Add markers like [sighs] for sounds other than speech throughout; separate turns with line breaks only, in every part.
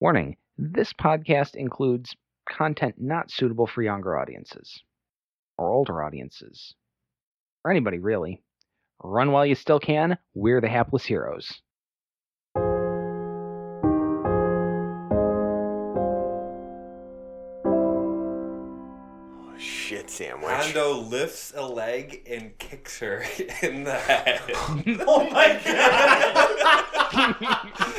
Warning this podcast includes content not suitable for younger audiences, or older audiences, or anybody really. Run while you still can. We're the hapless heroes.
Oh, Shit sandwich.
Hondo lifts a leg and kicks her [laughs] in the head.
Oh my god!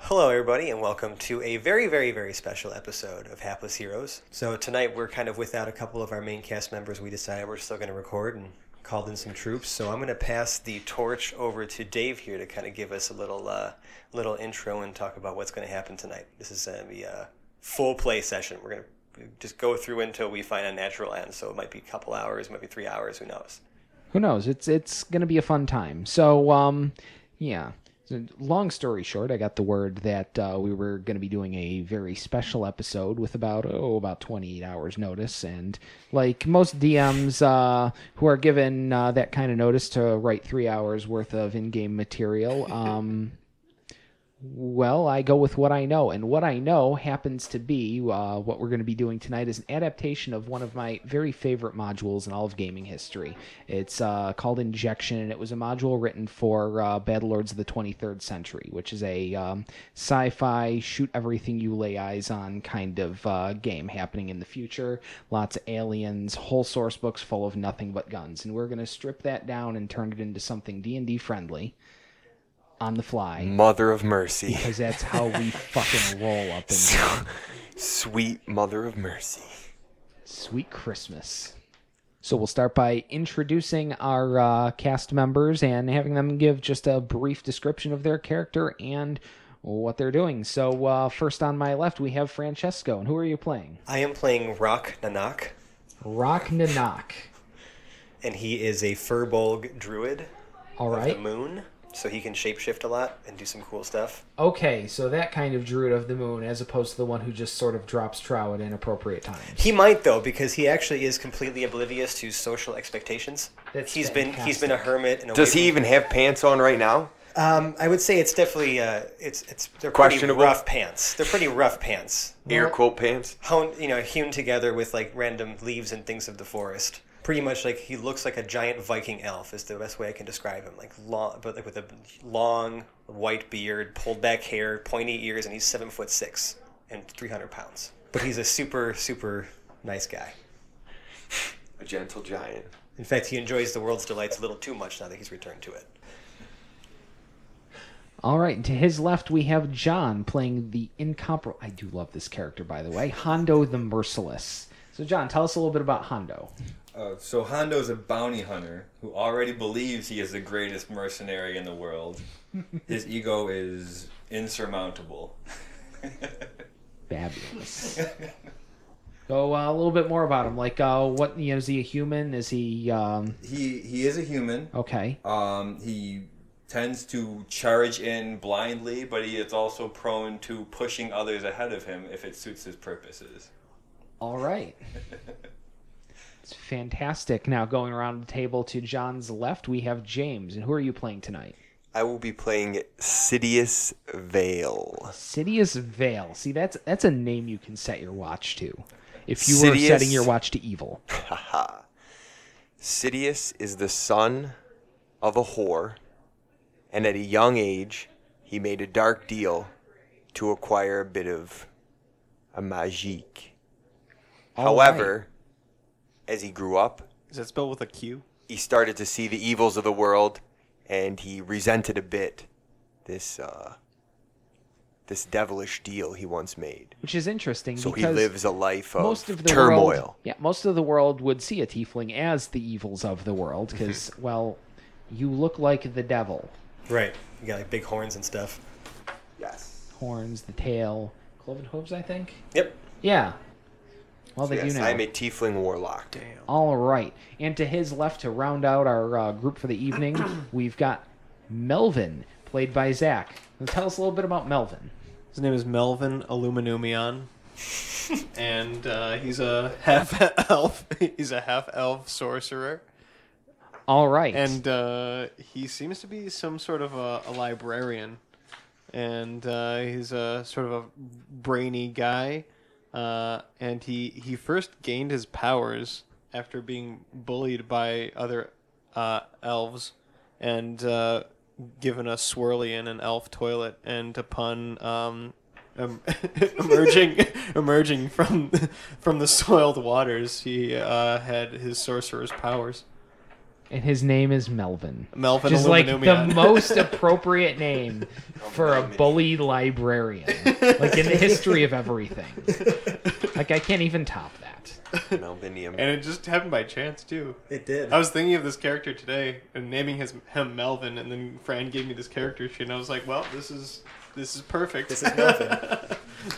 Hello, everybody, and welcome to a very, very, very special episode of Hapless Heroes. So, tonight we're kind of without a couple of our main cast members. We decided we're still going to record and called in some troops. So, I'm going to pass the torch over to Dave here to kind of give us a little uh, little intro and talk about what's going to happen tonight. This is going to be a full play session. We're going to just go through until we find a natural end. So, it might be a couple hours, might be three hours, who knows?
Who knows? It's it's gonna be a fun time. So um, yeah. So, long story short, I got the word that uh, we were gonna be doing a very special episode with about oh about twenty eight hours notice, and like most DMs uh, who are given uh, that kind of notice to write three hours worth of in game material, um, Well, I go with what I know, and what I know happens to be uh, what we're going to be doing tonight is an adaptation of one of my very favorite modules in all of gaming history. It's uh, called Injection, and it was a module written for uh, Battle Lords of the 23rd Century, which is a um, sci-fi shoot everything you lay eyes on kind of uh, game happening in the future. Lots of aliens, whole source books full of nothing but guns, and we're going to strip that down and turn it into something D&D friendly on the fly
Mother of
[laughs]
mercy.
because that's how we fucking roll up in here.
Sweet mother of mercy.
sweet Christmas. So we'll start by introducing our uh, cast members and having them give just a brief description of their character and what they're doing. So uh, first on my left we have Francesco, and who are you playing?
I am playing Rock Nanak.
Rock Nanak.
and he is a Furbolg druid
All
of
right.
the moon, so he can shapeshift a lot and do some cool stuff.
Okay, so that kind of druid of the moon, as opposed to the one who just sort of drops trow at inappropriate times.
He might though, because he actually is completely oblivious to social expectations.
That's
he's been he's been a
fantastic.
hermit. And a
Does he
wizard.
even have pants on right now?
Um, I would say it's definitely uh, it's it's they're pretty
Questionable.
rough pants. They're pretty rough pants,
Air quote pants.
hewn you know hewn together with like random leaves and things of the forest. Pretty much like he looks like a giant Viking elf is the best way I can describe him. Like long, but like with a long white beard, pulled back hair, pointy ears, and he's seven foot six and three hundred pounds. But he's a super super nice guy.
A gentle giant.
In fact, he enjoys the world's delights a little too much now that he's returned to it.
All right, and to his left we have John playing the incomparable. I do love this character, by the way, Hondo the Merciless. So, John, tell us a little bit about Hondo.
Uh, so Hondo's a bounty hunter who already believes he is the greatest mercenary in the world. His ego is insurmountable.
Fabulous. so, uh, a little bit more about him. Like, uh, what you know, is he a human? Is he um,
he he is a human.
okay?
Um, he tends to charge in blindly, but he is also prone to pushing others ahead of him if it suits his purposes.
All right. It's fantastic. Now, going around the table to John's left, we have James. And who are you playing tonight?
I will be playing Sidious Vale.
Sidious Vale. See, that's that's a name you can set your watch to. If you were
Sidious-
setting your watch to evil.
Haha. Sidious is the son of a whore, and at a young age, he made a dark deal to acquire a bit of a magique.
All right.
However, as he grew up,
Is that spelled with a Q?
he started to see the evils of the world, and he resented a bit this uh, this devilish deal he once made.
which is interesting
So he
because
lives a life of,
most of the
turmoil.
world, yeah, most of the world would see
Mm-hmm.
a tiefling as the evils of the world because, well, you look like the devil.
Right. You got like big horns and stuff.
Yes.
Horns, the tail, cloven hooves, I think.
Yep.
Yeah. Well, they
yes,
do now.
I'm a tiefling warlock. Damn.
All right. And to his left, to round out our uh, group for the
[coughs]
evening, we've got Melvin, played by Zach. Now tell us a little bit about Melvin.
His name is Melvin Illuminumion. and uh, he's a half elf. [laughs] He's a half elf sorcerer.
All right.
And uh, he seems to be some sort of a, a librarian. And uh, he's a sort of a brainy guy. Uh, and he, he first gained his powers after being bullied by other uh, elves and uh, given a swirly in an elf toilet. And upon um, em- [laughs] emerging [laughs] emerging from [laughs] from the soiled waters, he uh, had his sorcerer's powers.
And his name is Melvin.
Melvin
Just like the
Illuminumion. [laughs]
most appropriate name for a bully librarian, like in the history of everything. Like I can't even top that.
Melvinium.
And it just happened by chance too.
It did.
I was thinking of this character today and naming his him Melvin, and then Fran gave me this character sheet, and I was like, "Well, this is this is perfect.
This is Melvin.
[laughs]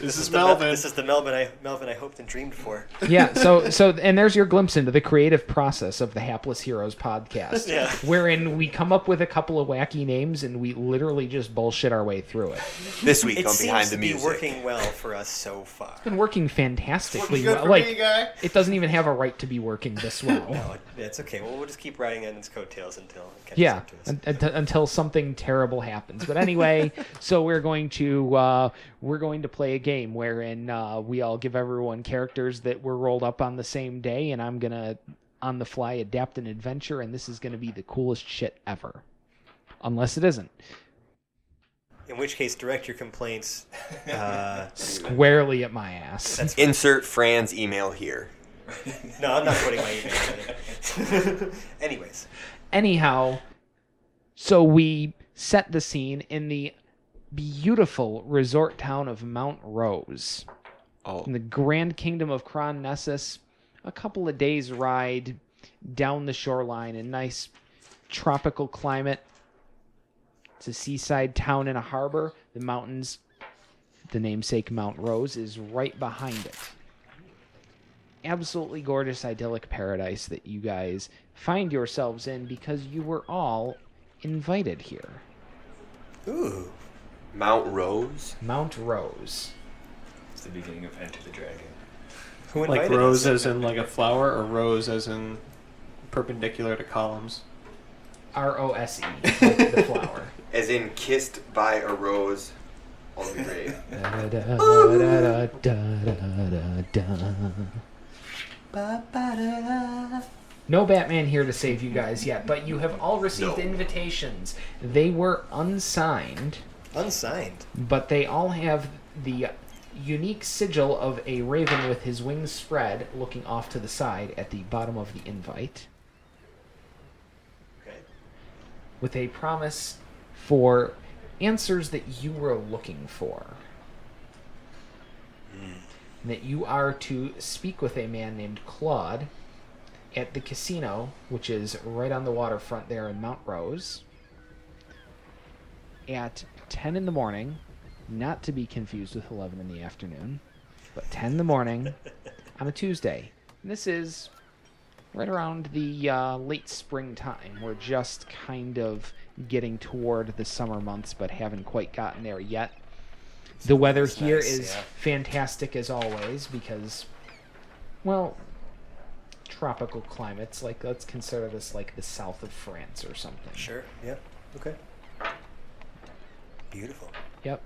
this, is
The Mel-
Melvin."
This is the Melvin I Melvin I hoped and dreamed for.
yeah so so and there's your glimpse into the creative process of the hapless heroes podcast
Yeah.
wherein we come up with a couple of wacky names and we literally just bullshit our way through it
This week
It
on
seems
Behind the
to
Music.
be working well for us so far.
it's been working fantastically
Good
well
for
like
me, guy.
it doesn't even have a right to be working this well
No, it- it's okay. Well, we'll just keep riding on its coattails until it catches
yeah
up to us.
un- un- until something terrible happens but anyway so we're going to uh, we're going to play a game wherein uh, we all give everyone characters that were rolled up on the same day and i'm gonna on the fly adapt an adventure and this is gonna be the coolest shit ever unless it isn't
In which case, direct your complaints. Uh, [laughs]
squarely at my ass.
Insert Fran's email here.
no, I'm not putting my email. in there. [laughs] Anyways,
Anyhow, so we set the scene in the beautiful resort town of Mount Rose
Oh,
in the Grand Kingdom of Kron Nessus, a couple of days' ride down the shoreline in nice tropical climate. It's a seaside town and a harbor. The mountains, the namesake Mount Rose, is right behind it. Absolutely gorgeous, idyllic paradise that you guys find yourselves in because you were all invited here.
ooh,
Mount Rose.
Mount Rose.
It's the beginning of Enter the Dragon.
who
like
invited
rose
us?
as in like a flower, or rose as in perpendicular to columns.
R O S E, like the flower.
As in kissed by a rose on the
[laughs]
grave.
No Batman here to save you guys yet, but you have all received
No.
invitations. They were unsigned,
Unsigned.
but they all have the unique sigil of a raven with his wings spread, looking off to the side at the bottom of the invite.
Okay.
with a promise for answers that you were looking for. That you are to speak with a man named Claude at the casino, which is right on the waterfront there in Mount Rose, at 10 in the morning, not to be confused with 11 in the afternoon, but 10 in the
[laughs]
morning on a Tuesday. And this is right around the uh, late springtime. We're just kind of getting toward the summer months, but haven't quite gotten there yet. The weather
that's
here is
nice, yeah.
fantastic as always because, well, tropical climates. Like, let's consider this like the south of France or something.
Sure. Yeah. Okay. Beautiful.
Yep.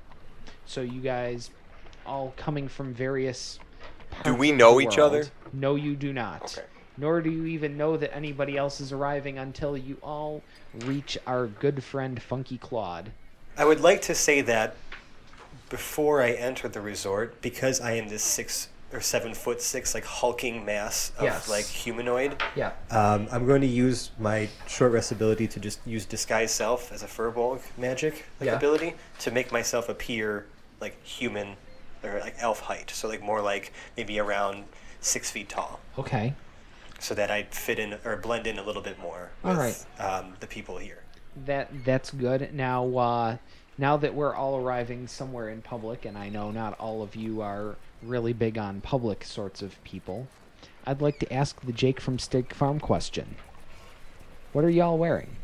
So you guys, all coming from various.
Do
parts
we
of
know
the
each
world.
other?
No, you do not.
Okay.
Nor do you even know that anybody else is arriving until you all reach our good friend Funky Claude.
I would like to say that before I enter the resort, because I am this six or seven foot six, like hulking mass of
Yes.
like humanoid.
Yeah.
Um, I'm going to use my short rest ability to just use disguise self as a furbolg magic like,
Yeah.
ability to make myself appear like human or like elf height, so like more like maybe around six feet tall,
Okay.
so that I fit in or blend in a little bit more
All
with um, the people here.
that that's good. Now, uh, now that we're all arriving somewhere in public, and I know not all of you are really big on public sorts of people, I'd like to ask the Jake from Steak Farm question. What are y'all wearing?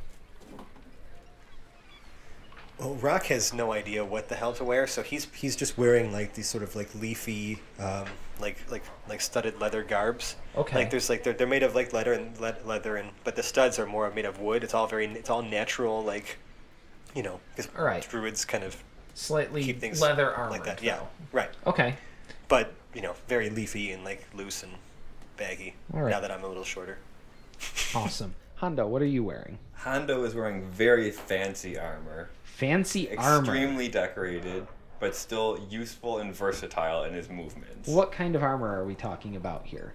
Well, Rock has no idea what the hell to wear, so he's he's just wearing like these sort of like leafy, um, like like like studded leather garbs.
Okay.
Like there's like they're, they're made of like leather and le- leather and but the studs are more made of wood. It's all very it's all natural like, you know, because
All right.
druids kind of
Slightly
keep things like that. Yeah, right.
Okay.
But you know, very leafy and like loose and baggy.
All right.
Now that I'm a little shorter.
Awesome. Hondo, what are you wearing?
Hondo is wearing very fancy armor,
Fancy armor.
extremely decorated, but still useful and versatile in his movements.
What kind of armor are we talking about here?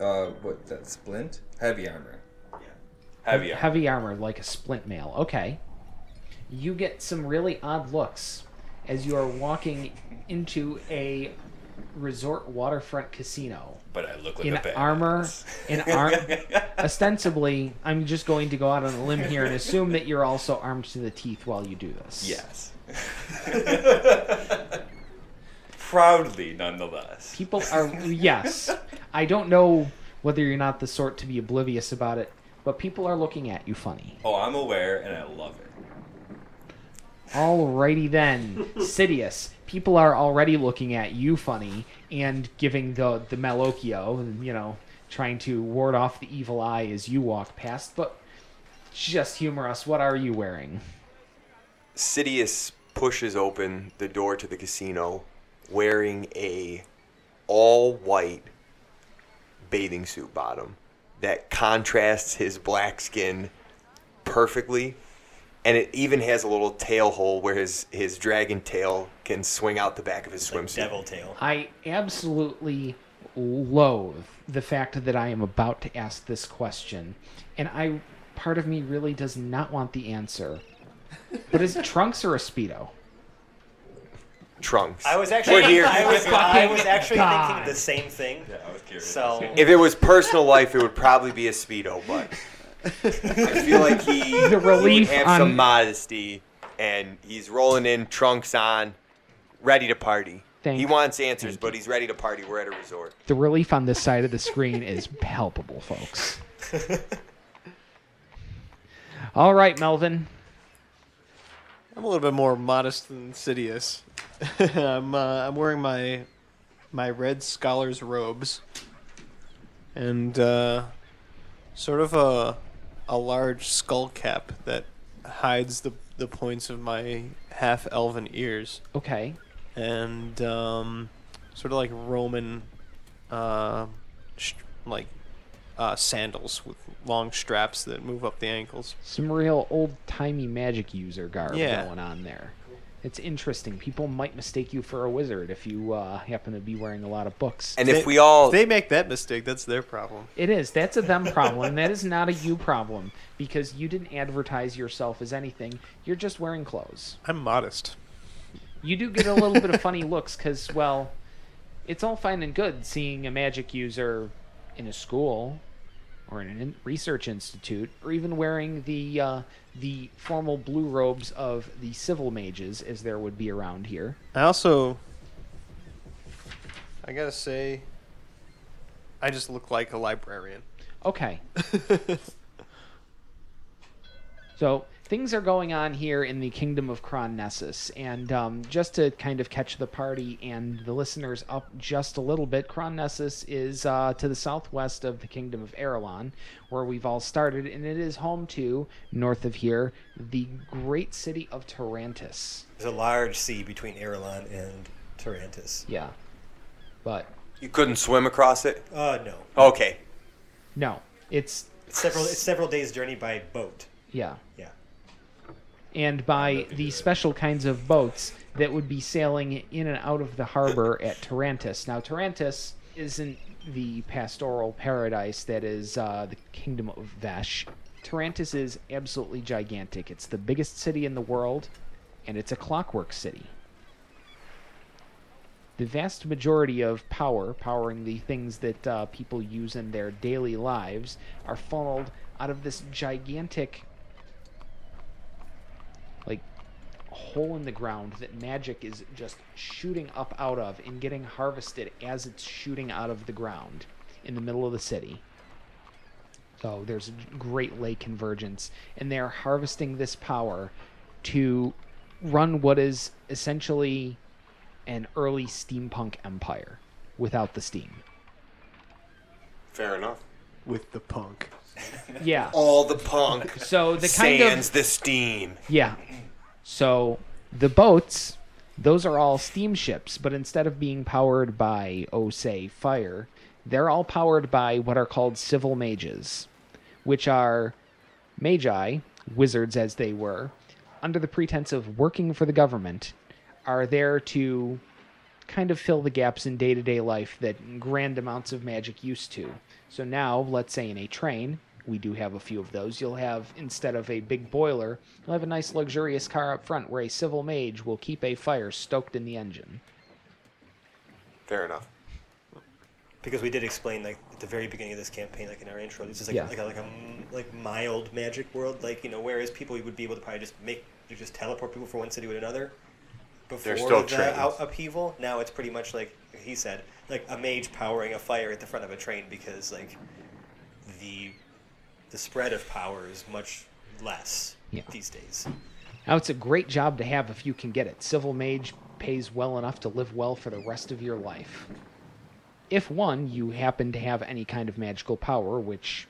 Uh, what that splint? Heavy armor. Yeah. Heavy armor.
Heavy armor, like a splint mail. Okay. You get some really odd looks as you are walking into a resort waterfront casino
but I look like
in
a bad.
armor.
[laughs]
In arm, ostensibly, I'm just going to go out on a limb here and assume that you're also armed to the teeth while you do this.
Yes. [laughs] Proudly, nonetheless.
people are yes i don't know whether you're not the sort to be oblivious about it but people are looking at you funny
Oh, I'm aware, and I love it.
alrighty then sidious people are already looking at you funny and giving the the malocchio you know trying to ward off the evil eye as you walk past but just humor us what are you wearing
Sidious pushes open the door to the casino wearing a all white bathing suit bottom that contrasts his black skin perfectly and it even has a little tail hole where his, his dragon tail can swing out the back of his
Like
swimsuit.
devil tail.
I absolutely loathe the fact that I am about to ask this question, and I part of me really does not want the answer. But is it trunks or a speedo?
Trunks.
I was actually
We're here.
I was, I was
Fucking
actually
God.
thinking the same thing.
Yeah, I was curious.
So
if it was personal life, it would probably be a speedo, but I feel
[laughs]
like he, he would
relief
have
on-
some modesty, and he's rolling in trunks on, ready to party.
Thank-
he wants answers, but he's ready to party. We're at a resort.
The relief on this side of the screen is palpable, folks. All right, Melvin.
I'm a little bit more modest than Sidious. [laughs] I'm uh, I'm wearing my my red scholar's robes and uh, sort of a a large skull cap that hides the the points of my half elven ears
Okay.
and um, sort of like Roman uh, sh- like uh, sandals with long straps that move up the ankles.
Some real old timey magic user garb
Yeah.
going on there. It's interesting. People might mistake you for a wizard if you uh, happen to be wearing a lot of books.
And
They-
if we all,
they make that mistake, that's their problem.
It is. That's a them problem. that is not a you problem because you didn't advertise yourself as anything. You're just wearing clothes.
I'm modest.
You do get a little bit of funny looks because, well, it's all fine and good seeing a magic user in a school or in a in- research institute or even wearing the uh, the formal blue robes of the civil mages as there would be around here.
I also, I gotta say, I just look like a librarian.
Okay. So things are going on here in the kingdom of Kron Nessus, and um, just to kind of catch the party and the listeners up just a little bit, Kron Nessus is uh, to the southwest of the kingdom of Erelon, where we've all started, and it is home to north of here the great city of Tarantus.
there's a large sea between Irulan and Tarantus.
Yeah, but
you couldn't swim across it.
Uh, no,
Okay,
no, it's
it's several it's several days journey by boat.
yeah.
Yeah.
and by the special kinds of boats that would be sailing in and out of the harbor at Tarantus. Now, Tarantus isn't the pastoral paradise that is uh, the kingdom of Vesh. Tarantus is absolutely gigantic. It's the biggest city in the world, and it's a clockwork city. The vast majority of power, powering the things that uh, people use in their daily lives, are funneled out of this gigantic hole in the ground that magic is just shooting up out of and getting harvested as it's shooting out of the ground in the middle of the city. So there's a great lake convergence, and they are harvesting this power to run what is essentially an early steampunk empire without the steam.
Fair enough.
with the punk.
Yeah.
All the punk
So the kind of
sands the steam.
Yeah. So the boats, those are all steamships, but instead of being powered by, oh, say, fire, they're all powered by what are called civil mages, which are magi, wizards as they were, under the pretense of working for the government, are there to kind of fill the gaps in day to day life that grand amounts of magic used to. So now, let's say in a train, we do have a few of those. You'll have, instead of a big boiler, you'll have a nice luxurious car up front where a civil mage will keep a fire stoked in the engine.
Fair enough.
because we did explain like at the very beginning of this campaign, like in our intro, this is like
Yeah.
like a, like a m- like mild magic world, like you know, whereas people would be able to probably just make you just teleport people from one city to another. Before
still
the
trains.
out- upheaval, now it's pretty much like he said, like a mage powering a fire at the front of a train because like the the spread of power is much less
Yeah.
these days.
Now, it's a great job to have if you can get it. Civil Mage pays well enough to live well for the rest of your life. If one, you happen to have any kind of magical power, which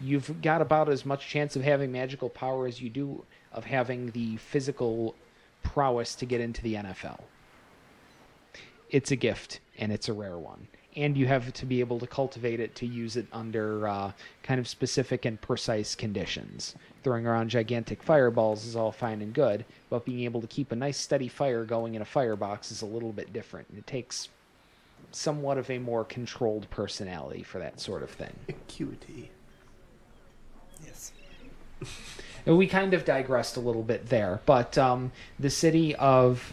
you've got about as much chance of having magical power as you do of having the physical prowess to get into the NFL. It's a gift, and it's a rare one. And you have to be able to cultivate it to use it under uh, kind of specific and precise conditions. Throwing around gigantic fireballs is all fine and good, but being able to keep a nice steady fire going in a firebox is a little bit different. and It takes somewhat of a more controlled personality for that sort of thing.
[laughs] Acuity.
Yes.
And we kind of digressed a little bit there, but um, the city of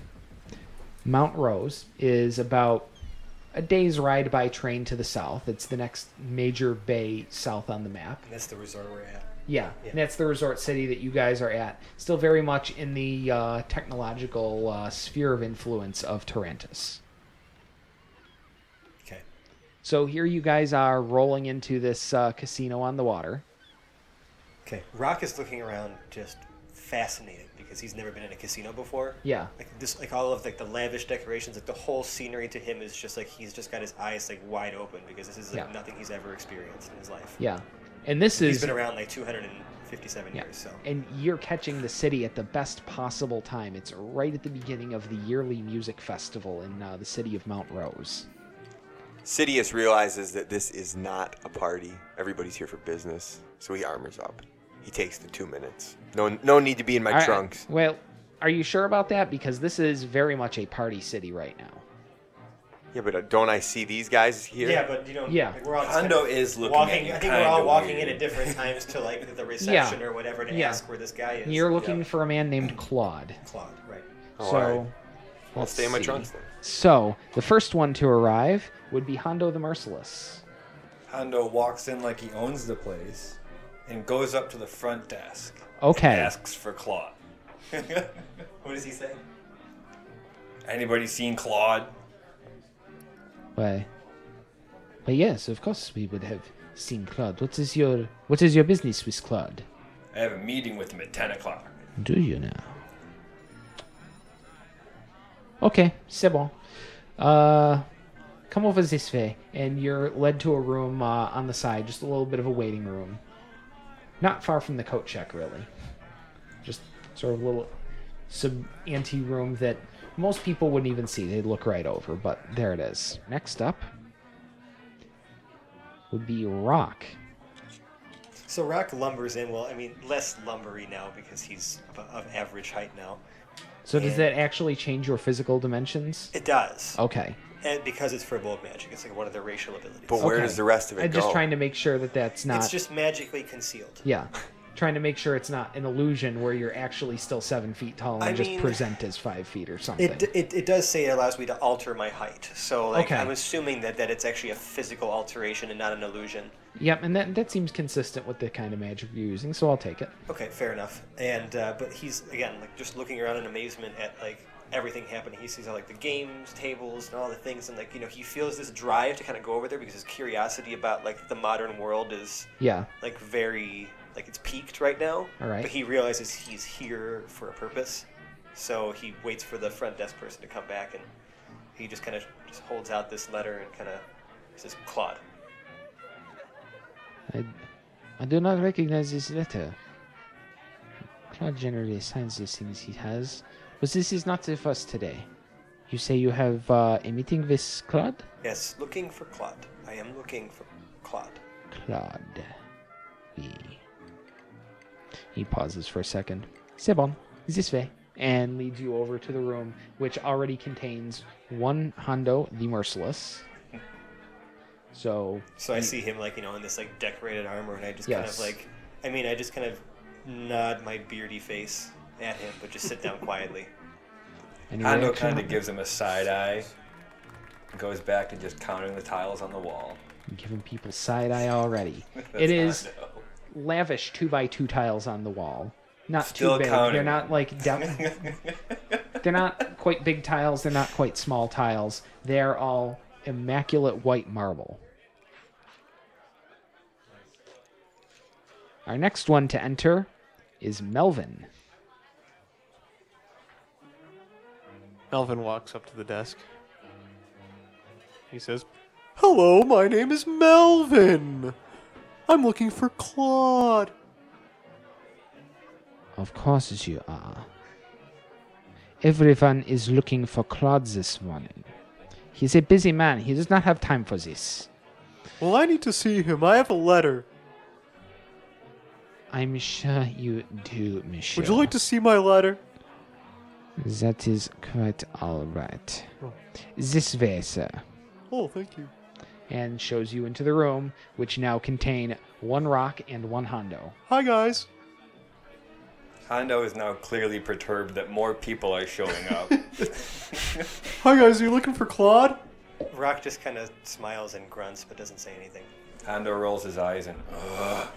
Mount Rose is about a day's ride by train to the south. It's the next major bay south on the map.
And that's the resort we're at.
Yeah,
Yeah.
and that's the resort city that you guys are at. Still very much in the uh, technological uh, sphere of influence of Tarantus.
Okay.
So here you guys are rolling into this uh, casino on the water.
Okay. Rock is looking around just fascinated because he's never been in a casino before.
Yeah.
Like this like all of like the lavish decorations, like the whole scenery to him is just like he's just got his eyes like wide open because this is like
Yeah.
nothing he's ever experienced in his life.
Yeah. And this is
He's been around like 257
Yeah.
years, so
And you're catching the city at the best possible time. It's right at the beginning of the yearly music festival in uh, the city of Mount Rose.
Sidious realizes that this is not a party. Everybody's here for business, so he armors up. He takes the two minutes. No, no need to be in my
Are-
trunks.
well, are you sure about that? Because this is very much a party city right now.
Yeah, but uh, don't I see these guys here?
yeah, but you know,
Yeah.
like, we're all just
Hondo
kind of
is looking
walking.
at you
I think we're
kinda
all walking
weird.
in at different times to like
[laughs]
the reception or whatever to
Yeah.
ask where this guy is.
And you're looking for a man named Claude.
Claude, right?
All
so
right. I'll
let's
stay in my
see.
trunks then.
So the first one to arrive would be Hondo the Merciless.
Hondo walks in like he owns the place and goes up to the front desk.
Okay.
Asks for Claude.
What does he say?
Anybody seen Claude?
Why? Why, yes, of course we would have seen Claude. What is your what is your business with Claude?
I have a meeting with him at 10 o'clock.
Do you now? Okay, c'est bon. Uh, come over this way, and you're led to a room uh, on the side, just a little bit of a waiting room. Not far from the coat check, really. Just sort of a little sub ante room that most people wouldn't even see. They'd look right over, but there it is. Next up would be Rock.
So Rock lumbers in. Well, I mean, less lumbery now because he's of- of average height now.
So, does that actually change your physical dimensions?
It does,
Okay.
and because it's frivolous magic, it's like one of their racial abilities.
But where
Okay.
does the rest of it
I'm
go?
just trying to make sure that that's not.
It's just magically concealed.
Yeah. Trying to make sure it's not an illusion where you're actually still seven feet tall and
I
just
mean,
present as five feet or something.
It, d- it, it does say it allows me to alter my height. So like
Okay.
I'm assuming that, that it's actually a physical alteration and not an illusion.
Yep, and that that seems consistent with the kind of magic you're using, so I'll take it.
Okay, fair enough. And uh, but he's again like just looking around in amazement at like everything happening. He sees all like the games tables and all the things, and like you know he feels this drive to kind of go over there because his curiosity about like the modern world is
Yeah.
like very like it's peaked right now.
All right.
But he realizes he's here for a purpose, so he waits for the front desk person to come back, and he just kind of just holds out this letter and kind of says Claude.
I, I do not recognize this letter. Claude generally signs these things he has, but this is not the first today. You say you have uh, a meeting with Claude?
Yes, looking for Claude. I am looking for Claude.
Claude. He, he pauses for a second. C'est bon, this way. And leads you over to the room, which already contains one Hondo the Merciless. So,
So I see him like you know in this like decorated armor, and I just kind
Yes.
of like, I mean, I just kind of nod my beardy face at him, but just
[laughs]
sit down quietly.
any
Hondo
reaction?
kind of gives him a side eye. Goes back to just counting the tiles on the wall.
giving people side eye already.
[laughs] That's
it is
Hondo.
lavish two by two tiles on the wall. Not
Still
too big.
counting.
They're not like
[laughs]
depth. they're not quite big tiles. They're not quite small tiles. They're all immaculate white marble. Our next one to enter is Melvin.
Melvin walks up to the desk. He says, Hello, my name is Melvin. I'm looking for Claude.
Of course, as you are. Everyone is looking for Claude this morning. He's a busy man. He does not have time for this.
Well, I need to see him. I have a letter.
I'm sure you do, Michelle.
Would you like to see my letter?
That is quite all right.
Oh.
This way, sir.
Oh, thank you.
And shows you into the room, which now contain one rock and one Hondo.
Hi, guys.
Hondo is now clearly perturbed that more people are showing
[laughs]
up.
Hi, guys. Are you looking for Claude?
Rock just kind of smiles and grunts, but doesn't say anything.
Hondo rolls his eyes and uh, ugh.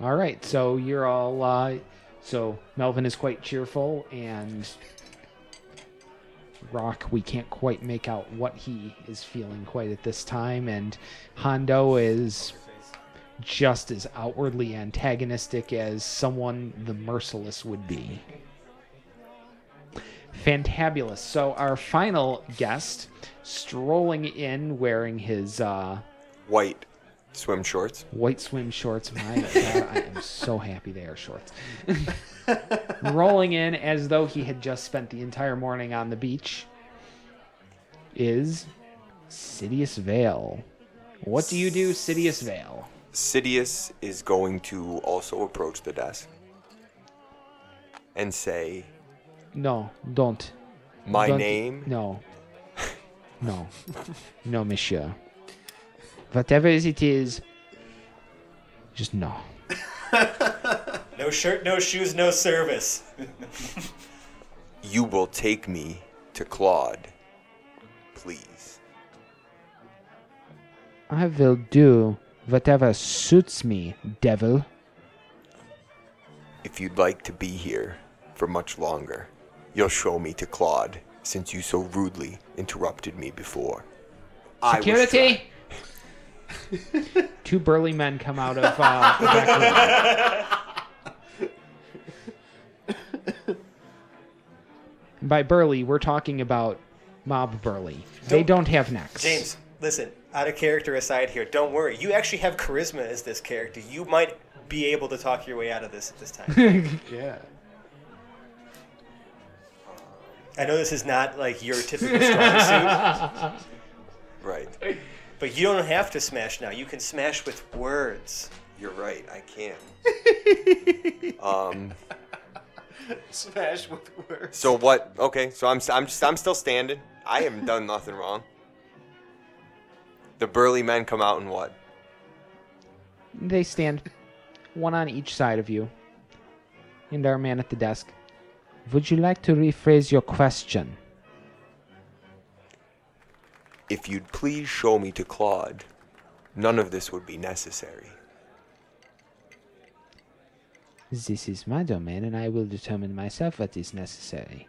All right, so you're all. Uh, so Melvin is quite cheerful, and Rock, we can't quite make out what he is feeling quite at this time, and Hondo is just as outwardly antagonistic as someone the merciless would be. Fantabulous. So our final guest, strolling in wearing his. Uh,
White swim shorts.
white swim shorts. My God, I am so happy they are shorts. [laughs] Rolling in as though he had just spent the entire morning on the beach is Sidious Vale. What do you do, Sidious Vale?
Sidious is going to also approach the desk and say,
No, don't.
My
Don't-
name.
No. No. no, monsieur. Whatever it is, just no.
No shirt, no shoes, no service.
You will take me to Claude, please.
I will do whatever suits me, devil.
If you'd like to be here for much longer, you'll show me to Claude, since you so rudely interrupted me before. I was
Security.
try-
Two burly men come out of uh, the back room. By burly, we're talking about mob burly. They don't have necks.
James, listen, out of character aside here, don't worry. You actually have charisma as this character. You might be able to talk your way out of this at this time.
Yeah.
I know this is not like your typical strong suit,
Right.
but you don't have to smash now. You can smash with words.
You're right. I can. um.
[laughs] Smash with words.
So what? Okay. So I'm s- I'm just I'm still standing. I haven't done nothing wrong. The burly men come out and what?
They stand one on each side of you. And our man at the desk. Would you like to rephrase your question?
If you'd please show me to Claude, None of this would be necessary.
This is my domain, and I will determine myself what is necessary.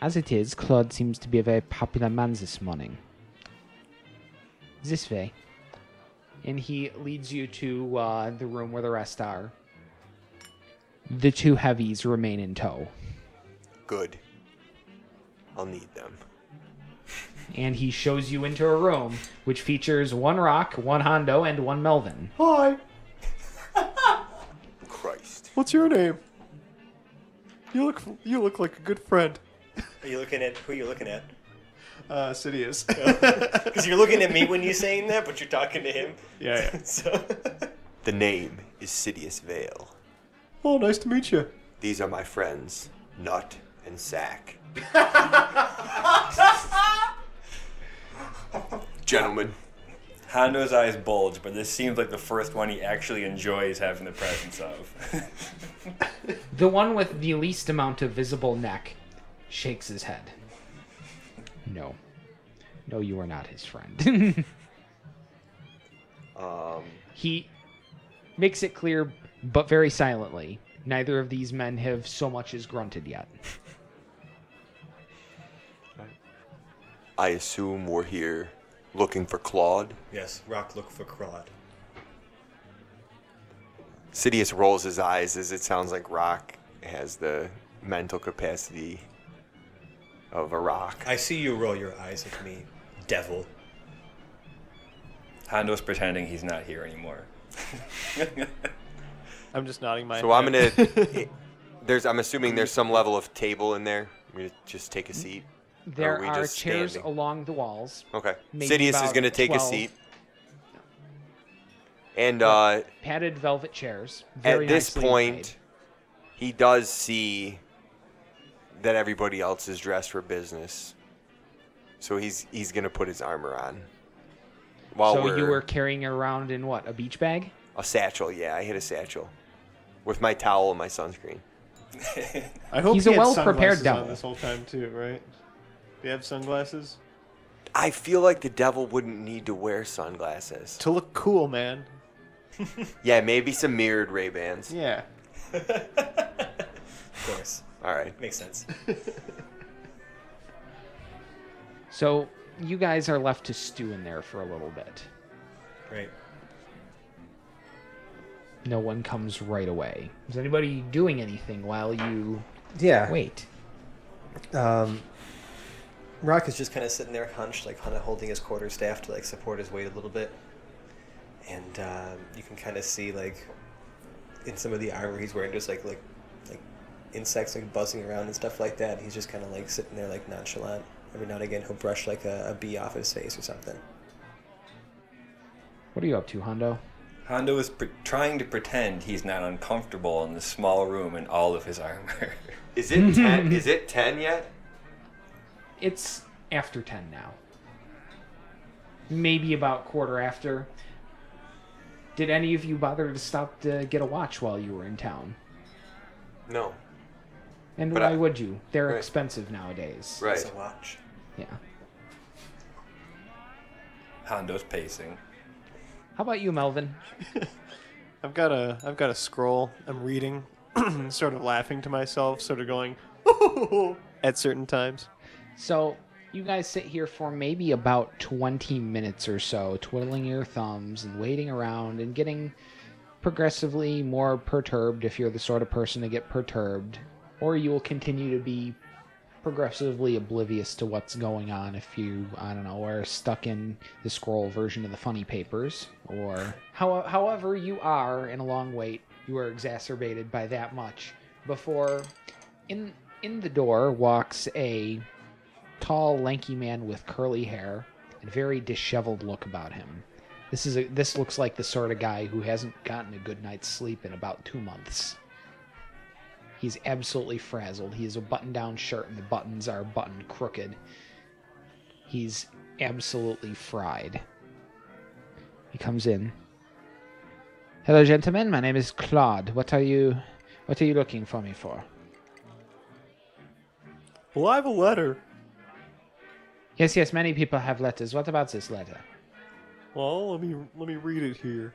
As it is, Claude seems to be a very popular man this morning. This way. And he leads you to uh, the room where the rest are. The two heavies remain in tow.
Good. I'll need them.
And he shows you into a room which features one Rock, one Hondo, and one Melvin.
Hi,
Christ.
what's your name? You look you look like a good friend.
Are you looking at who are you looking at?
Uh, Sidious. [laughs]
Because you're looking at me when you're saying that, but you're talking to him.
yeah, yeah.
So
The name is Sidious Vale.
Oh, nice to meet you.
These are my friends, Nut
[laughs]
and Sack. Gentlemen,
Hondo's eyes bulge, but this seems like the first one he actually enjoys having the presence of. [laughs]
The one with the least amount of visible neck shakes his head. No. No, you are not his [laughs] friend.
um,
he makes it clear, but very silently. Neither of these men have so much as grunted yet.
I assume we're here looking for Claude.
yes, Rock look for Claude.
Sidious rolls his eyes as it sounds like Rock has the mental capacity of a rock.
I see you roll your eyes at me, devil.
Hondo's pretending he's not here anymore.
I'm just nodding my.
So I'm
head.
[laughs]
gonna. There's. I'm assuming there's some level of table in there. I'm gonna just take a
Mm-hmm.
seat.
There
Are we
are,
just
chairs
standing?
along the walls.
Okay.
Maybe
Sidious is
about
gonna take
12.
a seat. And uh,
Padded velvet chairs. very
at this
nicely
point,
made.
he does see that everybody else is dressed for business, so he's he's gonna put his armor on. While
so
we're
you were carrying around in what, a beach bag?
a satchel, yeah, I hit a satchel with my towel and my sunscreen.
I hope
He's
he
a
had
well-prepared
sunglasses
devil.
on this whole time too, right? Do you have sunglasses?
I feel like the devil wouldn't need to wear sunglasses.
To look cool, man.
Yeah, maybe some mirrored Ray Bans.
Yeah.
Of course,
All right.
makes sense.
So you guys are left to stew in there for a little bit.
Right.
No one comes right away. Is anybody doing anything while you
Yeah.
wait?
Um, Rock is just kind of sitting there hunched, like kind of holding his quarterstaff to like support his weight a little bit. And um, you can kind of see like in some of the armor he's wearing, just like like like insects like buzzing around and stuff like that. He's just kind of like sitting there like nonchalant. Every now and again, he'll brush like a, a bee off his face or something.
What are you up to, Hondo?
Hondo is pre- trying to pretend he's not uncomfortable in this small room in all of his armor. [laughs]
Is it ten? is it ten yet?
It's after 10 now. Maybe about quarter after. Did any of you bother to stop to get a watch while you were in town?
No.
And
But
why
I-
would you? They're
Right.
expensive nowadays.
Right.
It's a watch.
Yeah.
Hondo's pacing.
How about you, Melvin?
I've got a I've got a scroll. I'm reading, [clears throat] sort of laughing to myself, sort of going [laughs] at certain times.
So, you guys sit here for maybe about 20 minutes or so, twiddling your thumbs and waiting around and getting progressively more perturbed if you're the sort of person to get perturbed, or you will continue to be progressively oblivious to what's going on if you, I don't know, are stuck in the scroll version of the funny papers, or how, however you are in a long wait, you are exacerbated by that much before in in the door walks a tall, lanky man with curly hair and very disheveled look about him. This is a, this looks like the sort of guy who hasn't gotten a good night's sleep in about two months. He's absolutely frazzled. He has a button-down shirt, and the buttons are buttoned crooked. He's absolutely fried. He comes in. Hello, gentlemen. My name is Claude. What are you, what are you looking for me for?
Well, I have a letter.
Yes, yes, many people have letters. What about this letter?
Well, let me let me read it here.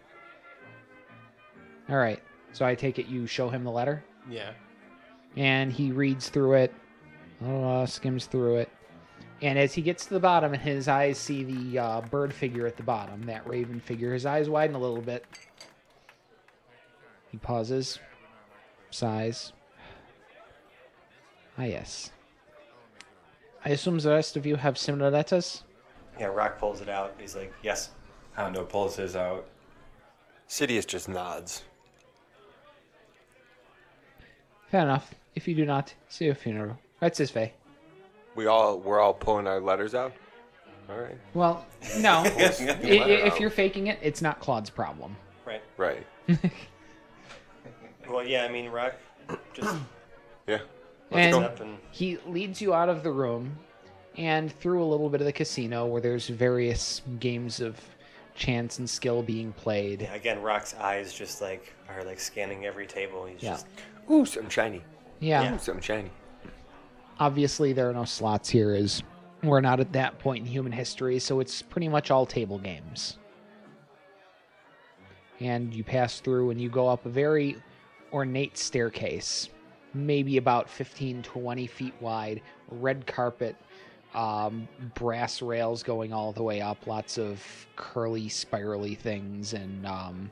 All right. So I take it you show him the letter,
Yeah.
and he reads through it, uh, skims through it, and as he gets to the bottom, and his eyes see the uh, bird figure at the bottom, that raven figure. His eyes widen a little bit. He pauses, sighs. Ah, yes. I assume the rest of you have similar letters.
Yeah, Rock pulls it out. He's like, yes.
Hondo pulls his out.
Sidious just nods.
Fair enough. If you do not, see your funeral. That's his way.
We all we're all pulling our letters out. All right.
Well, no. I- i- if
out.
you're faking it, it's not Claude's problem.
Right.
Right.
Well, yeah, I mean, Rock just
Yeah.
and
goes up and
he leads you out of the room and through a little bit of the casino where there's various games of chance and skill being played.
yeah, again, Rock's eyes just like are like scanning every table. He's
Yeah.
just
Ooh, something shiny.
Yeah.
Ooh, something shiny.
Obviously, there are no slots here, as we're not at that point in human history, so it's pretty much all table games. And you pass through and you go up a very ornate staircase, maybe about 15, 20 feet wide, red carpet, um, brass rails going all the way up, lots of curly, spirally things, and um,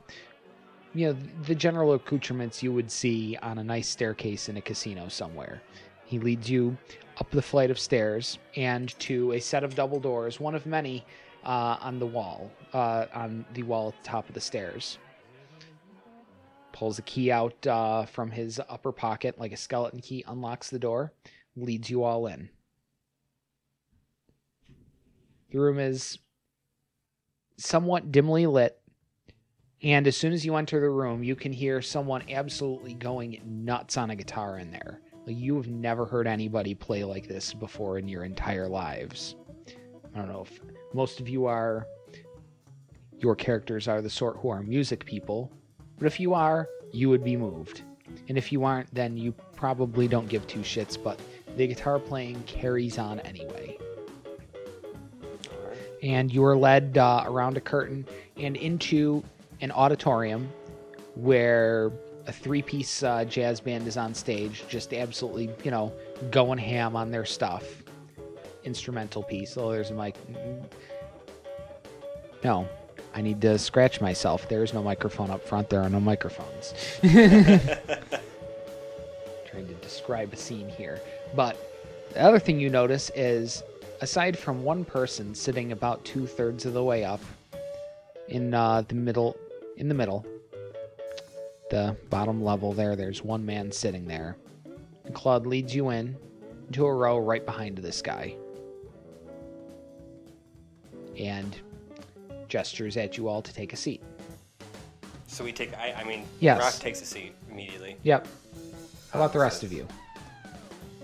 you know the general accoutrements you would see on a nice staircase in a casino somewhere. He leads you up the flight of stairs and to a set of double doors, one of many uh, on the wall, uh, on the wall at the top of the stairs. Pulls a key out uh, from his upper pocket, like a skeleton key, unlocks the door, leads you all in. The room is somewhat dimly lit, and as soon as you enter the room, you can hear someone absolutely going nuts on a guitar in there. Like you have never heard anybody play like this before in your entire lives. I don't know if most of you are your characters are the sort who are music people, but if you are, you would be moved. And if you aren't, then you probably don't give two shits, but the guitar playing carries on anyway and you are led uh, around a curtain and into an auditorium where a three-piece uh, jazz band is on stage, just absolutely, you know, going ham on their stuff. Instrumental piece. Oh, there's a mic. No, I need to scratch myself. There is no microphone up front. There are no microphones. [laughs] Trying to describe a scene here, but the other thing you notice is aside from one person sitting about two thirds of the way up in uh, the middle in the middle the bottom level there there's one man sitting there and claude leads you in to a row right behind this guy and gestures at you all to take a seat
so we take. I, I mean,
Yes.
Rock takes a seat immediately.
yep how about the rest of you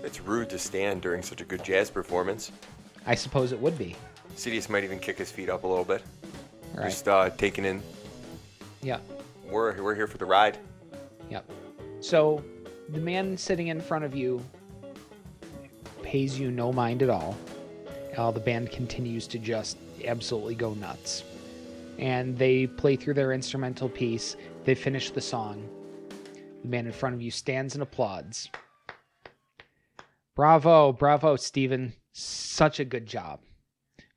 It's rude to stand during such a good jazz performance.
i suppose it would be
Sidious might even kick his feet up a little bit.
all right
Just uh, taking in.
yeah
We're we're here for the ride.
Yep. So the man sitting in front of you pays you no mind at all. Uh, the band continues to just absolutely go nuts. And they play through their instrumental piece. They finish the song. The man in front of you stands and applauds. Bravo, bravo, Stephen. Such a good job.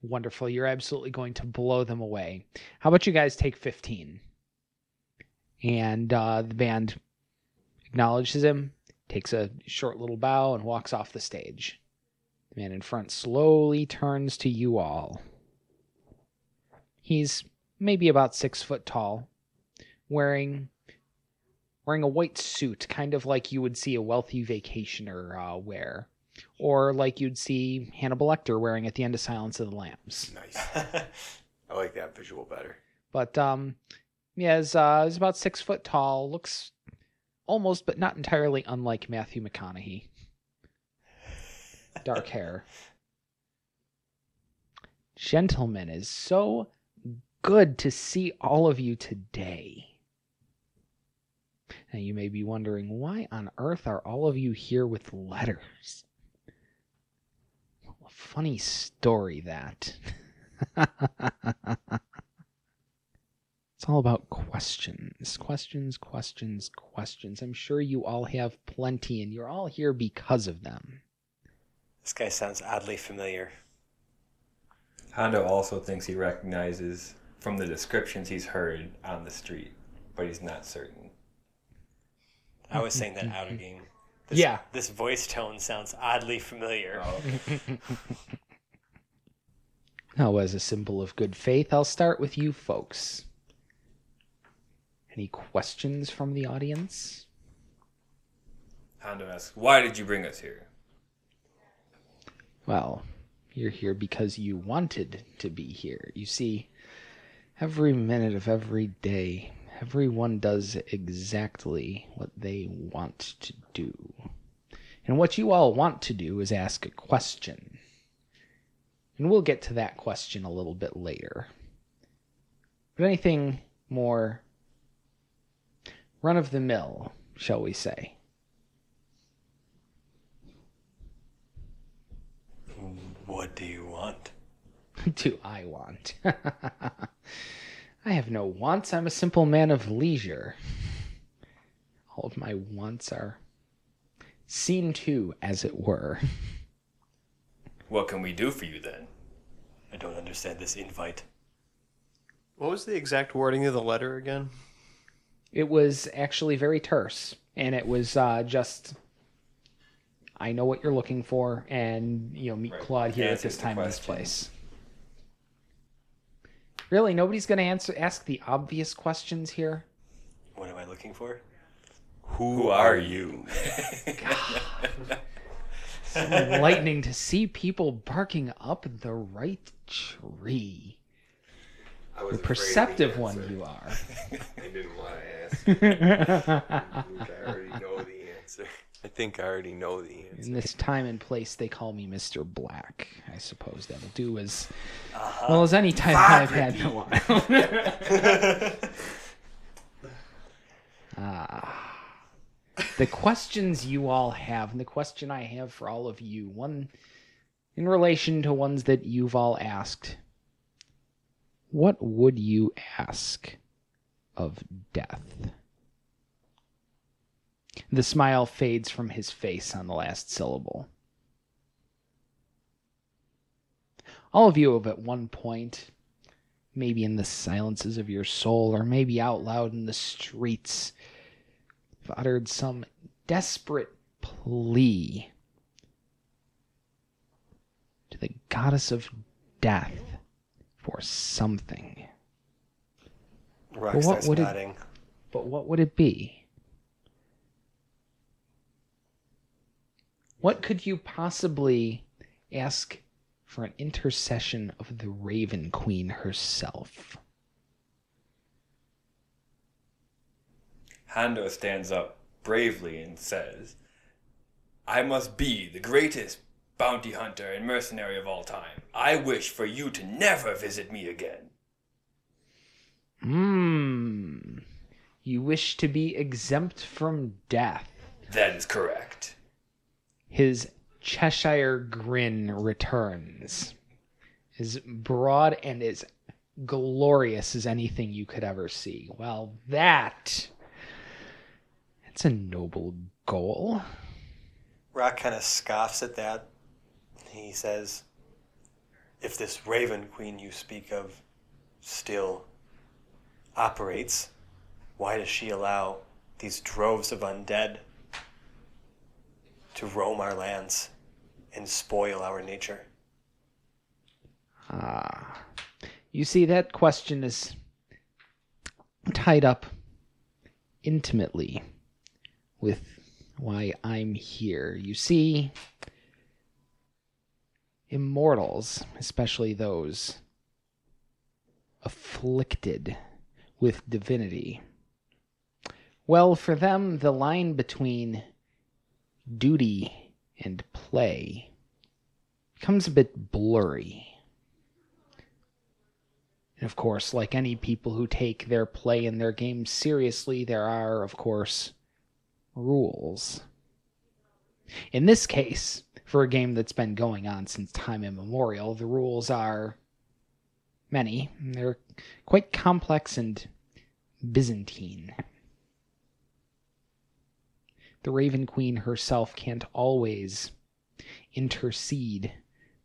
Wonderful. You're absolutely going to blow them away. How about you guys take 15? and uh, the band acknowledges him, takes a short little bow, and walks off the stage. The man in front slowly turns to you all. He's maybe about six foot tall, wearing wearing a white suit, kind of like you would see a wealthy vacationer uh, wear, or like you'd see Hannibal Lecter wearing at the end of Silence of the Lambs.
Nice. [laughs] I like that visual better.
But um, yeah, is uh, is about six foot tall. Looks almost, but not entirely, unlike Matthew McConaughey. Dark hair. Gentlemen, is so good to see all of you today. Now you may be wondering why on earth are all of you here with letters? [laughs] Well, a funny story that. It's all about questions, questions, questions, questions. I'm sure you all have plenty, and you're all here because of them.
This guy sounds oddly familiar.
Hondo also thinks he recognizes from the descriptions he's heard on the street, but he's not certain.
I was saying that out of game. This,
Yeah.
This voice tone sounds oddly familiar.
Now, as a symbol of good faith, I'll start with you folks. Any questions from the audience?
Hondo asks, Why did you bring us here?
Well, you're here because you wanted to be here. You see, every minute of every day, everyone does exactly what they want to do. And what you all want to do is ask a question. And we'll get to that question a little bit later. But anything more run of the mill, shall we say?
What do you want?
[laughs] do I want? I have no wants. I'm a simple man of leisure. All of my wants are seen to, as it were.
What can we do for you then?
I don't understand this invite.
What was the exact wording of the letter again?
It was actually very terse, and it was uh, just, I know what you're looking for, and you know, meet
Right.
Claude here at
Answer
this
the
time and this
question.
place. Really, nobody's going to answer ask the obvious questions here.
What am I looking for?
Who are you?
enlightening to see people barking up the right tree.
I was
The perceptive one you are.
I didn't want to
[laughs]
ask. I already know the answer.
I think I already know the answer.
In this time and place, they call me Mr. Black. I suppose that'll do as well as any title I've had in a while. [laughs] ah, the questions you all have, and the question I have for all of you, one in relation to ones that you've all asked. What would you ask of death? The smile fades from his face on the last syllable. All of you have at one point, maybe in the silences of your soul, or maybe out loud in the streets, have uttered some desperate plea to the goddess of death for something.
Rock
Well, what
starts
would it-
nodding.
But what would it be? What could you possibly ask for an intercession of the Raven Queen herself?
Hondo stands up bravely and says, I must be the greatest bounty hunter and mercenary of all time. I wish for you to never visit me again.
Hmm. You wish to be exempt from death.
That is correct.
His Cheshire grin returns, as broad and as glorious as anything you could ever see. Well, that. That's a noble goal.
Rock kind of scoffs at that. He says, If this Raven Queen you speak of still operates, why does she allow these droves of undead to roam our lands and spoil our nature?
Ah. You see, that question is tied up intimately with why I'm here. You see, immortals, especially those afflicted with divinity, well, for them, the line between duty and play becomes a bit blurry. And of course, like any people who take their play and their game seriously, there are, of course, rules. In this case, for a game that's been going on since time immemorial, the rules are many. and They're quite complex and Byzantine. The Raven Queen herself can't always intercede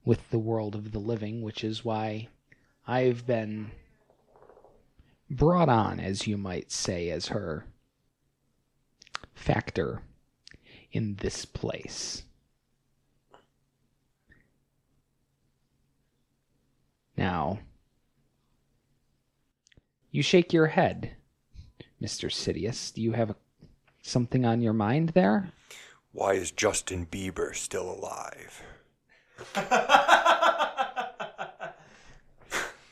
with the world of the living, which is why I've been brought on, as you might say, as her factor in this place. Now, you shake your head, Mr. Sidious. Do you have something on your mind there?
Why is Justin Bieber still alive?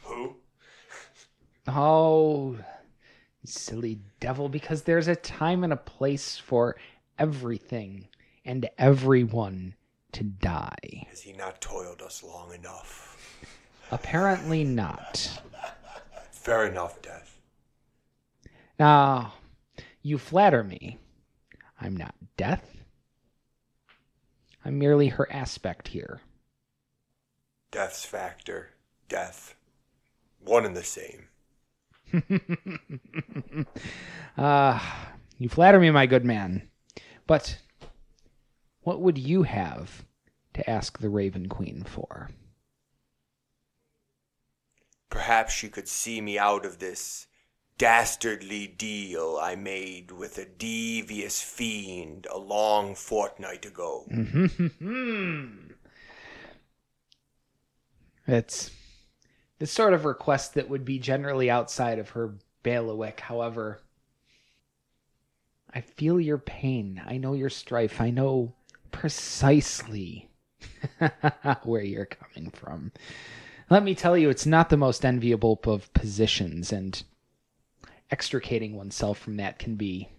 Who?
Oh, silly devil, because there's a time and a place for everything and everyone to die.
Has he not toiled us long enough?
Apparently not.
Fair enough, Death.
Now, you flatter me. I'm not death. I'm merely her aspect here.
Death's factor, death, one and the same.
Ah, you flatter me, my good man. But what would you have to ask the Raven Queen for?
Perhaps she could see me out of this dastardly deal I made with a devious fiend a long fortnight ago.
Mm, Mm-hmm. [laughs] It's the sort of request that would be generally outside of her bailiwick. However, I feel your pain. I know your strife. I know precisely [laughs] where you're coming from. Let me tell you, it's not the most enviable of positions, and extricating oneself from that can be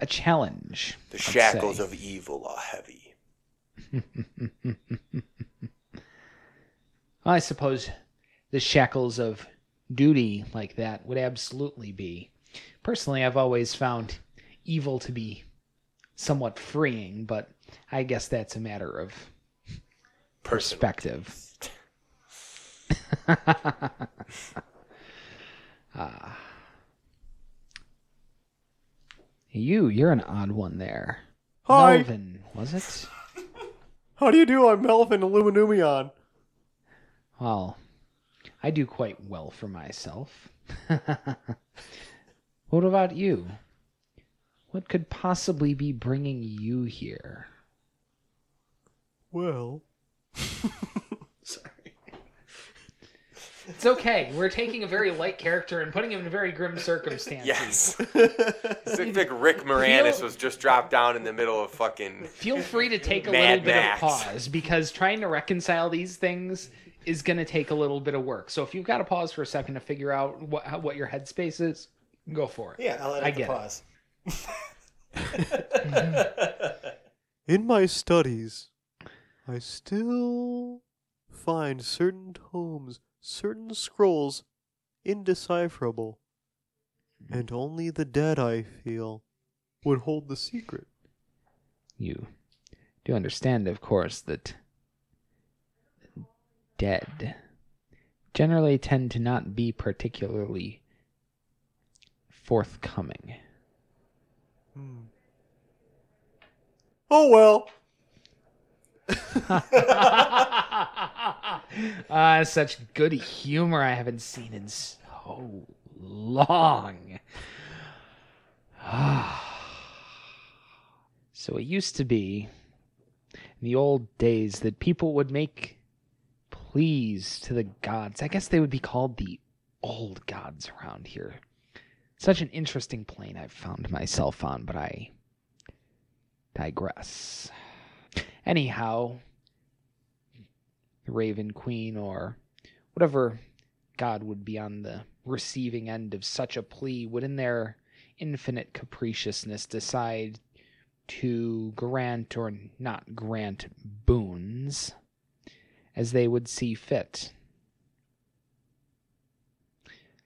a challenge.
The
I'd say.
shackles of evil are heavy.
I suppose the shackles of duty like that would absolutely be. Personally, I've always found evil to be somewhat freeing, but I guess that's a matter of
Personal
perspective. [laughs]
taste.
Ah. You, you're an odd one there.
Hi.
Melvin, was it?
How do you do? I'm Melvin Illuminumion.
Well, I do quite well for myself. [laughs] what about you? What could possibly be bringing you here?
[laughs] Well,
It's okay. We're taking a very light character and putting him in very grim circumstances.
Yes. [laughs] it's like Rick Moranis was just dropped down in the middle of fucking.
Feel free to take a
Mad
little bit
Max.
of pause because trying to reconcile these things is going to take a little bit of work. So if you've got to pause for a second to figure out what how, what your headspace is, go for it.
Yeah, I'll let
I
it
get it.
pause.
in my studies, I still find certain tomes, certain scrolls indecipherable, and only the dead, I feel, would hold the secret.
You do understand, of course, that dead generally tend to not be particularly forthcoming.
Hmm. Oh well.
[laughs] Ah, such good humor I haven't seen in so long. [sighs] so it used to be in the old days that people would make pleas to the gods. I guess they would be called the old gods around here. Such an interesting plane I've found myself on, but I digress. Anyhow, the Raven Queen or whatever god would be on the receiving end of such a plea would, in their infinite capriciousness, decide to grant or not grant boons as they would see fit.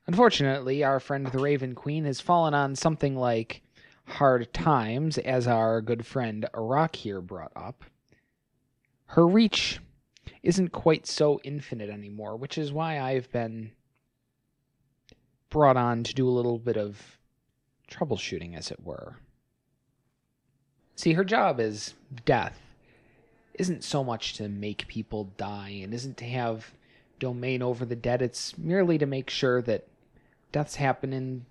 Unfortunately, our friend the Raven Queen has fallen on something like hard times, as our good friend Arak here brought up. Her reach isn't quite so infinite anymore, which is why I've been brought on to do a little bit of troubleshooting, as it were. See, her job is death isn't so much to make people die and isn't to have domain over the dead. It's merely to make sure that deaths happen in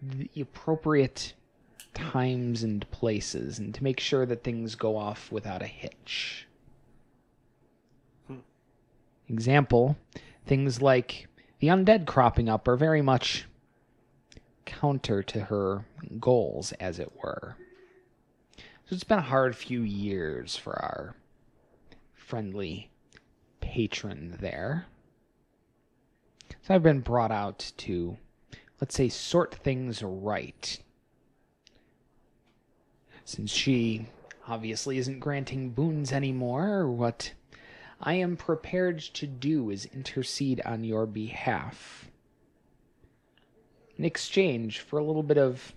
the appropriate times and places and to make sure that things go off without a hitch. Example things like the undead cropping up are very much counter to her goals, as it were. So it's been a hard few years for our friendly patron there. So I've been brought out to, let's say, sort things right. Since she obviously isn't granting boons anymore, what I am prepared to do is intercede on your behalf. In exchange for a little bit of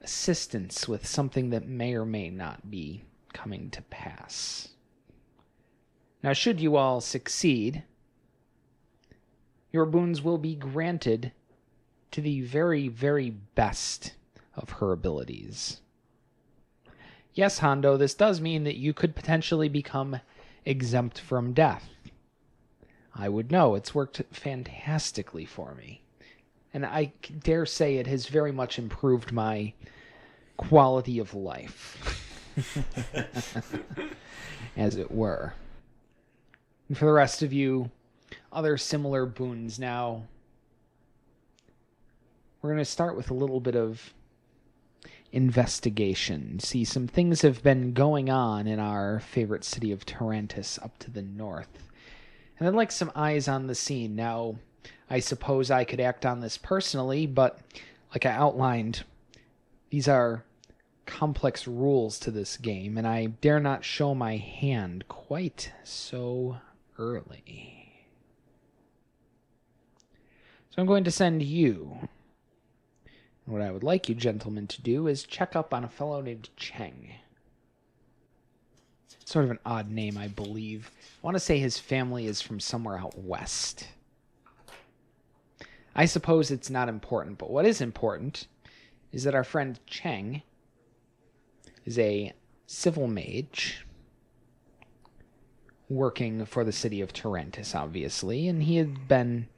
assistance with something that may or may not be coming to pass. Now, should you all succeed, your boons will be granted to the very, very best of her abilities. Yes, Hondo, this does mean that you could potentially become exempt from death. I would know. It's worked fantastically for me and I c- dare say it has very much improved my quality of life, as it were. And for the rest of you, other similar boons now. We're going to start with a little bit of investigation. See, some things have been going on in our favorite city of Tarantus up to the north. And I'd like some eyes on the scene. Now, I suppose I could act on this personally, but like I outlined, these are complex rules to this game, and I dare not show my hand quite so early. So I'm going to send you. And what I would like you gentlemen to do is check up on a fellow named Cheng. Sort of an odd name, I believe. I want to say his family is from somewhere out west. I suppose it's not important, but what is important is that our friend Cheng is a civil mage working for the city of Tarentus, obviously, and he had been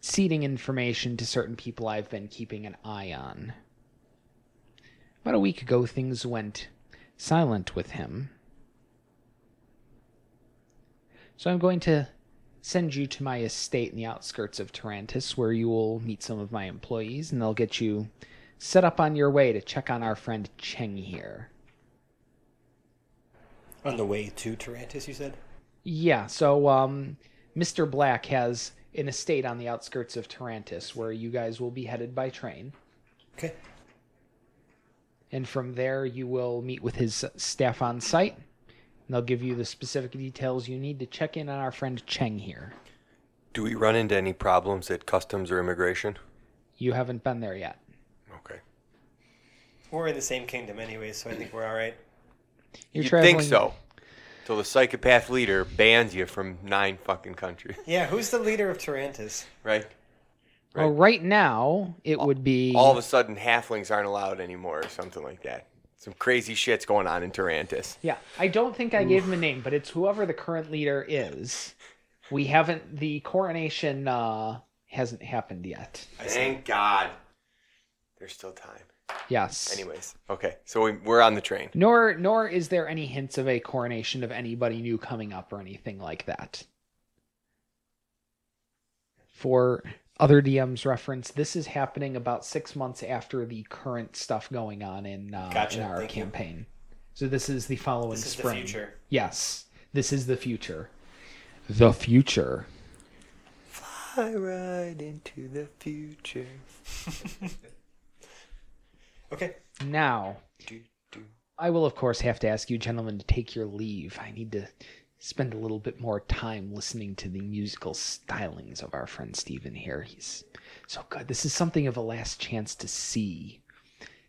seeding information to certain people I've been keeping an eye on. About a week ago, things went silent with him. So I'm going to send you to my estate in the outskirts of Tarantus, where you will meet some of my employees, and they'll get you set up on your way to check on our friend Cheng here.
On the way to Tarantus, you said?
Yeah, so um, Mr. Black has an estate on the outskirts of Tarantus, where you guys will be headed by train.
Okay.
and from there you will meet with his staff on site and they'll give you the specific details you need to check in on our friend cheng here
Do we run into any problems at customs or immigration?
you haven't been there yet
Okay.
We're in the same kingdom anyway, so I think we're all right.
you're
You'd think so. Till the psychopath leader bans you from nine fucking countries, [laughs]
Yeah, who's the leader of Tarantus?
right?
well Oh, right now it would be
All of a sudden, halflings aren't allowed anymore, or something like that. Some crazy shit's going on in Tarantis.
yeah i don't think i gave him a name but it's whoever the current leader is we haven't the coronation uh hasn't happened yet
Thank God. There's still time.
yes
Anyways, okay, so we, we're on the train.
nor nor is there any hints of a coronation of anybody new coming up or anything like that. For other DMs reference, this is happening about six months after the current stuff going on in uh,
Gotcha,
in our
thank you.
campaign. So this is the following
This is the
spring.
future.
Yes, this is the future. The future.
I ride into the future.
Okay.
Now,
Do, do.
I will, of course, have to ask you gentlemen to take your leave. I need to spend a little bit more time listening to the musical stylings of our friend Stephen here. He's so good. This is something of a last chance to see.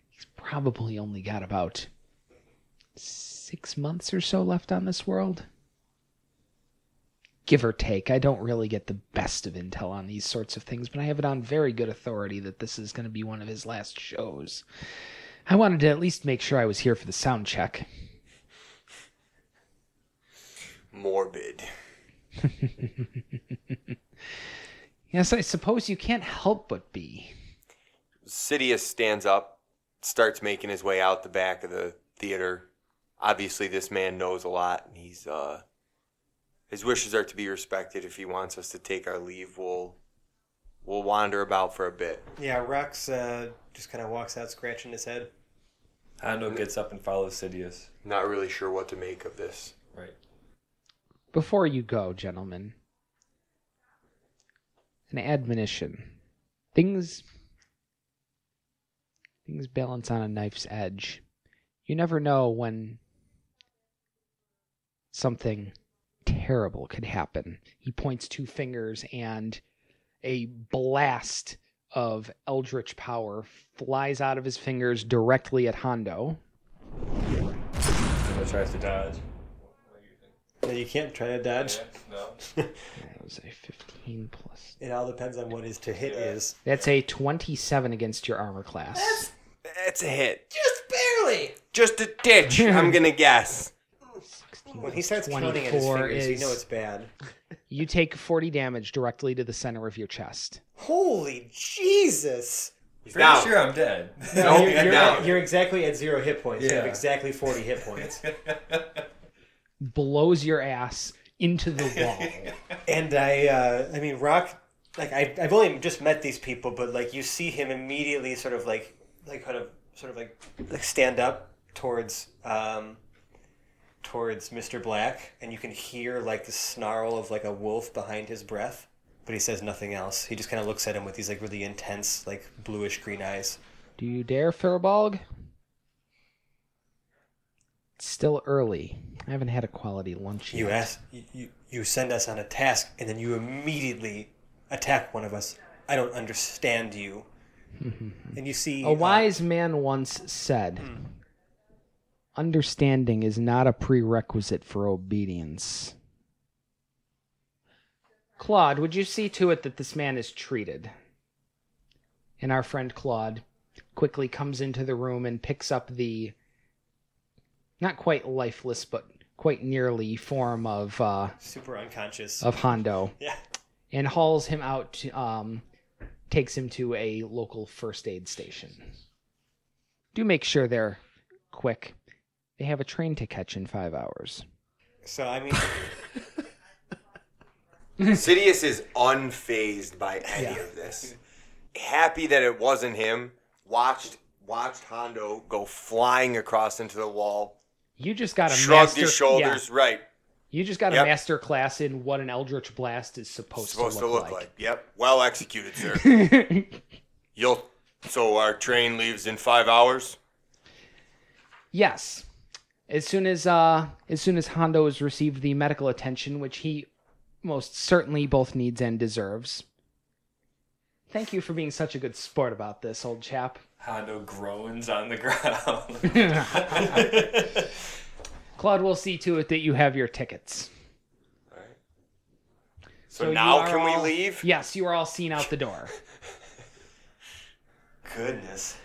He's probably only got about six months or so left on this world. give or take. I don't really get the best of intel on these sorts of things, but I have it on very good authority that this is going to be one of his last shows. I wanted to at least make sure I was here for the sound check.
Morbid.
Yes, I suppose you can't help but be.
Sidious stands up, starts making his way out the back of the theater. Obviously, this man knows a lot. and He's uh, his wishes are to be respected. If he wants us to take our leave, we'll we'll wander about for a bit.
Yeah, Rox uh, just kind of walks out scratching his head.
Hondo gets up and follows Sidious.
Not really sure what to make of this.
Right.
Before you go, gentlemen, an admonition. Things things balance on a knife's edge. You never know when something terrible could happen. He points two fingers and a blast of eldritch power flies out of his fingers directly at Hondo.
Hondo tries to dodge.
No, you can't try to dodge.
No.
That was a 15 plus.
It all depends on what his to hit is.
That's a 27 against your armor class.
That's a hit.
Just barely.
Just a titch.
[laughs]
I'm gonna guess.
When he starts counting at his
24
fingers, you
is-
know it's bad.
You take 40 damage directly to the center of your chest.
Holy Jesus!
He's
Pretty
down.
sure I'm dead.
No,
you're,
you're
you're-
down.
you're exactly at zero hit points. You have
Yeah.
exactly 40 hit points.
Blows your ass into
[laughs]
the wall.
and I, uh, I mean, Rock, like, I, I've only just met these people, but, like, you see him immediately sort of, like, like, kind of, sort of, like, like stand up towards, um, towards Mr. Black, and you can hear, like, the snarl of, like, a wolf behind his breath, but he says nothing else. He just kind of looks at him with these, like, really intense, like, bluish green eyes.
Do you dare, Faribalg? It's still early. I haven't had a quality lunch
You
yet.
ask, you- you, you send us on a task, and then you immediately attack one of us. I don't understand
[laughs]
you. and you see, uh,
A wise man once said, Understanding is not a prerequisite for obedience. Claude, would you see to it that this man is treated? And our friend Claude quickly comes into the room and picks up the not quite lifeless, but quite nearly form of uh,
uh, super unconscious.
of Hondo
yeah,
and hauls him out. to- Um, takes him to a local first aid station. Do make sure they're quick. They have a train to catch in five hours.
so I mean,
Sidious is unfazed by any
Yeah.
of this. Happy that it wasn't him. Watched watched Hondo go flying across into the wall.
You just got a
shrugged
master,
his shoulders.
yeah,
Right,
you just got a
Yep.
master class in what an eldritch blast is supposed,
supposed
to look,
like. Yep, well executed, sir.
[laughs] like.
You'll. So our train leaves in five hours.
yes. As soon as uh, as soon as Hondo has received the medical attention which he most certainly both needs and deserves. Thank you for being such a good sport about this, old [laughs] chap.
[laughs] Hondo groans on the ground. [laughs]
Claude will see to it that you have your tickets.
So,
you
now
are
can we
all-
leave?
Yes, you are all seen out the door.
goodness.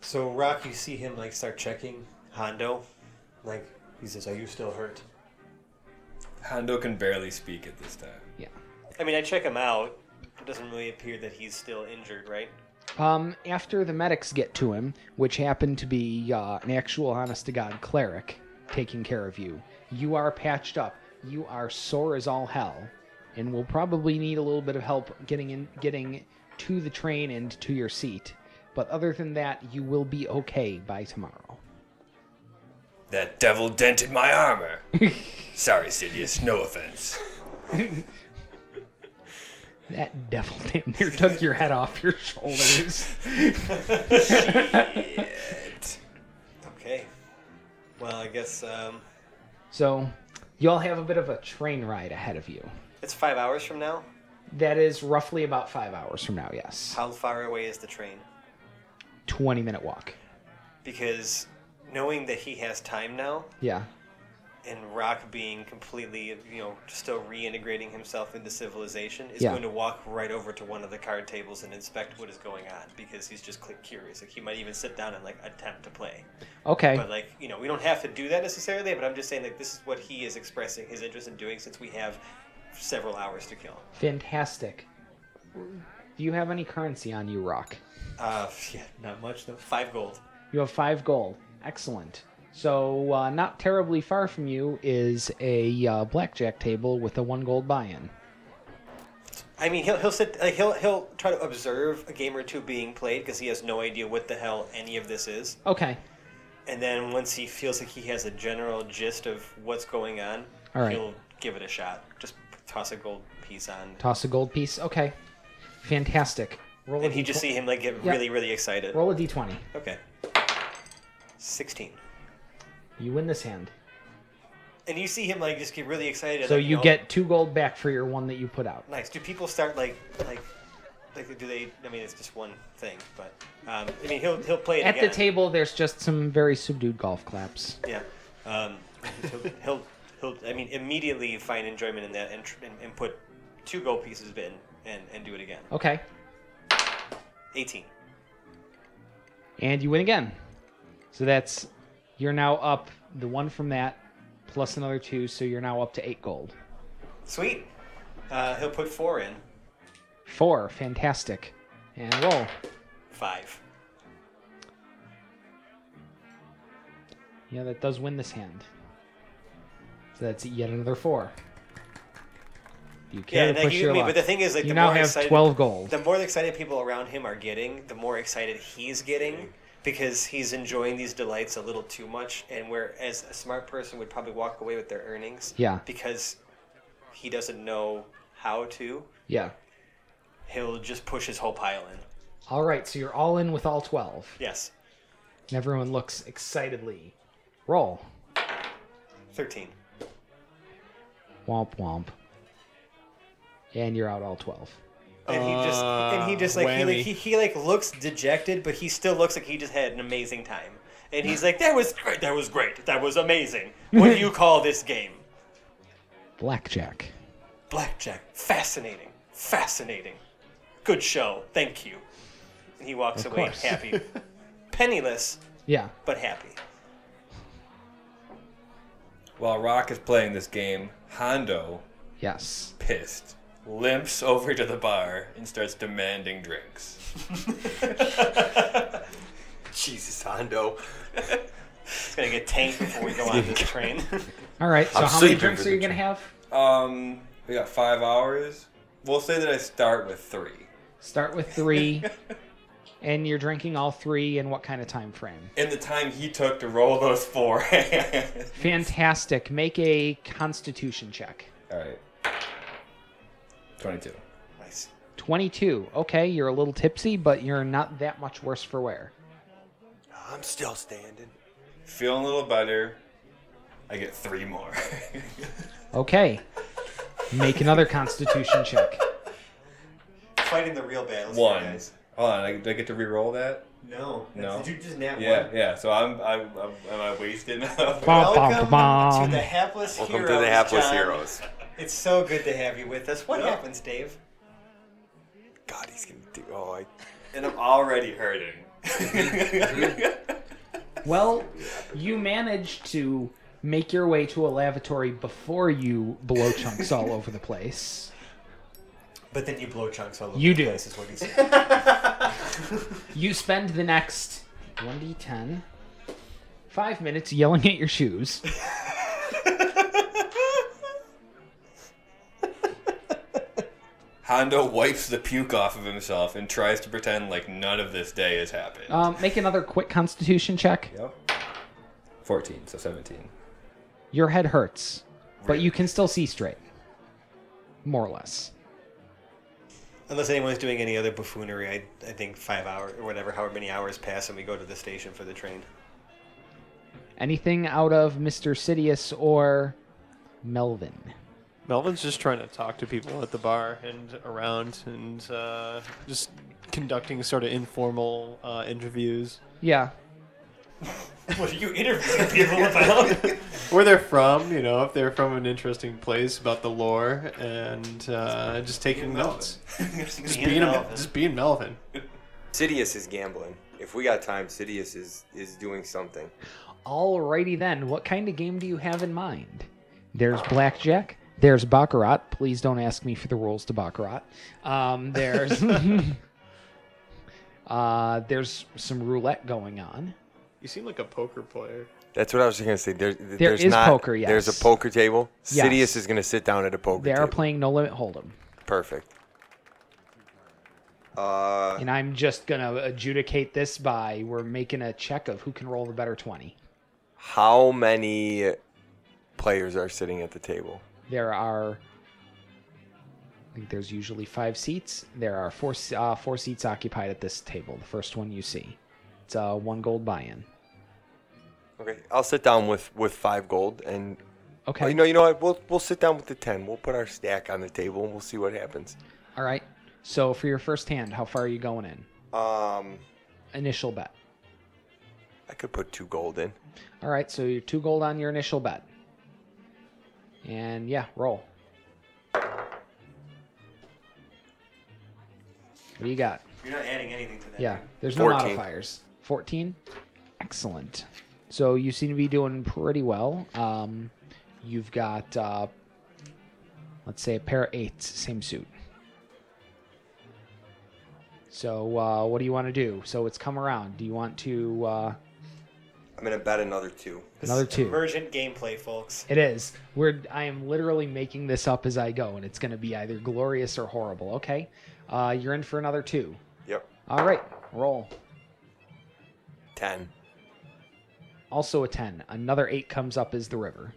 so Rock, you see him like start checking Hondo, like he says, "Are you still hurt?"
Hondo can barely speak at this time.
Yeah.
I mean, I check him out. It doesn't really appear that he's still injured, right?
Um, after the medics get to him, which happened to be uh, an actual honest to God cleric taking care of you, you are patched up. You are sore as all hell, and will probably need a little bit of help getting in, getting to the train and to your seat. But other than that, you will be okay by tomorrow.
That devil dented my armor. Sorry, Sidious. No offense.
That devil [laughs] damn near took your head off your shoulders.
Okay. Well, I guess um,
So, you all have a bit of a train ride ahead of you.
it's five hours from now.
That is roughly about five hours from now, yes.
How far away is the train?
20 minute walk.
Because knowing that he has time now,
Yeah.
and Rock being completely, you know, still reintegrating himself into civilization, is
Yeah.
going to walk right over to one of the card tables and inspect what is going on because he's just cl- curious. Like he might even sit down and like attempt to play.
Okay.
But like, you know, we don't have to do that necessarily. But I'm just saying, like, this is what he is expressing his interest in doing since we have several hours to kill.
Fantastic. Do you have any currency on you, Rock?
Uh, yeah, not much though. Five gold.
You have five gold. Excellent. So, uh, not terribly far from you is a uh, blackjack table with a one gold buy in.
I mean, he'll he'll sit like he'll he'll try to observe a game or two being played because he has no idea what the hell any of this is.
Okay.
And then once he feels like he has a general gist of what's going on,
All right.
he'll give it a shot. Just toss a gold piece on,
Toss a gold piece. Okay. Fantastic. Roll
and
a
he just
D20
see him like get
Yeah.
really really excited.
Roll a d20.
Okay, sixteen.
You win this hand.
And you see him like just get really excited.
So
like,
you
know,
get two gold back for your one that you put out.
nice. Do people start like like like do they? I mean, it's just one thing, but um, I mean, he'll he'll play it
At the
again.
table, there's just some very subdued golf claps.
Yeah. Um, he'll, he'll, he'll, I mean, immediately find enjoyment in that and, tr- and, and put two gold pieces in and, and do it again.
Okay.
18.
And you win again. So that's you're now up the one from that plus another two, so you're now up to eight gold.
Sweet. Uh, he'll put four in.
Four, fantastic. And roll.
Five.
Yeah, that does win this hand. So that's yet another four. Do You care to
like,
push
you-
your
I mean,
luck?
but the thing is, like,
you
the
now
more
have
excited,
twelve gold.
The more excited people around him are getting, the more excited he's getting because he's enjoying these delights a little too much. And whereas a smart person would probably walk away with their earnings,
Yeah.
because he doesn't know how to,
Yeah.
he'll just push his whole pile in.
All right, so you're all in with all twelve.
Yes.
And everyone looks excitedly. Roll.
13.
Womp womp. And you're out all twelve.
And he just and he just like
Uh,
he, like
Whammy.
he, he like looks dejected, but he still looks like he just had an amazing time. And he's like, "That was great. That was great. That was amazing.
[laughs]
What do you call this game?
Blackjack.
Blackjack. Fascinating. Fascinating. Good show. Thank you." And he walks
Of
away
course. [laughs]
happy, penniless
Yeah.
but happy.
While Rock is playing this game, Hondo,
Yes.
pissed, limps over to the bar and starts demanding drinks.
Jesus, Hondo.
It's gonna get tanked before we go
[laughs]
on this train. [laughs]
All right. So
I'm
how many
sleeping
drinks
for
are you
the
gonna have?
Um, we got five hours. We'll say that I start with three.
Start with three, [laughs] and you're drinking all three. In what kind of time frame?
And the time he took to roll those four. [laughs] All
Fantastic. Make a Constitution check.
right. 22.
nice.
22. Okay, you're a little tipsy, but you're not that much worse for wear.
I'm still standing.
Feeling a little better. I get three more. [laughs]
Okay. Make another Constitution check.
Fighting the real battles. you
One.
guys.
Hold on, I, do I get to re-roll that?
No.
No.
Did you just nap
Yeah,
one?
yeah. So I'm, I'm, I'm am I wasted now? [laughs]
Bum, bum,
Welcome
bum.
to the hapless
Welcome
heroes.
to the Hapless
John.
Heroes.
It's so good to have you with us. What
Yeah.
happens, [laughs] Dave?
God, he's gonna do. Oh, I.
and I'm already hurting.
Well, you managed to make your way to a lavatory before you blow chunks all over the place.
But then you blow chunks all over
You
the
do.
place, is what he said.
You spend the next 1d10, five minutes yelling at your shoes.
Hondo wipes the puke off of himself and tries to pretend like none of this day has happened.
Um, make another quick constitution check.
yep. 14, so 17.
Your head hurts, but
Really?
you can still see straight. More or less.
Unless anyone's doing any other buffoonery, I, I think five hours or whatever, however many hours pass, and we go to the station for the train.
Anything out of Mr. Sidious or Melvin?
Melvin's just trying to talk to people at the bar and around and uh, just conducting sort of informal uh, interviews.
Yeah.
[laughs] What are you interviewing people about?
where they're from, you know, if they're from an interesting place about the lore, and uh, just taking notes. Just being, a, just being Melvin.
Sidious is gambling. If we got time, Sidious is is doing something.
Alrighty then, what kind of game do you have in mind? There's blackjack. There's baccarat. Please don't ask me for the rules to baccarat. Um, there's [laughs] uh, there's some roulette going on.
You seem like a poker player.
That's what I was gonna say. There, there there's
is
not,
poker,
There's
yes.
a poker table.
Yes.
Sidious is gonna sit down at a poker
They are
table.
playing No Limit Hold'em,
Perfect. Uh,
and I'm just gonna adjudicate this by we're making a check of who can roll the better twenty.
how many players are sitting at the table?
There are, I think there's usually five seats. There are four s- uh, four seats occupied at this table. The first one you see, it's a one gold buy-in.
Okay, I'll sit down with with five gold, and
Okay.
oh, you know, you know what? We'll we'll sit down with the ten. We'll put our stack on the table, and we'll see what happens.
All right. So for your first hand, how far are you going in?
Um,
Initial bet.
I could put two gold in.
All right. So you're two gold on your initial bet. And yeah, roll. What do you got?
You're not adding anything to that.
Yeah, there's no
14.
modifiers. 14. Excellent. So you seem to be doing pretty well. Um, you've got, uh, let's say, a pair of eights, same suit. So uh, what do you want to do? So it's come around. Do you want to? Uh,
I'm gonna bet another two.
This
Another
is
two.
Emergent gameplay, folks.
it is. We're. I am literally making this up as I go, and it's going to be either glorious or horrible. Okay. Uh, you're in for another two.
Yep,
All right. Roll.
ten.
also a 10. Another 8 comes up as the river.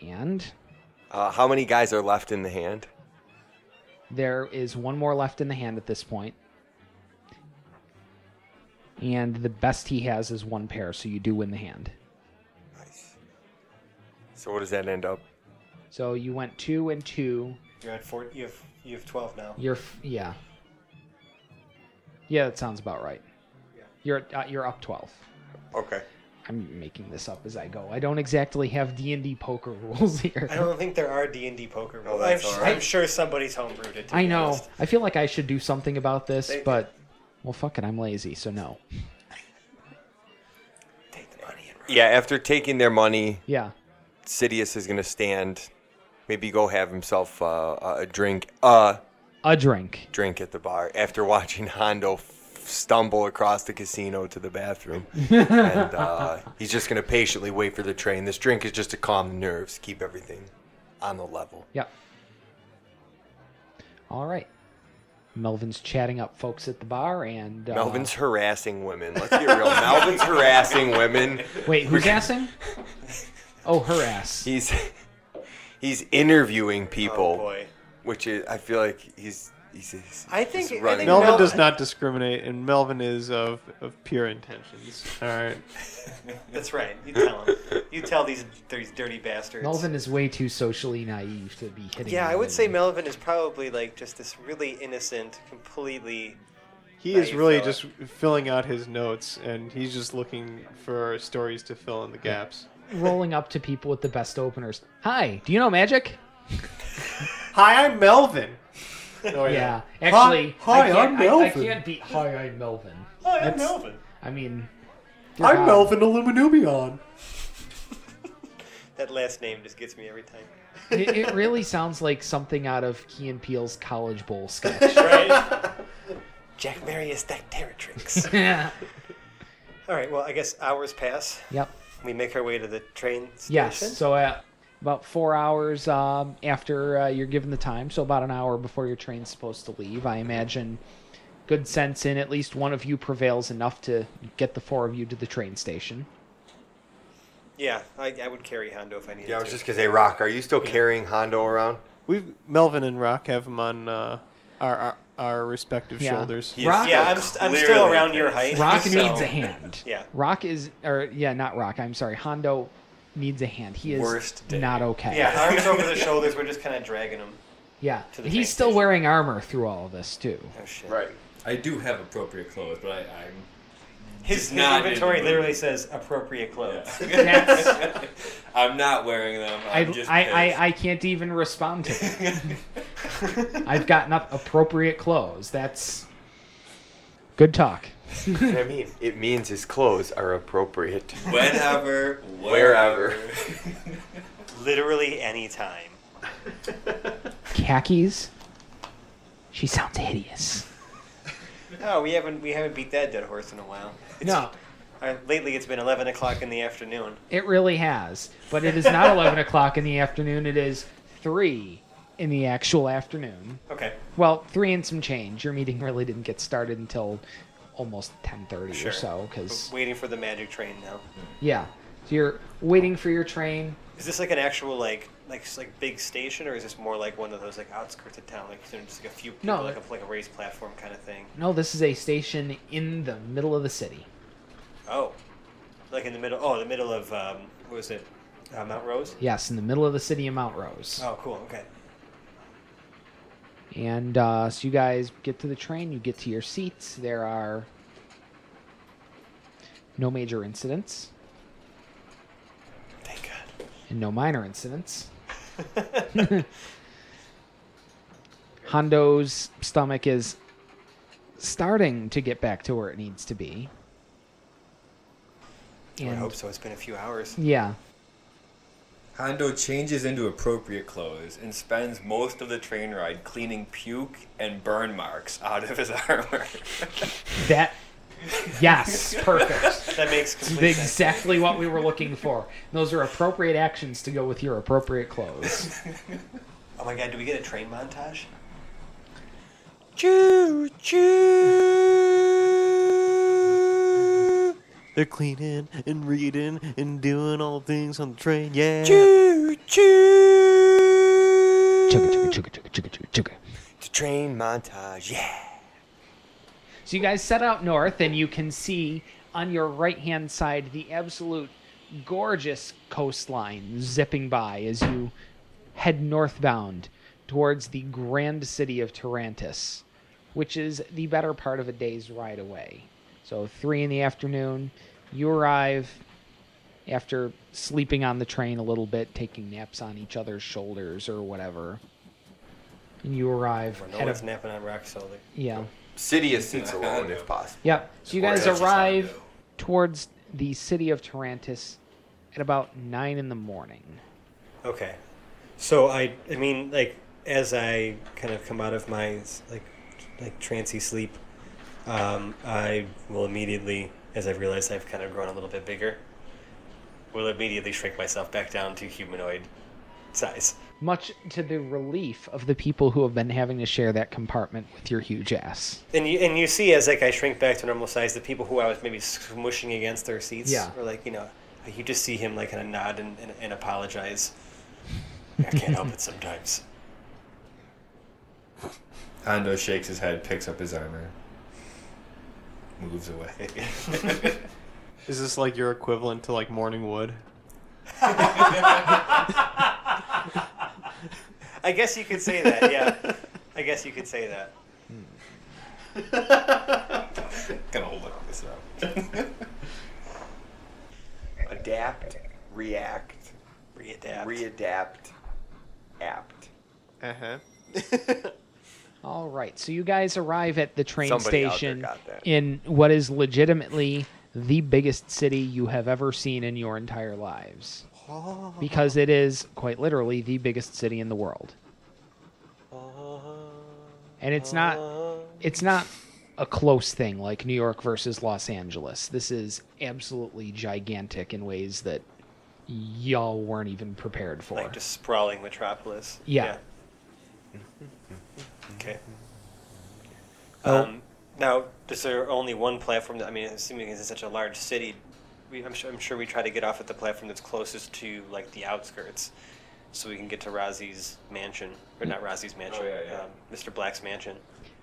And
Uh, how many guys are left in the hand?
there is one more left in the hand at this point. And the best he has is one pair, so you do win the hand.
Nice. So what does that end up?
So you went 2 and 2.
You're at four. You have you have twelve now.
You're f- yeah. Yeah, that sounds about right. You're uh, you're up 12.
Okay.
I'm making this up as I go. I don't exactly have D&D poker [laughs] rules here.
I don't think there are D and D poker.
Oh,
rules. I'm,
that's
sh-
all right.
I'm sure somebody's homebrewed it. To
I
be
know.
honest.
I feel like I should do something about this,
They-
but well, fuck it. I'm lazy, so no.
Take the money and
Yeah, after taking their money,
Yeah,
Sidious is gonna stand, maybe go have himself uh, a drink, uh,
a drink.
drink at the bar after [laughs] watching Hondo f- stumble across the casino to the bathroom, and uh, he's just gonna patiently wait for the train. This drink is just to calm the nerves, keep everything on the level.
Yep. All right. Melvin's chatting up folks at the bar, and uh,
Melvin's harassing women. Let's get real. Melvin's harassing women.
Wait,
[laughs]
who's assing? Oh, her ass.
He's he's interviewing people.
Oh boy.
which is I feel like he's he's. he's
I think-
he's
I
running.
think
Melvin
Mel-
does not discriminate, and Melvin is of, of pure intentions. All right.
That's right. You tell him. You tell these these dirty bastards.
Melvin is way too socially naive to be hitting.
Yeah, I
women.
would say Melvin is probably like just this really innocent, completely.
He
Now
is
you
really
feel it.
just filling out his notes, and he's just looking for stories to fill in the gaps.
rolling up to people with the best openers. Hi, do you know magic?
Hi, I'm Melvin. Oh,
Yeah, actually,
Hi- hi,
I can't,
I'm
I- I,
Melvin.
can't beat hi, I'm Melvin.
Oh,
That's- Melvin.
I mean,
I'm
God.
Melvin Illuminubion.
That last name just gets me every time.
it, it really sounds like something out of Key and Peele's College Bowl [laughs] sketch.
Right. Jack
[laughs]
Marius Dactyritrix. All right. Well, I guess hours pass.
yep.
We make our way to the train station.
Yes. So uh, about four hours um, after uh, you're given the time, so about an hour before your train's supposed to leave, I imagine good sense in at least one of you prevails enough to get the four of you to the train station.
Yeah, I, I would carry Hondo if I needed
Yeah, I
to.
was just gonna say, Rock, are you still carrying Hondo around?
We've Melvin and Rock have him on uh, our, our our respective
Yeah.
shoulders.
Yeah. Rock-
yeah, I'm, st- I'm still
Clearly.
around your height.
Rock
so-
needs a hand.
[laughs] Yeah.
Rock is, or yeah, not Rock. I'm sorry. Hondo needs a hand. He is
Worst day.
not okay.
Yeah, arms over the shoulders. We're just kind of dragging him.
Yeah.
To the train
He's still
station.
wearing
[laughs]
armor through all of this too.
Oh shit.
Right. I do have appropriate clothes, but I, I'm It's
His, his
not in the
inventory
movie.
literally says appropriate clothes.
That's-
I'm not wearing them.
I,
I'm just
I, I, I can't even respond to that.
[laughs]
I've gotten up appropriate clothes. That's good talk.
I mean, it means his clothes are appropriate.
Whenever,
Wherever.
wherever.
[laughs]
Literally any time.
Khakis. She sounds hideous.
No, we haven't we haven't beat that dead horse in a while.
No,
Uh, lately, it's been eleven o'clock in the afternoon.
it really has. But it is not
[laughs]
11 o'clock in the afternoon. It is 3 in the actual afternoon.
Okay,
Well, 3 and some change. Your meeting really didn't get started until almost 10.30 or
Sure.
so. Because,
waiting for the magic train now.
yeah. So you're waiting for your train.
Is this like an actual like like s- like big station, or is this more like one of those like outskirts of town, like you know, just like a few people,
No,
like a
it-
like a raised platform kind of thing?
No, this is a station in the middle of the city.
Oh, like in the middle. Oh, the middle of um, what was it? Uh, Mount Rose.
Yes, in the middle of the city of Mount Rose.
Oh, cool. Okay.
And uh, so you guys get to the train, you get to your seats. There are no major incidents
Thank God.
and no minor
[laughs]
incidents. Hondo's stomach is starting to get back to where it needs to be.
I
And-
hope so. It's been a few hours.
Yeah.
Hondo changes into appropriate clothes and spends most of the train ride cleaning puke and burn marks out of his [laughs] armor.
That. Yes, perfect.
That
[laughs]
makes complete sense.
exactly [laughs] what we were looking for. Those are appropriate actions to go with your appropriate clothes.
Oh my God! Do we get a train montage?
They're cleaning and reading and doing all things on the train. Yeah.
chugga, chugga, chugga, chugga, chugga, chugga, chugga.
The train montage, yeah.
So you guys set out north, and you can see on your right hand side the absolute gorgeous coastline zipping by as you head northbound towards the grand city of Tarantus, which is the better part of a day's ride away. So, three in the afternoon, you arrive after sleeping on the train a little bit, taking naps on each other's shoulders or whatever. And you arrive
Oh, No
at
one's
a,
napping on rock solid.
yeah.
City of seats alone, if possible.
Yep. So you
Or
guys
that's just
arrive
Hondo.
towards the city of Tarantus at about nine in the morning.
Okay. So I, I mean, like as I kind of come out of my like, like trancy sleep, um, I will immediately, as I realize I've kind of grown a little bit bigger, will immediately shrink myself back down to humanoid size.
Much to the relief of the people who have been having to share that compartment with your huge ass.
And you and you see as like I shrink back to normal size, the people who I was maybe smushing against their seats,
Yeah.
or like you know, like, you just see him like kind of nod and, and, and apologize. I can't help it sometimes.
Hondo shakes his head, picks up his armor, moves
[laughs]
away. [laughs]
Is this like your equivalent to like Morning Wood?
I guess you could say that. Yeah, I guess you could say that.
Gonna look this up.
Adapt, react,
Readapt.
readapt, apt.
Uh huh.
All right. So you guys arrive at the train
Somebody out there
station
got that.
in what is legitimately the biggest city you have ever seen in your entire lives. Because it is quite literally the biggest city in the world. And it's not it's not a close thing like New York versus Los Angeles. This is absolutely gigantic in ways that y'all weren't even prepared for.
Like just sprawling metropolis.
Yeah.
Mm-hmm.
Yeah. Okay.
Oh.
Um, now, is there only one platform? That, I mean, assuming it's such a large city, we, I'm, sure, I'm sure we try to get off at the platform that's closest to like the outskirts, so we can get to Razi's mansion, or not Razi's mansion,
Oh, yeah, yeah.
Um, Mr. Black's mansion.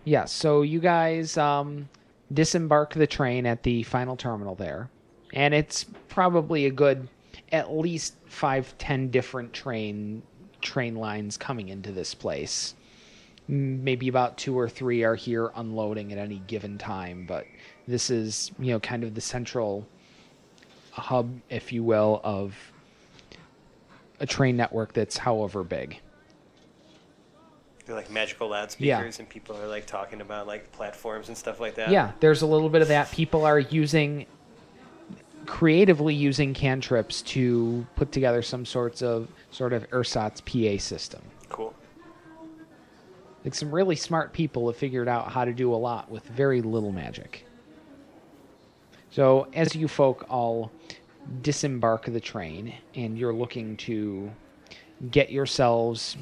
Yeah, so you guys um, disembark the train at the final terminal there, and it's probably a good at least five, ten different train train lines coming into this place. M- Maybe about two or three are here unloading at any given time, but This is, you know, kind of the central hub, if you will, of a train network that's however big.
They're like magical loudspeakers, and people are like talking about like platforms and stuff like that.
yeah, there's a little bit of that. People are using creatively using cantrips to put together some sorts of sort of ersatz PA system.
Cool.
Like some really smart people have figured out how to do a lot with very little magic. So as you folk all disembark the train and you're looking to get yourselves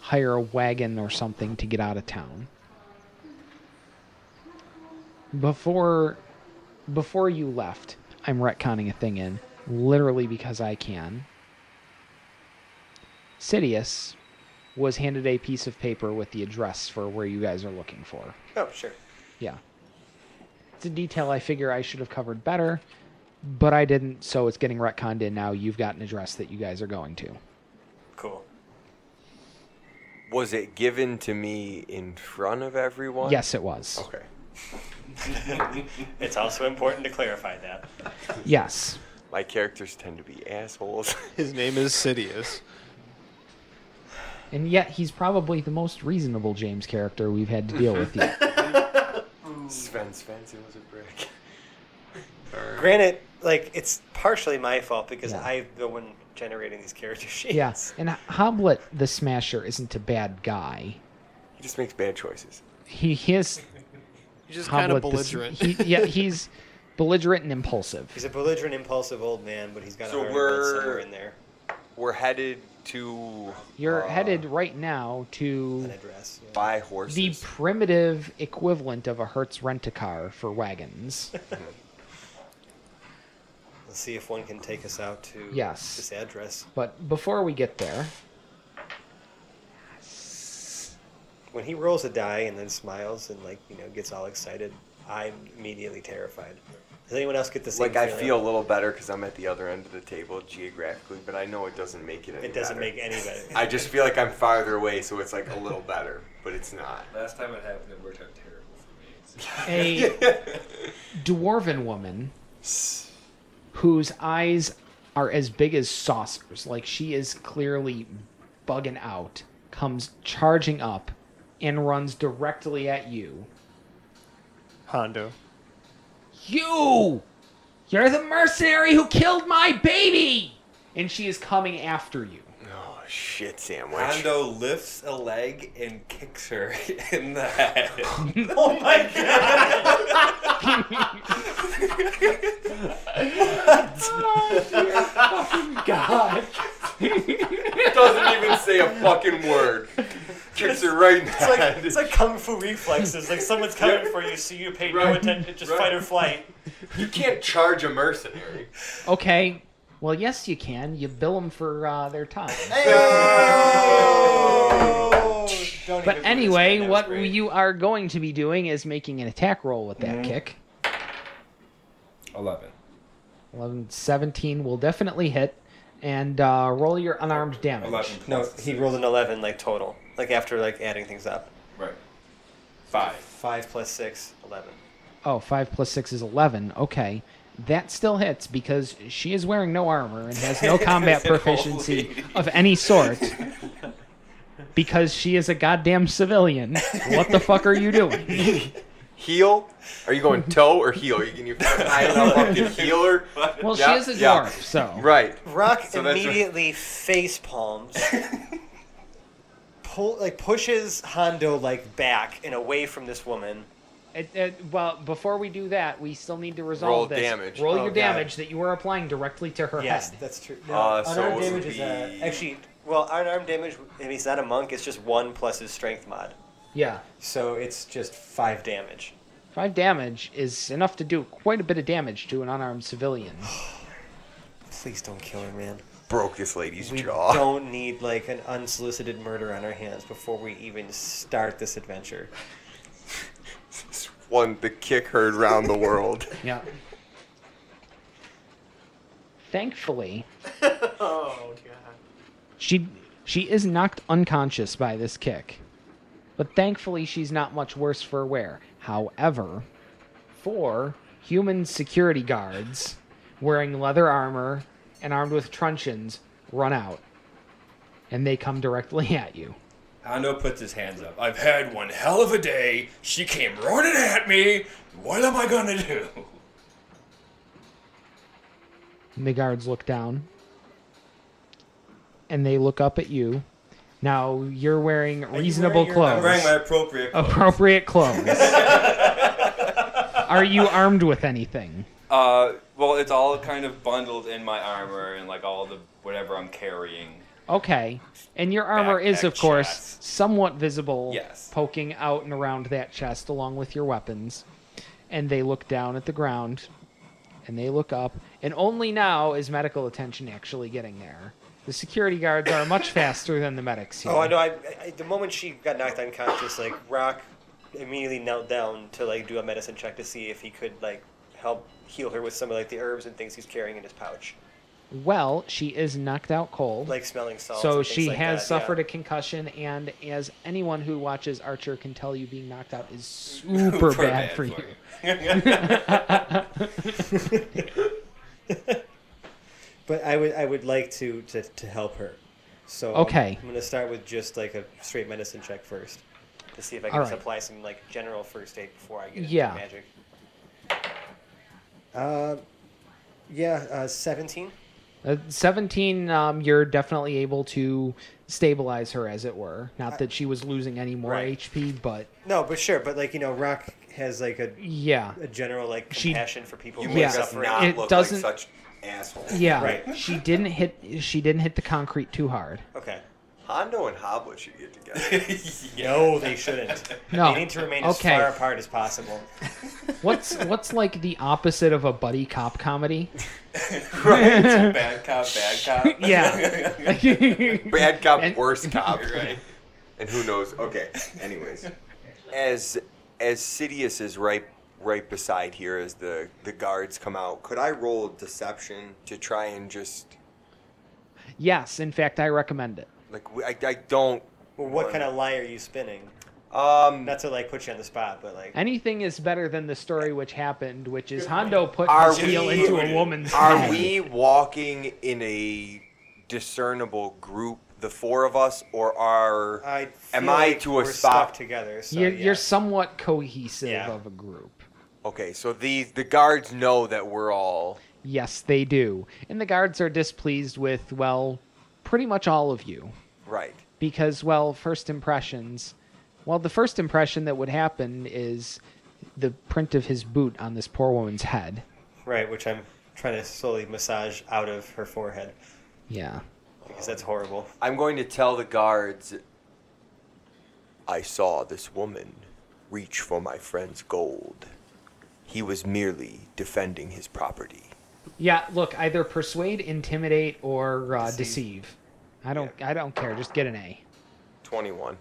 hire a wagon or something to get out of town. Before before you left, I'm retconning a thing in, literally because I can. Sidious was handed a piece of paper with the address for where you guys are looking for.
Oh, sure.
Yeah. It's a detail I figure I should have covered better, but I didn't, so it's getting retconned in now. You've got an address that you guys are going to.
Cool. [laughs]
Was it given to me in front of everyone?
Yes, it was.
Okay.
It's also important to clarify that.
Yes.
My characters tend to be assholes. [laughs]
His name is Sidious.
And yet he's probably the most reasonable James character we've had to deal with
[laughs]
yet.
Sven Svensson was a brick. [laughs]
Granted, like it's partially my fault because
Yeah.
I'm the one generating these character [laughs] sheets.
yeah. And Hoblet the Smasher isn't a bad guy.
He just makes bad choices.
He is
He's just kind of
Hoblet the s-
belligerent.
he- yeah, he's belligerent and impulsive.
[laughs]
He's a belligerent, impulsive old man, but he's got
So
a heart of
we're-
gold somewhere in there.
We're headed to.
You're
uh,
headed right now to
An address. yeah.
buy horses.
the primitive equivalent of a Hertz rent a car for wagons.
Let's see if one can take us out to
Yes.
this address.
but before we get there,
When he rolls a die and then smiles and like you know gets all excited, I'm immediately terrified. Does anyone else get the same?
like I
feeling?
feel a little better because I'm at the other end of the table geographically, but I know it doesn't make it. Any
It doesn't
better.
make any better.
I just feel like I'm farther away, so it's like a little better, but it's not.
Last time it happened, it worked out terrible for me.
a dwarven woman whose eyes are as big as saucers, like she is clearly bugging out, comes charging up and runs directly at you.
Hondo.
You! You're the mercenary who killed my baby! And she is coming after you.
Oh shit, sandwich.
Hondo lifts a leg and
[laughs]
kicks her in the head.
oh my god!
God.
[laughs] doesn't even say a fucking word. Kicks her right in the
It's like
head.
it's like kung fu reflexes. Like someone's coming for you, so you pay no
Right.
attention, just
Right.
fight or flight.
you can't charge a mercenary.
Okay. Well, yes, you can. You bill them for uh, their time.
Oh. Don't
But
even-
anyway,
That was
what
great.
you are going to be doing is making an attack roll with that kick.
Eleven.
11, 17 will definitely hit. And uh, roll your unarmed damage.
Eleven.
No,
plus
he
six.
rolled an eleven like total. Like after like adding things up.
Right. Five.
Five plus six, eleven.
Oh, 5 plus 6 is 11. Okay. That still hits because she is wearing no armor and has no combat proficiency of any sort. Because she is a goddamn civilian. What the fuck are you
[laughs]
doing?
Heel? Are you going toe or heel? Are you getting your fucking [laughs] eye on a fucking healer?
Well,
Yeah,
she is a
yeah.
dwarf, so.
Right.
Rock
So that's-
immediately face [laughs] palms. Pull, like pushes Hondo like back and away from this woman.
It, it, well, before we do that, we still need to resolve
Roll
this.
damage.
Roll
Oh,
your
God.
damage that you are applying directly to her
Yes,
head.
that's true.
Uh, so
unarmed
it would
damage is uh,
be-
actually well, unarmed damage. I mean, he's not a monk. It's just one plus his strength mod.
Yeah.
So it's just five damage.
Five damage is enough to do quite a bit of damage to an unarmed civilian.
Please don't kill her,
[laughs]
man.
Broke this lady's
We
jaw.
don't need like an unsolicited murder on our hands before we even start this adventure.
This One the kick heard round the world.
Yeah. Thankfully,
[laughs] Oh god.
she she is knocked unconscious by this kick. But thankfully she's not much worse for wear. However, four human security guards wearing leather armor and armed with truncheons run out. And they come directly [laughs] at you.
Hondo puts his hands up. I've had one hell of a day. She came running at me. What am I gonna do?
And the guards look down. And they look up at you. Now you're wearing reasonable
your-
clothes.
[laughs] I'm wearing my appropriate.
Oh.
clothes.
appropriate clothes.
[laughs]
Are you armed with anything?
Uh, well, it's all kind of bundled in my armor and like all the whatever I'm carrying.
Okay. And your armor
Backpack
is, of course,
chest.
somewhat visible,
Yes.
poking out and around that chest along with your weapons. And they look down at the ground and they look up. And only now is medical attention actually getting there. The security guards are
[laughs]
much faster than the medics here.
Oh, I know. I, I the moment she got knocked unconscious, like Rock immediately knelt down to like do a medicine check to see if he could like help heal her with some of like the herbs and things he's carrying in his pouch,
Well, she is knocked out cold.
like smelling salts.
so
and things
she
like
has
that,
suffered
yeah.
a concussion, and as anyone who watches Archer can tell you, being knocked out
[laughs]
is
[laughs]
super
Super
bad, [laughs] for you. [laughs]
But I would I would like to to, to help her. So
Okay.
I'm, I'm gonna start with just like a straight medicine check first to see if I can
All right.
supply some like general first aid before I get into
Yeah.
magic. Uh, yeah, uh, seventeen.
Uh, 17, um, you're definitely able to stabilize her, as it were. Not that she was losing any more
Right.
HP, but
No, but sure, but like you know, Rock has like a,
yeah.
a general like
She-
compassion for people
You
who
Yeah.
are
make us
suffering.
not
It
look
doesn't-
like such assholes.
Yeah. [laughs]
Right.
She didn't hit she didn't hit the concrete too hard.
Okay.
Hondo and Hoblet should get together. [laughs]
[laughs]
No, they shouldn't.
No.
They need to remain
Okay.
as far apart as possible. [laughs]
What's what's like the opposite of a buddy cop comedy? [laughs]
right? Bad cop, bad cop.
Yeah. [laughs]
[laughs]
[laughs]
Bad cop,
And-
worst cop.
right.
And who knows? Okay. Anyways, as as Sidious is right right beside here as the the guards come out, could I roll deception to try and just
yes, in fact I recommend it.
like w- I, I don't
Well, what kind of lie are you spinning?
um
[laughs] Not to like put you on the spot, but like
Anything is better than the story which happened, which is Hondo put
Are
his heel
we-
into a woman's
Are
head.
we walking in a discernible group, the four of us, or are
I
am
feel
I
like
to a
we're
spot?
stuck together. So,
you're,
yeah.
you're somewhat cohesive
Yeah.
of a group.
okay, so the the guards know that we're all
Yes, they do. And the guards are displeased with, well, pretty much all of you.
right.
Because, well, first impressions. Well, the first impression that would happen is the print of his boot on this poor woman's head.
right, which I'm trying to slowly massage out of her forehead
Yeah.
because that's horrible.
I'm going to tell the guards. I saw this woman reach for my friend's gold. He was merely defending his property.
Yeah, look, either persuade, intimidate, or uh, deceive.
Deceive.
I don't I don't care, just get an A.
Twenty-one.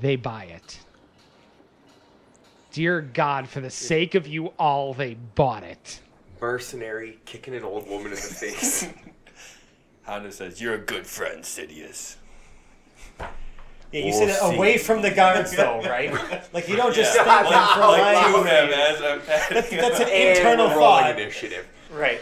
They buy it. Dear God, for the sake of you all, they bought it.
Mercenary kicking an old woman in the [laughs] face.
Hondo says, "You're a good friend, Sidious."
Yeah, you
We'll
said it
see.
away from the guards, though, right? [laughs] Like you don't just
Yeah.
stop
Like-
them from
[laughs] like
lying.
To him as I'm patting
That's an
[laughs]
him.
And
internal
we're rolling
thought.
initiative.
[sighs]
Right.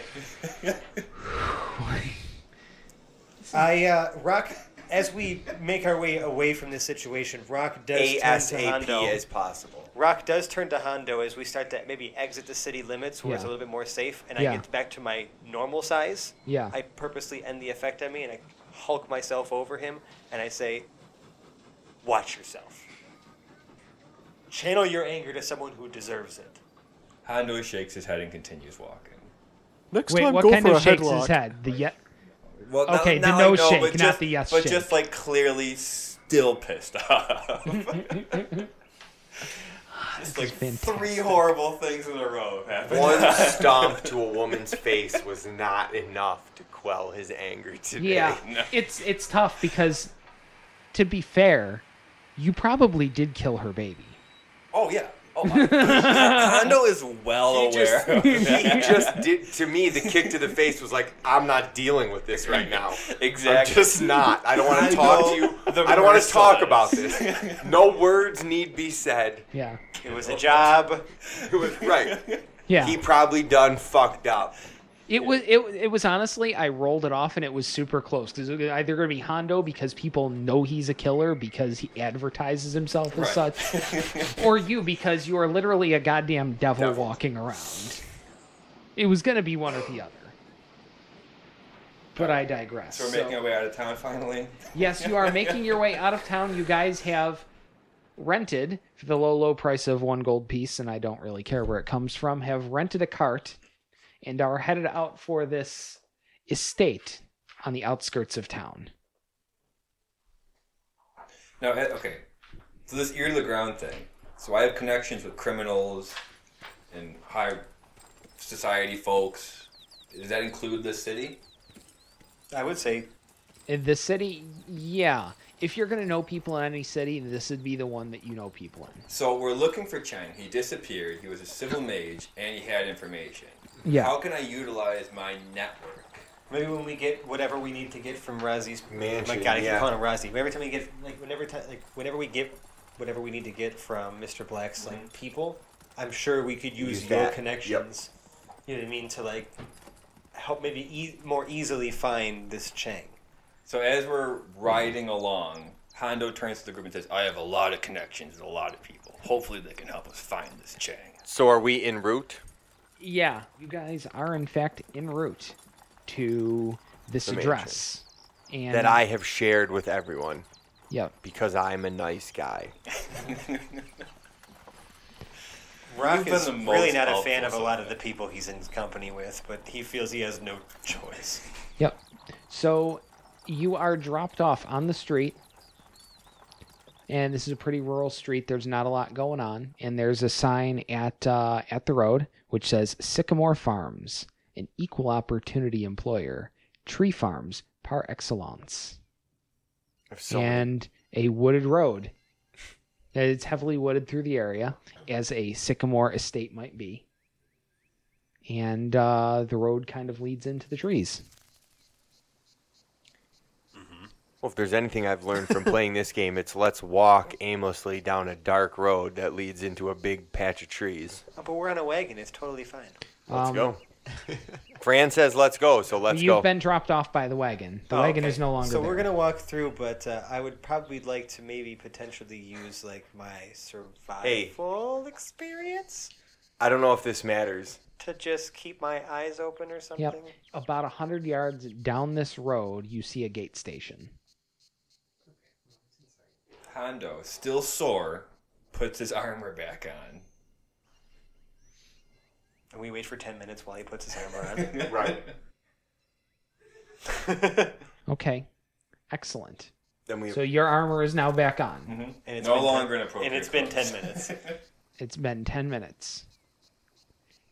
I uh, Rock, as we make our way away from this situation, Rock does turn to
ASAP
Hondo.
as possible.
Rock does turn to Hondo as we start to maybe exit the city limits where it's a
Yeah.
little bit more safe, and
Yeah.
I get back to my normal size.
Yeah.
I purposely end the effect on me, and I hulk myself over him, and I say, "Watch yourself. Channel your anger to someone who deserves it."
Hondo shakes his head and continues walking.
Next
Wait,
time,
what
go
kind
for
of
a
shakes
headlock.
his head? The yet
Well, now-
Okay, the
now I
no
know,
shake,
but
not
just-
the yes
But
shake.
just like clearly still pissed
[laughs]
off. just like
fantastic.
three horrible things in a row have happened.
One [laughs] stomp to a woman's face was not enough to quell his anger today.
Yeah,
No.
it's it's tough because, to be fair, you probably did kill her baby.
Oh yeah, [laughs] Oh [laughs] my!
Hondo is
well aware. [laughs]
[laughs]
[laughs]
of
he
that.
just did to me the kick to the face was like i'm not dealing with this right now
Exactly.
i'm just not i don't want
I
to talk
know
to you
the
i don't want to talk
merciless.
about this no words need be said
Yeah.
It was a job.
It was- right
Yeah.
he probably done fucked up
It was it, it was honestly I rolled it off and it was super close because either going to be Hondo because people know he's a killer because he advertises himself as
[laughs]
such, or you because you are literally a goddamn devil,
Devil.
walking around. It was going to be one or the other. But I digress.
so we're making our way out of town finally.
yes, you are making your way out of town. You guys have rented for the low, low price of one gold piece, and I don't really care where it comes from. Have rented a cart and are headed out for this estate on the outskirts of town.
No, eh, okay. So this ear to the ground thing. So I have connections with criminals and high society folks. Does that include this city?
I would say
In the city, yeah. If you're gonna know people in any city, this would be the one that you know people in.
So we're looking for Chen. He disappeared. He was a civil mage and he had information.
Yeah.
How can I utilize my network?
Maybe when we get whatever we need to get from Razi's
Mansion,
my God, I keep
yeah.
calling him Razi. Every time we get like whenever time like whenever we get whatever we need to get from Mr. Black's
Mm-hmm.
like people, I'm sure we could use,
Use
your
that, yep.
connections. You know what I mean to like help maybe e- more easily find this Chang.
So as we're riding along, Hondo turns to the group and says, I have a lot of connections with a lot of people. Hopefully they can help us find this Chang.
so are we en route
Yeah, you guys are in fact en route to this
The mansion.
address. And
that i have shared with everyone
Yep.
because i'm a nice guy
Rock
been
is
the
really
most
not a fan
helpful
of a
so
lot of
far.
the people he's in company with, but he feels he has no [laughs] choice.
Yep. So you are dropped off on the street. And this is a pretty rural street. There's not a lot going on, and there's a sign at uh, at the road which says Sycamore Farms, an equal opportunity employer, tree farms par excellence,
If so
and a wooded road. And It's heavily wooded through the area, as a sycamore estate might be. And uh, the road kind of leads into the trees.
Well, if there's anything I've learned from playing this [laughs] game, it's let's walk aimlessly down a dark road that leads into a big patch of trees.
Oh, but we're on a wagon; it's totally fine.
Let's
Um,
go. [laughs] Fran says let's go, so let's
You've
go.
been dropped off by the wagon. The
Oh,
wagon
okay.
is no longer
So
there.
we're gonna walk through, but uh, I would probably like to maybe potentially use like my survival experience
I don't know if this matters.
to just keep my eyes open or something.
Yep. About a hundred yards down this road, you see a gate station.
Hondo, still sore, puts his armor back on.
[laughs] And we wait for ten minutes while he puts his armor
[laughs]
on.
Right.
Okay. Excellent.
Then we
So your armor is now back on.
Mhm.
And it's
no
been
longer
ten-
an appropriate.
and it's been
clothes.
10
[laughs]
minutes.
It's been ten minutes.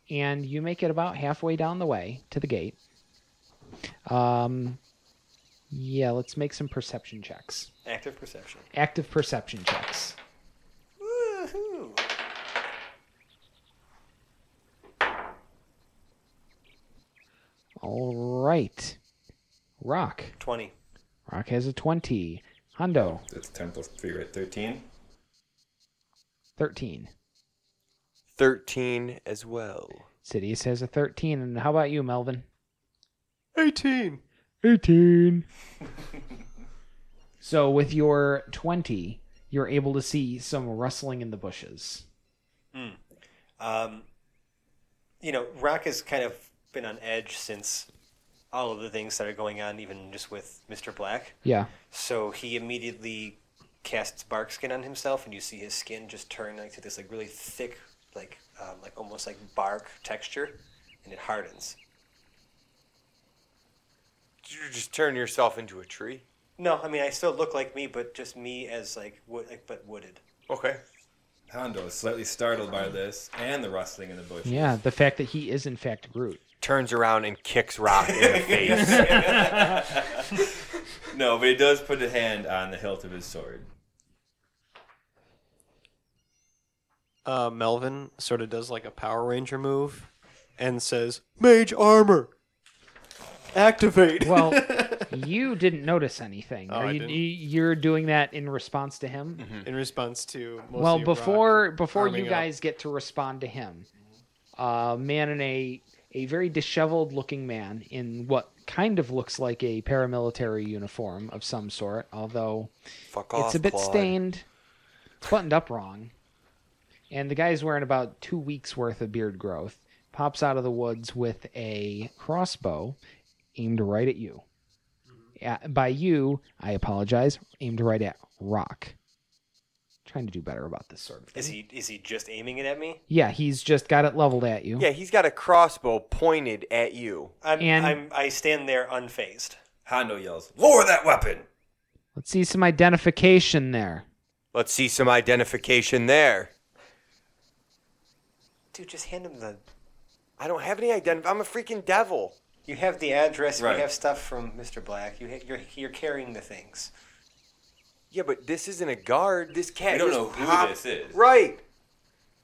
And you make it about halfway down the way to the gate. Um yeah, let's make some perception checks.
Active perception.
Active perception checks.
Woohoo!
All right. Rock.
Twenty.
Rock has a twenty. Hondo,
That's 10 plus 3, right? 13?
thirteen.
13 as well.
Sidious has a 13. And how about you, Melvin?
18.
18. so with your 20, you're able to see some rustling in the bushes.
Um, you know, Rock has kind of been on edge since all of the things that are going on, even just with Mister Black.
Yeah.
So he immediately casts bark skin on himself, and you see his skin just turn like to this like really thick, like um, like almost like bark texture, and it hardens.
Did you just turn yourself into a tree?
No, I mean I still look like me, but just me as like wood, like, but wooded.
Okay.
Hondo is slightly startled by this and the rustling in the bush.
Yeah. The fact that he is, in fact, Groot.
Turns around and kicks Rock in
[laughs]
the face.
No, but he does put a hand on the hilt of his sword.
uh, Melvin sort of does like a Power Ranger move and says, Mage Armor! Activate! [laughs]
Well, you didn't notice anything. Are
Oh, I
you,
didn't.
you- You're doing that in response to him.
Hmm. in response to. mostly
Well,
Rock
before before you
arming up.
guys get to respond to him, a man in a a very disheveled looking man in what kind of looks like a paramilitary uniform of some sort, although
Fuck off.
it's a bit
Claude.
stained, it's buttoned up wrong, and the guy's wearing about two weeks worth of beard growth. Pops out of the woods with a crossbow aimed right at you. Yeah, by you, I apologize. Aimed right at Rock. Trying to do better about this sort of thing.
Is he is he just aiming it at me?
Yeah, he's just got it leveled at you.
Yeah, he's got a crossbow pointed at you.
I'm,
And-
I'm I stand there unfazed.
Hondo yells, Lower that weapon!
Let's see some identification there.
Let's see some identification there.
Dude, just hand him the.
I don't have any identity. I'm a freaking devil.
You have the address.
Right.
You have stuff from Mr. Black. You ha- you're you're carrying the things.
Yeah, but this isn't a guard. This cat.
We don't
just
know who
popped-
this is.
Right.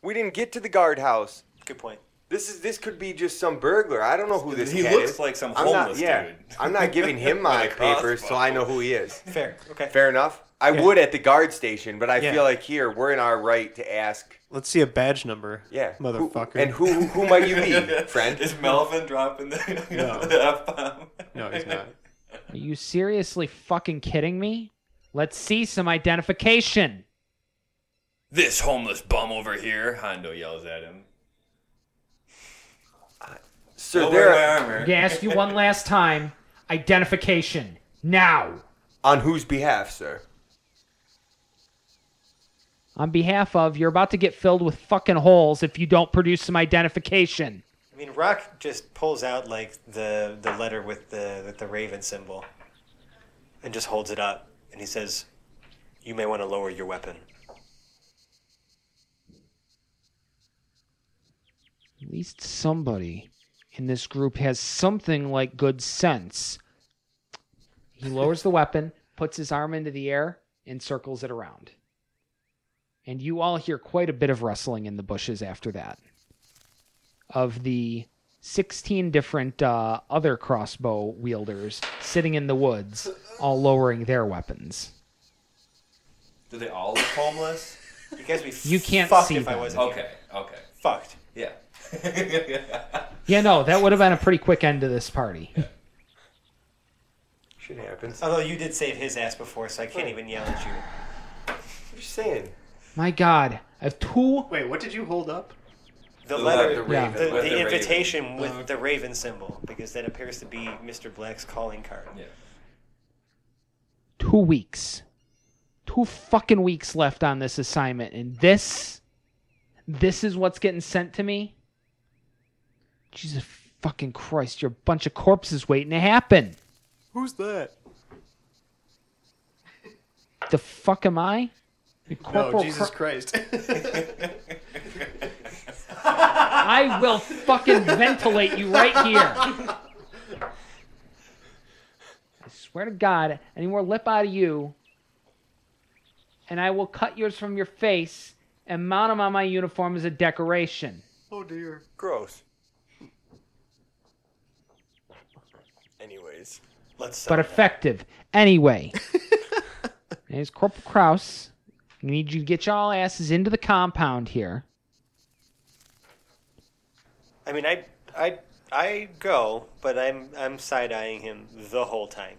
We didn't get to the guardhouse.
Good point.
This is this could be just some burglar. I don't know who this
He
cat
looks
is.
like some
I'm
homeless
not, yeah,
dude.
I'm not giving
[laughs]
him my
With a crossbow.
papers, so I know who he is.
Fair. Okay.
Fair enough. I would at the guard station, but I
Yeah.
feel like here we're in our right to ask.
Let's see a badge number.
Yeah, who-
Motherfucker.
and who who- who might you
[laughs]
be, friend?
Is Melvin dropping the, [laughs]
No.
the F bomb?
No, he's not. [laughs]
Are you seriously fucking kidding me? Let's see some identification.
This homeless bum over here, Hondo yells at him.
Sir,
Don't
there
wear my
are,
armor.
I asked you one last time. Identification now.
on whose behalf, sir?
On behalf of, you're about to get filled with fucking holes if you don't produce some identification.
I mean, Rock just pulls out like the the letter with the with the raven symbol, and just holds it up, and he says, "You may want to lower your weapon."
At least somebody in this group has something like good sense. He lowers the weapon, puts his arm into the air, and circles it around. And you all hear quite a bit of rustling in the bushes after that. Of the 16 different uh, other crossbow wielders sitting in the woods, all lowering their weapons.
Do they all look homeless?
You guys be
[laughs] You can't
fucked
see
if I
them.
wasn't here.
Okay, okay.
Fucked.
Yeah. [laughs]
Yeah, no, that would have been a pretty quick end to this party.
Shit happens.
Although you did save his ass before, so I can't even yell at you.
I'm just saying.
My God, I have two
Wait, what did you hold up?
The
The
letter,
letter,
the
Yeah.
raven.
the,
with
the,
the raven.
invitation
Oh,
with the raven symbol, because that appears to be Mr. Black's calling card.
yeah.
two weeks. Two fucking weeks left on this assignment, and this, this is what's getting sent to me. Jesus fucking Christ! You're a bunch of corpses waiting to happen.
Who's that?
The fuck am I? The
No,
Corporal
Jesus
Cr-
Christ. [laughs]
I will fucking ventilate you right here. I swear to God, any more lip out of you, and I will cut yours from your face and mount them on my uniform as a decoration.
oh dear.
Gross. Anyways,
Let's.
but
uh,
effective. Anyway, there's Corporal Kraus. We need you to get y'all asses into the compound here.
I mean, I, I, I go, but I'm, I'm side eyeing him the whole time.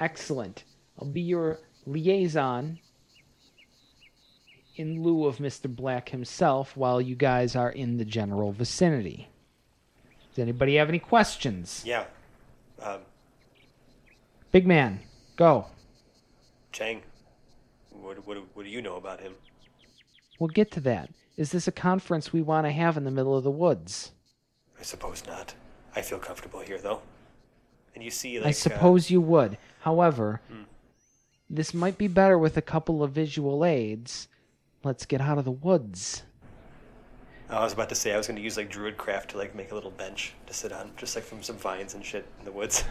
Excellent. I'll be your liaison in lieu of Mr. Black himself while you guys are in the general vicinity. Does anybody have any questions?
Yeah. Um,
Big man, go.
Chang, what, what, what do you know about him?
We'll get to that. Is this a conference we want to have in the middle of the woods?
I suppose not. I feel comfortable here, though. And you see, like,
I
uh,
suppose you would. However, this might be better with a couple of visual aids. Let's get out of the woods.
I was about to say I was going to use like druid craft to like make a little [laughs] bench to sit on, just like from some vines and shit in the woods.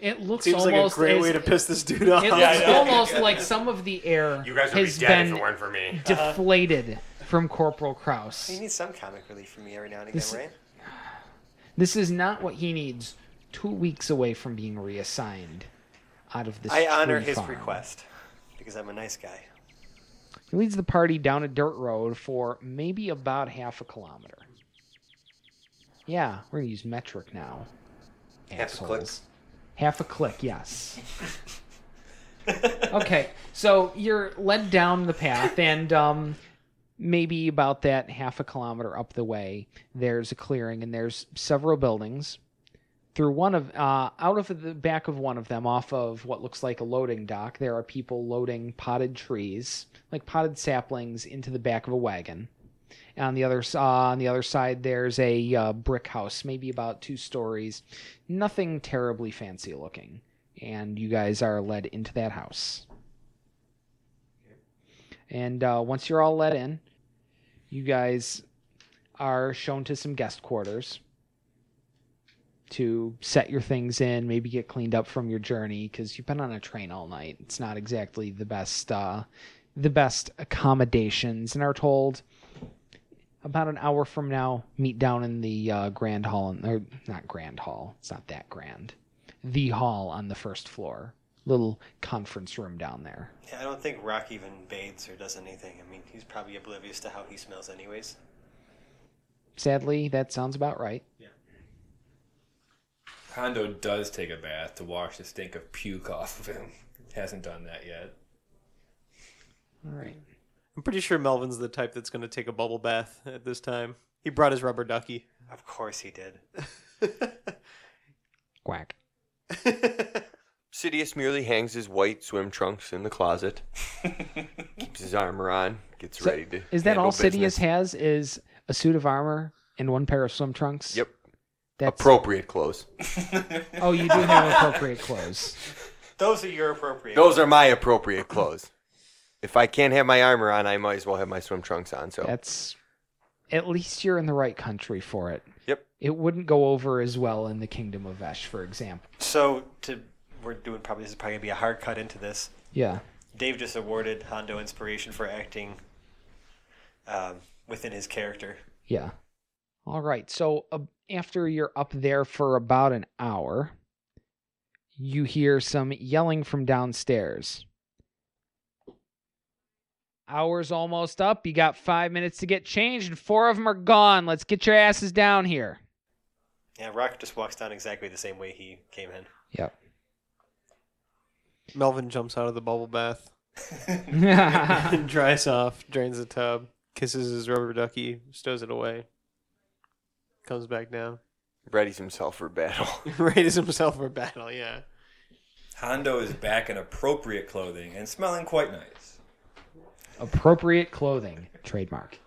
It looks
Seems like a
almost
great
as-
way to piss this dude off.
It
I
looks
know.
almost like some of the air
You guys would
has
be dead if
been
it weren't for me.
[laughs] deflated from Corporal
You
Kraus.
need some comic relief from me every now and again,
This-
right?
This is not what he needs. Two weeks away from being reassigned out of this.
I honor
tree
his
farm.
request because I'm a nice guy.
He leads the party down a dirt road for maybe about half a kilometer. Yeah, we're gonna use metric now.
Half a click.
Assholes. Half a click, yes. okay, so you're led down the path, and um, maybe about that half a kilometer up the way, there's a clearing, and there's several buildings. Through one of, uh, out of the back of one of them, off of what looks like a loading dock, there are people loading potted trees, like potted saplings, into the back of a wagon. On the other s- uh, on the other side, there's a uh, brick house, maybe about two stories, nothing terribly fancy looking. And you guys are led into that house. And uh, once you're all let in, you guys are shown to some guest quarters to set your things in, maybe get cleaned up from your journey because you've been on a train all night. It's not exactly the best uh, the best accommodations, and are told about an hour from now, meet down in the uh, grand hall, or not grand hall. It's not that grand. The hall on the first floor, little conference room down there.
Yeah, I don't think Rock even bathes or does anything. I mean, he's probably oblivious to how he smells, anyways.
Sadly, that sounds about right.
Hondo does take a bath to wash the stink of puke off of him. Hasn't done that yet.
All right.
I'm pretty sure Melvin's the type that's going to take a bubble bath at this time. He brought his rubber [laughs] ducky.
Of course he did. [laughs]
Quack.
Sidious merely hangs his white swim trunks in the [laughs] closet, keeps his armor on, gets
So,
ready to.
is that
handle
all Sidious
business.
has? Is a suit of armor and one pair of swim trunks?
Yep.
That's
Appropriate clothes.
[laughs] oh, you do
[laughs]
have appropriate clothes.
Those are your appropriate.
Those are my appropriate clothes. If I can't have my armor on, I might as well have my swim trunks on. So
That's at least you're in the right country for it.
Yep.
It wouldn't go over as well in the Kingdom of Esh, for example.
So to we're doing probably this is probably gonna be a hard cut into this.
Yeah.
Dave just awarded Hondo inspiration for acting um, within his character.
Yeah. All right. So uh, after you're up there for about an hour, you hear some yelling from downstairs. Hour's almost up. You got five minutes to get changed, and four of them are gone. Let's get your asses down here. [laughs]
Yeah, Rock just walks down exactly the same way he came [laughs] in.
Yep.
Melvin jumps out of the bubble bath, [laughs] dries off, drains the tub, kisses his rubber ducky, stows it away, comes back down, [laughs]
readies himself for battle.
readies himself for battle. Yeah.
Hondo is back in appropriate clothing and smelling quite nice. [laughs]
Appropriate clothing. Trademark.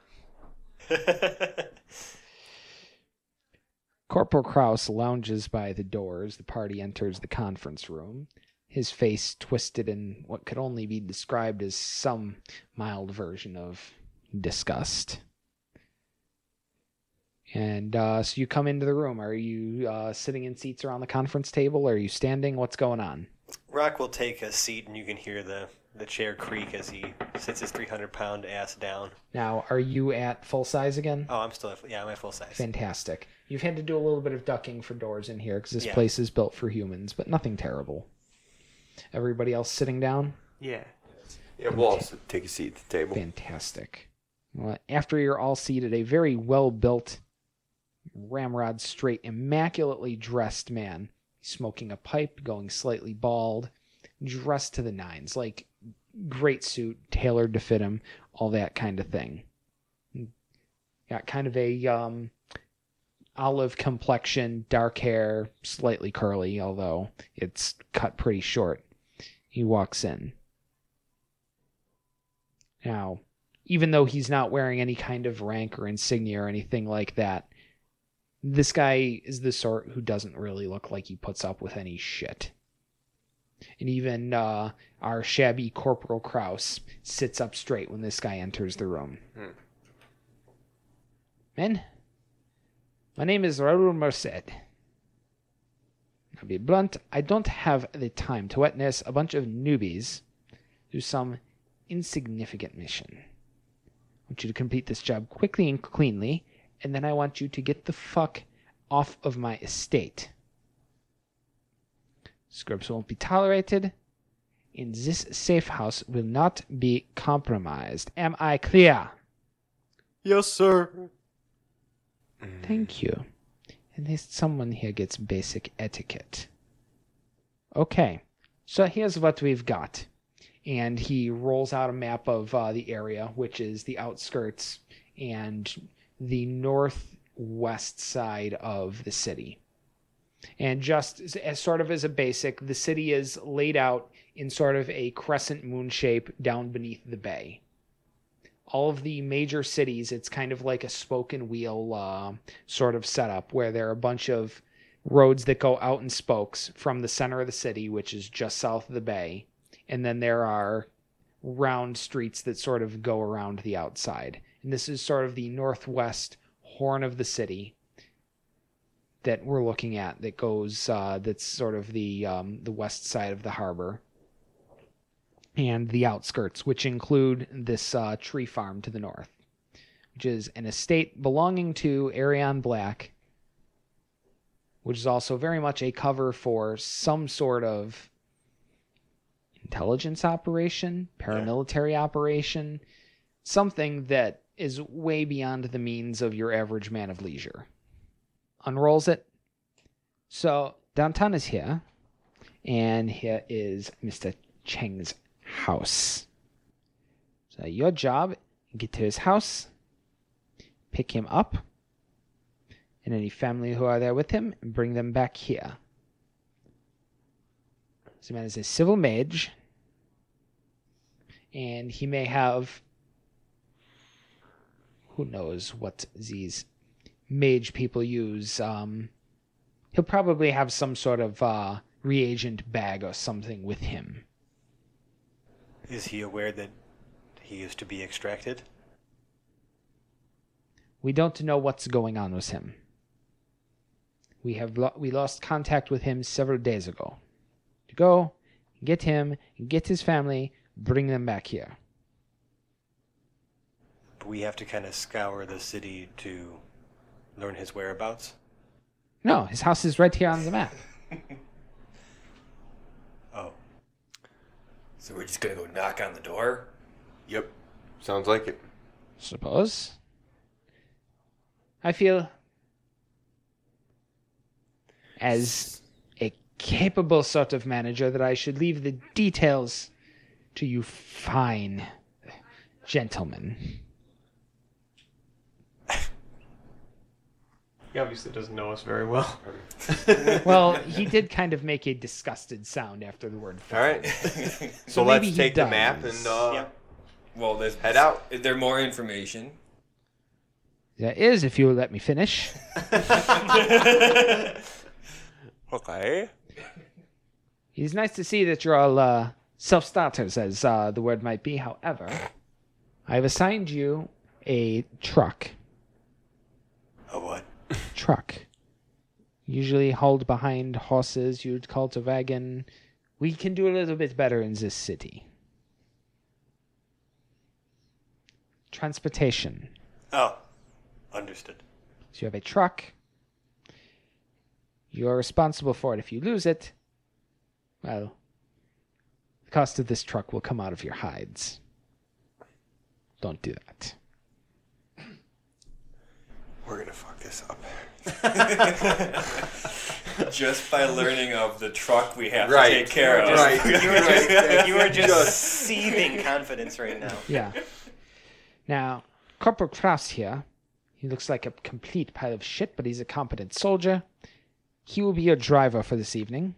Corporal Kraus lounges by the door as the party enters the conference room, his face twisted in what could only be described as some mild version of disgust. And uh, so you come into the room. Are you uh, sitting in seats around the conference table? Are you standing? What's going on?
Rock will take a seat, and you can hear the, the chair creak as he sits his 300 pound ass down.
Now, are you at full size again?
Oh, I'm still at, yeah, I'm at full size.
Fantastic. You've had to do a little bit of ducking for doors in here because this
Yeah.
place is built for humans, but nothing terrible. Everybody else sitting down?
Yeah.
[laughs] yeah, we'll also take a seat at the table.
Fantastic. Well, after you're all seated, a very well built, ramrod straight, immaculately dressed man, smoking a pipe, going slightly bald, dressed to the nines, like great suit, tailored to fit him, all that kind of thing. Got kind of a um, olive complexion, dark hair, slightly curly, although it's cut pretty short. He walks in. Now, even though he's not wearing any kind of rank or insignia or anything like that, this guy is the sort who doesn't really look like he puts up with any shit. And even uh, our shabby Corporal Kraus sits up straight when this guy enters the room. Men, my name is Raoul Merced. I'll be blunt, I don't have the time to witness a bunch of newbies do some insignificant mission. I want you to complete this job quickly and cleanly, and then I want you to get the fuck off of my estate. Scrubs won't be tolerated, and this safe house will not be compromised. Am I clear?
Yes, sir.
Mm.
Thank you. At least someone here gets basic etiquette. Okay, so here's what we've got. And he rolls out a map of uh, the area, which is the outskirts and the northwest side of the city. And just as, as sort of as a basic, the city is laid out in sort of a crescent moon shape down beneath the bay all of the major cities, it's kind of like a spoke and wheel uh, sort of setup where there are a bunch of roads that go out in spokes from the center of the city, which is just south of the bay. And then there are round streets that sort of go around the outside. And this is sort of the northwest horn of the city that we're looking at that goes, uh, that's sort of the, um, the west side of the harbor and the outskirts, which include this uh, tree farm to the north, which is an estate belonging to Arion Black, which is also very much a cover for some sort of intelligence operation, paramilitary operation, something that is way beyond the means of your average man of leisure. Unrolls it. So downtown is here, and here is Mr. Cheng's house. So your job, get to his house, pick him up, and any family who are there with him, and bring them back here. This man is a civil mage, and he may have who knows what these mage people use. Um, he'll probably have some sort of uh, reagent bag or something with him.
Is he aware that he is to be extracted?
We don't know what's going on with him. We have lo- we lost contact with him several days ago. To go, get him, get his family, bring them back here.
We have to kind of scour the city to learn his whereabouts.
No, his house is right here on the map.
Oh,
So we're just gonna go knock on the door.
Yep. Sounds like it.
Suppose. I feel as a capable sort of manager that I should leave the details to you fine gentlemen.
He obviously doesn't know us very well.
Well, he did kind of make a disgusted sound after the word
All right. so
maybe
let's
he
take the map
dies.
and uh,
Yep.
Well, there's
Head out.
Is there more information?
There is, if you will let me finish.
okay.
It's nice to see that you're all uh, self starters, as uh, the word might be. However, I've assigned you a truck.
a what?
Truck. Usually hauled behind horses, you'd call it a wagon. We can do a little bit better in this city. Transportation.
Oh, understood. [laughs]
So you have a truck. You're responsible for it. If you lose it, well, the cost of this truck will come out of your hides. Don't do that.
We're gonna fuck this up.
Just by learning of the truck we have
Right.
to take care of.
Right.
[laughs] You are just, you are just,
[laughs] Just-
seething confidence right now.
Yeah. now, Corporal Kraus here, he looks like a complete pile of shit, but he's a competent soldier. He will be your driver for this evening.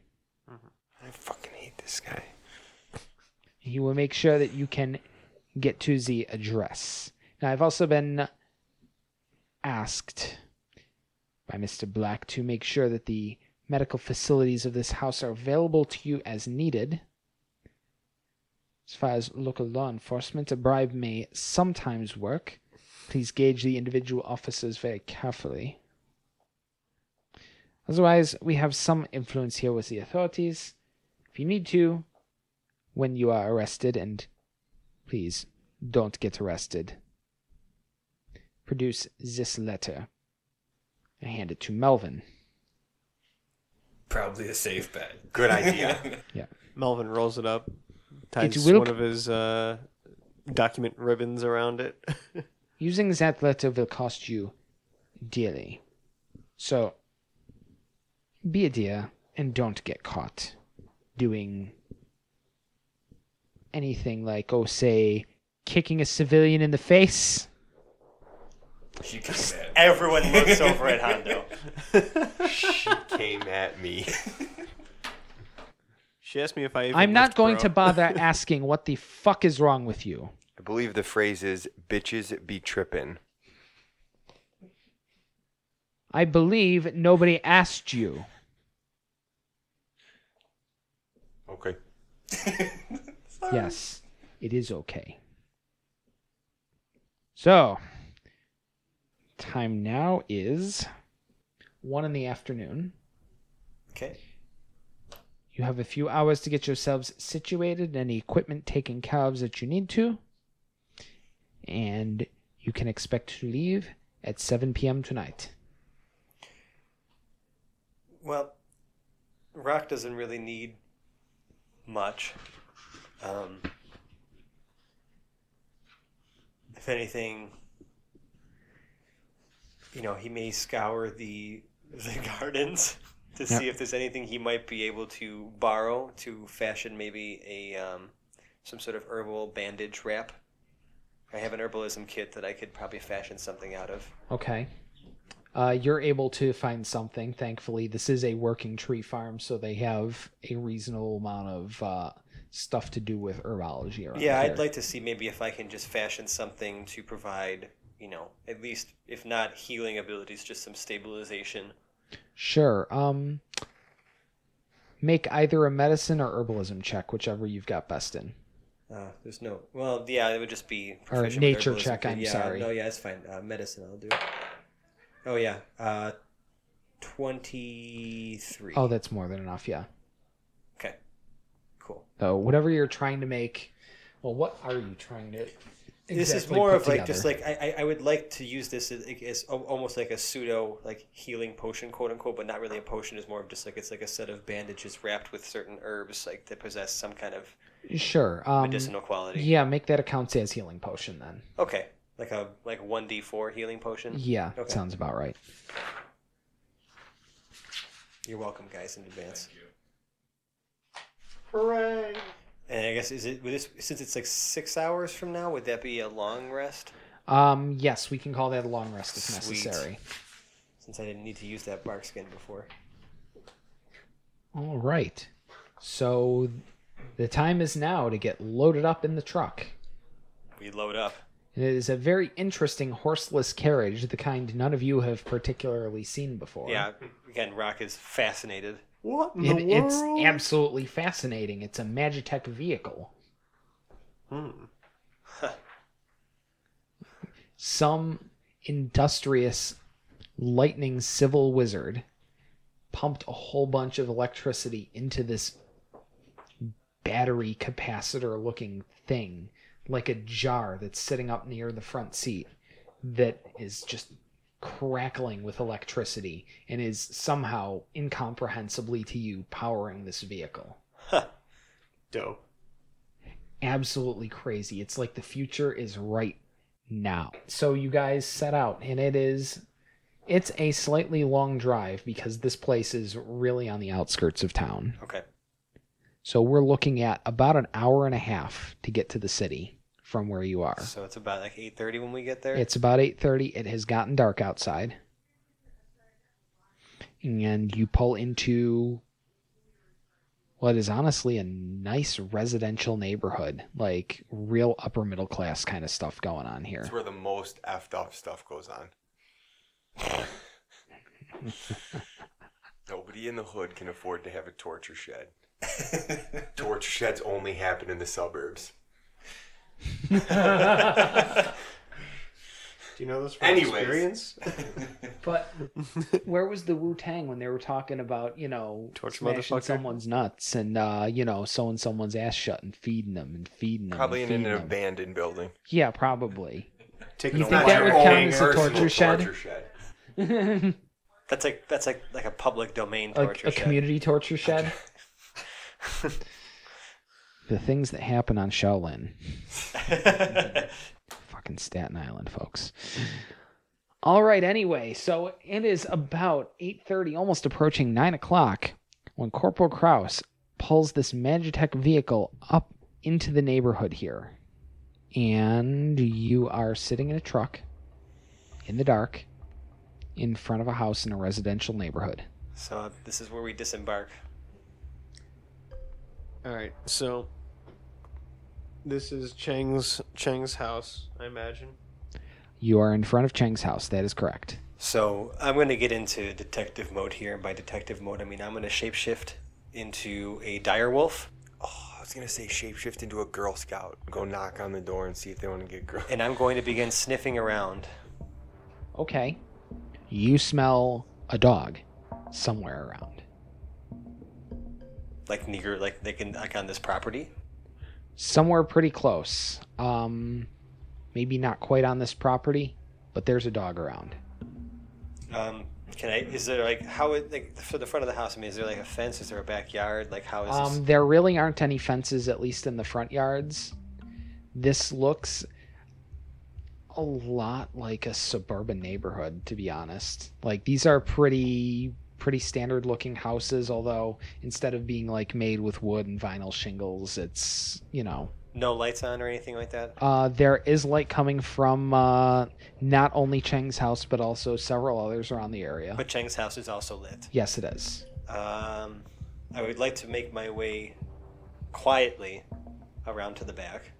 I fucking hate this guy.
He will make sure that you can get to the address. Now, I've also been asked by Mr. Black to make sure that the medical facilities of this house are available to you as needed. As far as local law enforcement, a bribe may sometimes work. Please gauge the individual officers very carefully. Otherwise, we have some influence here with the authorities. If you need to, when you are arrested, and please don't get arrested, produce this letter. I hand it to Melvin.
Probably a safe bet.
Good idea.
Melvin rolls it up, ties
It will-
one of his uh, document ribbons around it. [laughs]
Using that letter will cost you dearly. So, be a dear and don't get caught doing anything like, oh, say, kicking a civilian in the face.
She came in.
[laughs] Everyone looks over at Hondo.
she came at me.
she asked me if I. Even
I'm not
lift,
going
bro.
to bother asking what the fuck is wrong with you.
I believe the phrase is bitches be trippin'.
I believe nobody asked you.
Okay.
Yes, it is okay. So, time now is one in the afternoon.
Okay.
You have a few hours to get yourselves situated and equipment taken care of that you need to. And you can expect to leave at 7 p.m. tonight.
Well, Rock doesn't really need much. Um, if anything, you know, he may scour the [laughs] the gardens to
Yeah.
see if there's anything he might be able to borrow to fashion maybe a um, some sort of herbal bandage wrap. I have an herbalism kit that I could probably fashion something out of.
Okay. Uh, you're able to find something. Thankfully, this is a working tree farm, so they have a reasonable amount of uh, stuff to do with herbology. Around
Yeah,
here.
I'd like to see maybe if I can just fashion something to provide, you know, at least if not healing abilities, just some stabilization.
Sure. Um, make either a medicine or herbalism check, whichever you've got best in.
Uh, there's no. Well, yeah, it would just be proficient with
nature
herbalism,
check,
but
I'm
yeah,
sorry.
No, yeah, it's fine. Uh, medicine, I'll do. Oh yeah, uh, twenty-three.
Oh, that's more than enough. Yeah.
okay, cool.
So whatever you're trying to make, well, what are you trying to?
this is
exactly
more
put
of like just
together?
like I, I I would like to use this as, as al- almost like a pseudo like healing potion quote unquote but not really a potion is more of just like it's like a set of bandages wrapped with certain herbs like that possess some kind of
sure. Um,
medicinal quality
yeah, make that account as healing potion then.
okay like a like 1d4 healing potion
Yeah,
Okay.
sounds about right.
you're welcome guys in advance
Hooray!
and i guess is it would this since it's like six hours from now would that be a long rest
Um, yes, we can call that a long rest if
Sweet.
necessary.
since i didn't need to use that bark skin before
All right. So the time is now to get loaded up in the truck.
we load up
It is a very interesting horseless carriage, the kind none of you have particularly seen before.
yeah again rock is fascinated
What in
It,
the world?
it's absolutely fascinating. It's a Magitech vehicle.
Hmm.
Some industrious lightning civil wizard pumped a whole bunch of electricity into this battery capacitor looking thing, like a jar that's sitting up near the front seat that is just crackling with electricity and is somehow incomprehensibly to you powering this vehicle.
Dope.
absolutely crazy. It's like the future is right now. So you guys set out and it is it's a slightly long drive because this place is really on the outskirts of town.
okay
So we're looking at about an hour and a half to get to the city from where you are.
so it's about like 8.30 when we get there
It's about 8:30. It has gotten dark outside. And you pull into what is honestly a nice residential neighborhood, like real upper middle class kind of stuff going on here.
That's where the most effed up stuff goes on. Nobody in the hood can afford to have a torture shed. torture sheds only happen in the suburbs.
Do you know this from
Anyways.
[laughs] experience?
But
[laughs]
where was the Wu Tang when they were talking about you know
Torch
smashing
motherfucker.
someone's nuts and uh, you know sewing someone's ass shut and feeding them and feeding them?
Probably
and
in an
feeding them?
abandoned building.
Yeah, probably. [laughs]
Taking
You
a
think
wire
that would
hole.
count as a
Or-
torture shed?
Torture shed.
a,
That's like that's like like a public domain
a
torture shed.
community torture shed. the things that happen on Shaolin. fucking Staten Island, folks. All right. Anyway, so it is about eight thirty, almost approaching nine o'clock, when Corporal Kraus pulls this Magitech vehicle up into the neighborhood here, and you are sitting in a truck in the dark in front of a house in a residential neighborhood.
so uh, this is where we disembark.
All right, so this is Chang's Chang's house, I imagine.
You are in front of Cheng's house. That is correct.
So I'm going to get into detective mode here. And by detective mode, I mean I'm going to shapeshift into a dire wolf,
Oh, I was gonna say shapeshift into a Girl Scout. Go knock on the door and see if they want to get girl.
and I'm going to begin sniffing around.
Okay. You smell a dog somewhere around.
Like near, like they can, like on this property.
somewhere pretty close. Um, maybe not quite on this property, but there's a dog around.
Um, can I? Is there like how? it- Like for the front of the house? I mean, is there like a fence? Is there a backyard? Like how is this?
Um, there really aren't any fences, at least in the front yards. This looks a lot like a suburban neighborhood, to be honest. Like these are pretty pretty standard looking houses although instead of being like made with wood and vinyl shingles it's you know
No lights on or anything like that.
Uh, there is light coming from uh, not only Cheng's house, but also several others around the area.
But Cheng's house is also lit.
yes, it is.
Um, I would like to make my way quietly around to the back.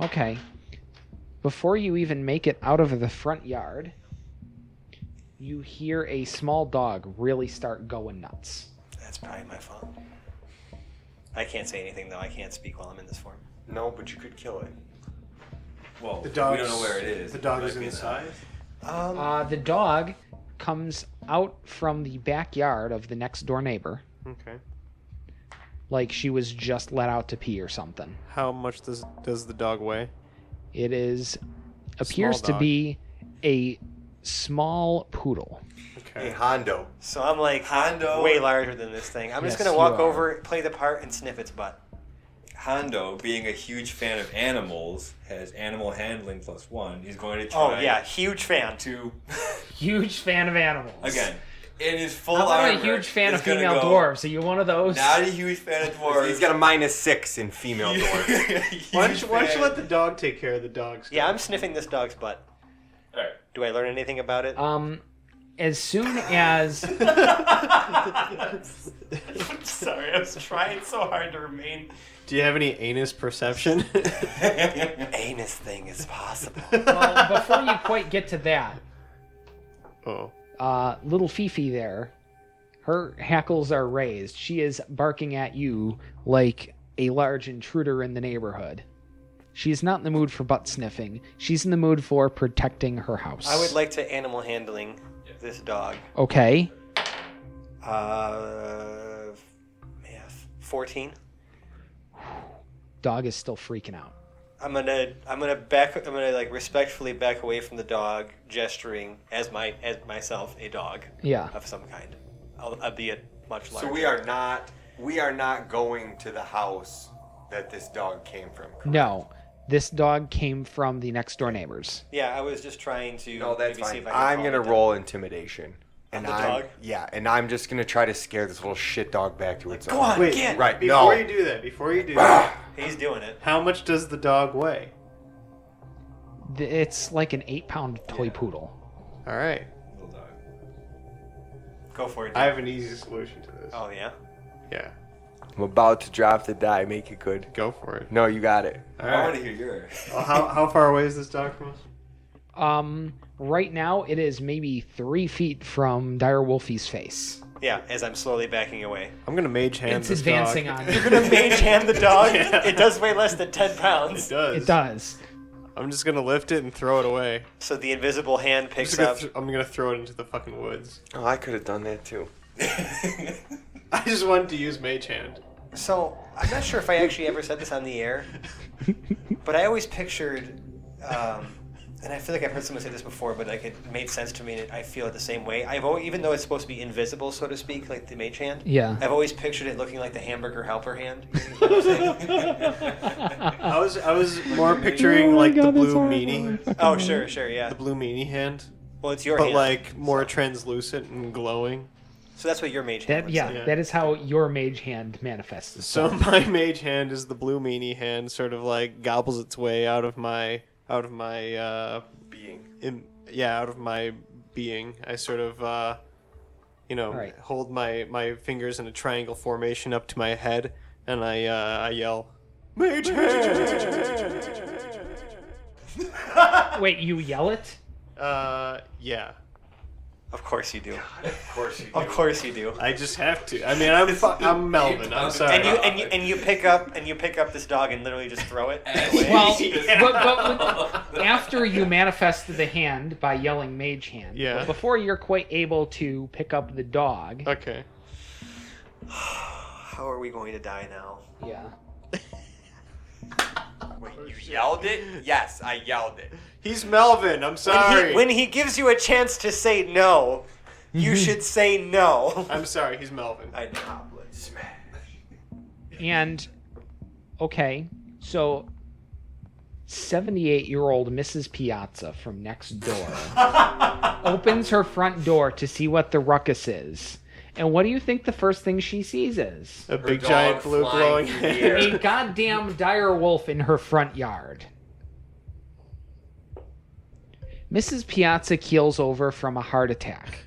Okay. Before you even make it out of the front yard, you hear a small dog really start going nuts.
That's probably my fault. I can't say anything though. I can't speak while I'm in this form.
No, but you could kill it.
Well,
The dog
we don't know where it is.
The dog
It
is
might be
inside.
Um,
Uh, the dog comes out from the backyard of the next door neighbor,
Okay.
like she was just let out to pee or something.
How much does does the dog weigh?
It is appears to
dog.
be a small poodle.
Hey
Okay.
Hondo,
so I'm like
Hondo.
way larger than this thing. I'm just
Yes,
gonna
you
walk
are.
over, play the part, and sniff its butt.
Hondo, being a huge fan of animals, has animal handling plus one. He's going to
Oh
try
yeah, huge fan.
to
Huge fan of animals.
again in his full
I'm
armor.
not a huge fan
is
of
gonna
female
go,
dwarves. Are you one of those?
Not a huge fan of dwarves.
he's got a minus six in
[laughs]
female dwarf.
Why don't you Why don't you let the dog take care of the dog? Stuff?
Yeah, I'm sniffing this dog's butt.
Alright.
Do I learn anything about [laughs] it?
Um, as soon as
Sorry, I was trying so hard to remain.
Do you have any anus perception?
[laughs]
[laughs]
Anus thing is possible.
well, Uh, before you quite get to that,
oh.
uh, little Fifi there, her hackles are raised. She is barking at you like a large intruder in the neighborhood. She is not in the mood for butt sniffing. She's in the mood for protecting her house.
I would like to animal handling this dog.
Okay.
Uh, math. Fourteen.
Dog is still freaking out.
I'm gonna I'm gonna back I'm gonna like respectfully back away from the dog, gesturing as my as myself a dog
Yeah.
of some kind, I'll, albeit much larger.
So we are not we are not going to the house that this dog came from. correct?
No, this dog came from the next door neighbors.
Yeah, I was just trying to.
No, that's
maybe see
fine.
if I can
I'm
calm
gonna
it down.
roll intimidation. And
the
I'm,
dog?
Yeah, and I'm just gonna try to scare this little shit dog back to its
Go
owner.
on,
Wait,
get.
Right, no.
Before you do that, before [coughs] you do that,
He's doing it.
how much does the dog weigh?
Th- It's like an eight pound toy poodle.
All right.
Little dog.
Go for it.
I have an easy solution to this.
Oh yeah.
Yeah.
I'm about to drop the die. Make it good.
Go for it.
No, you got it.
All
I want to
right.
hear yours.
Well, how, how far away is this dog from us?
Um, right now it is maybe three feet from Dire Wolfie's face.
Yeah, as I'm slowly
[laughs]
backing away.
I'm gonna mage hand.
It's advancing on you. [laughs]
[laughs] You're gonna mage hand the dog. It does weigh less than ten pounds.
does.
It does.
I'm just gonna lift it and throw it away.
So the invisible hand
I'm, just
picks
gonna
up.
th- I'm gonna throw it into the fucking woods.
Oh, I could have done that too.
[laughs]
I just wanted to use Mage Hand.
So I'm not sure if I actually ever said this on the air, but I always pictured, um, and I feel like I've heard someone say this before, but like it made sense to me, and I feel it the same way. I've always, even though it's supposed to be invisible, so to speak, like the mage hand.
Yeah. [laughs]
I've always pictured it looking like the hamburger helper hand. Uh,
I was I was more picturing like the blue meanie,
oh sure, sure, yeah.
the blue meanie hand,
Well, it's your
but
hand,
like more translucent and glowing.
so that's what your mage hand.
That
looks
yeah,
like.
Yeah.
that is how your mage hand manifests
So [laughs]
itself.
my mage hand is the blue meanie hand, sort of like gobbles its way out of my out of my uh,
Being.
im yeah out of my being. I sort of uh, you know
All right.
hold my my fingers in a triangle formation up to my head, and I uh, I yell mage hand.
Wait, you yell it?
Uh, yeah.
Of course you do.
Of course you do.
[laughs] Of course you do.
I just have to. I mean, I'm fu- I'm Melvin. I'm sorry.
And you and you and you pick up and you pick up this dog and literally just throw
[laughs]
it. away.
Well, [laughs] but, but when- after you manifested the hand by yelling mage hand,
Yeah.
but before you're quite able to pick up the dog,
okay.
How are we going to die now?
Uh,
yeah.
Wait, you yelled it? Yes, I yelled it.
He's Melvin. I'm sorry.
He- when he gives you a chance to say no, you should say no.
[laughs] I'm sorry. He's Melvin.
I know.
Smash.
And okay, so 78 year old Mrs. Piazza from next door opens her front door to see what the ruckus is. And what do you think the first thing she sees is?
A big
dog
giant blue
flying
glowing
through the
hand.
air.
A goddamn dire wolf in her front yard. Mrs. Piazza keels over from a heart attack.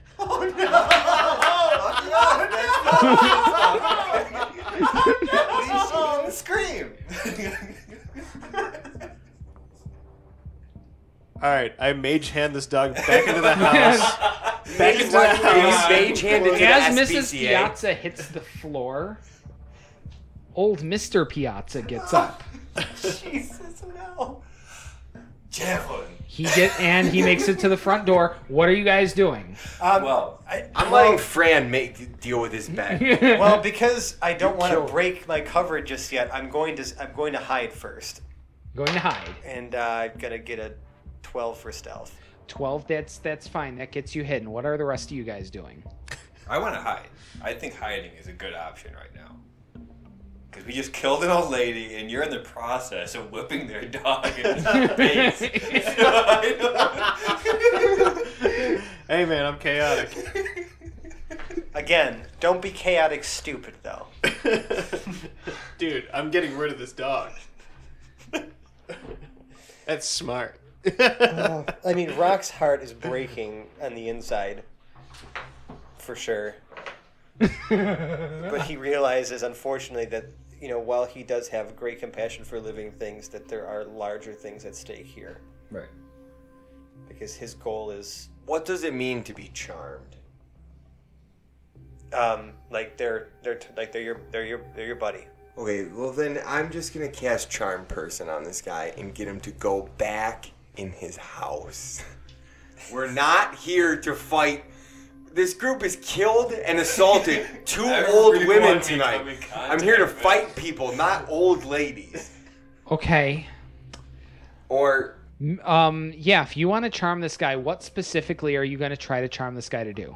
Scream!
All right, I mage hand this dog back into the
[laughs]
[laughs]
house. back into the house.
mage handed to
As
the
Mrs.
SPCA.
Piazza hits the floor, old Mr. Piazza gets up.
Jesus, no.
Javelin.
He get and he makes it to the front door. What are you guys doing?
Um, well,
Well, I,
I'm letting Fran make deal with his bag. [laughs]
because I don't want
killed
to
him.
break my cover just yet, I'm going to I'm going to hide first,
[laughs] Going to hide.
and uh, I'm gonna get a twelve for stealth.
Twelve. That's that's fine. That gets you hidden. What are the rest of you guys doing?
I want to hide. I think hiding is a good option right now. Because we just killed an old lady, and you're in the process of whipping their dog in the face.
[laughs]
[laughs] So I
hey man, I'm chaotic.
[laughs] Again, don't be chaotic, stupid though.
Dude, I'm getting rid of this dog.
[laughs]
That's smart.
I mean, Rock's heart is breaking on the inside, for sure. but he realizes, unfortunately, that you know, while he does have great compassion for living things, that there are larger things at stake here,
don't- right.
because his goal is,
What does it mean to be charmed?
um, like they're they're t- like they're your they're your they're your buddy.
Okay, well then I'm just gonna cast Charm Person on this guy and get him to go back in his house. [laughs] We're not here to fight. This group has killed and
[laughs]
assaulted two old women
Everyone we come in
tonight.
contact
I'm here to
with.
fight people, not old ladies.
Okay.
Or
Um. Yeah. If you want to charm this guy, what specifically are you going to try to charm this guy to do?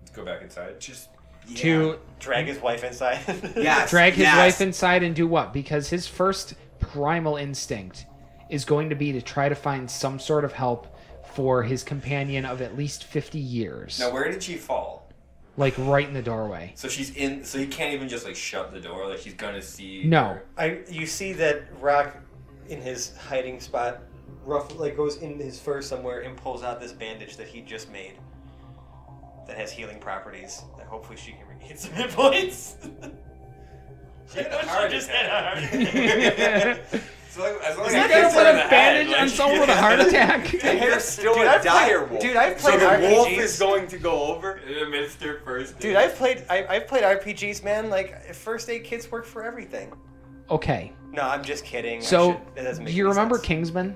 Let's go back inside. Just
yeah.
To
Drag his wife inside. [laughs]
yes,
drag his
yes.
wife inside and do what? Because his first primal instinct is going to be to try to find some sort of help for his companion of at least 50 years.
now, where did she fall?
Like right in the doorway.
So she's in. So he can't even just like shut the door. Like he's gonna see. [laughs]
No.
I you see that Rock in his hiding spot, rough like goes in his fur somewhere and pulls out this bandage that he just made. That has healing properties. That hopefully she can regain some [laughs] hit points.
She had a heart attack. So, like, as long
Is
as
that
I
gonna
gets her
put
in
a
the head,
bandage
like-
on someone with a heart attack?
[laughs]
And you're still
Dude,
a
I've played-
dire wolf.
dude, I've played
So the wolf
RPGs.
is going to go over.
Amidst her first.
Dude, I've played I, I've played RPGs, man. Like first aid kits work for everything.
Okay.
No, I'm just kidding. I
So,
should- that doesn't
do
make
you
any
remember
sense.
Kingsman?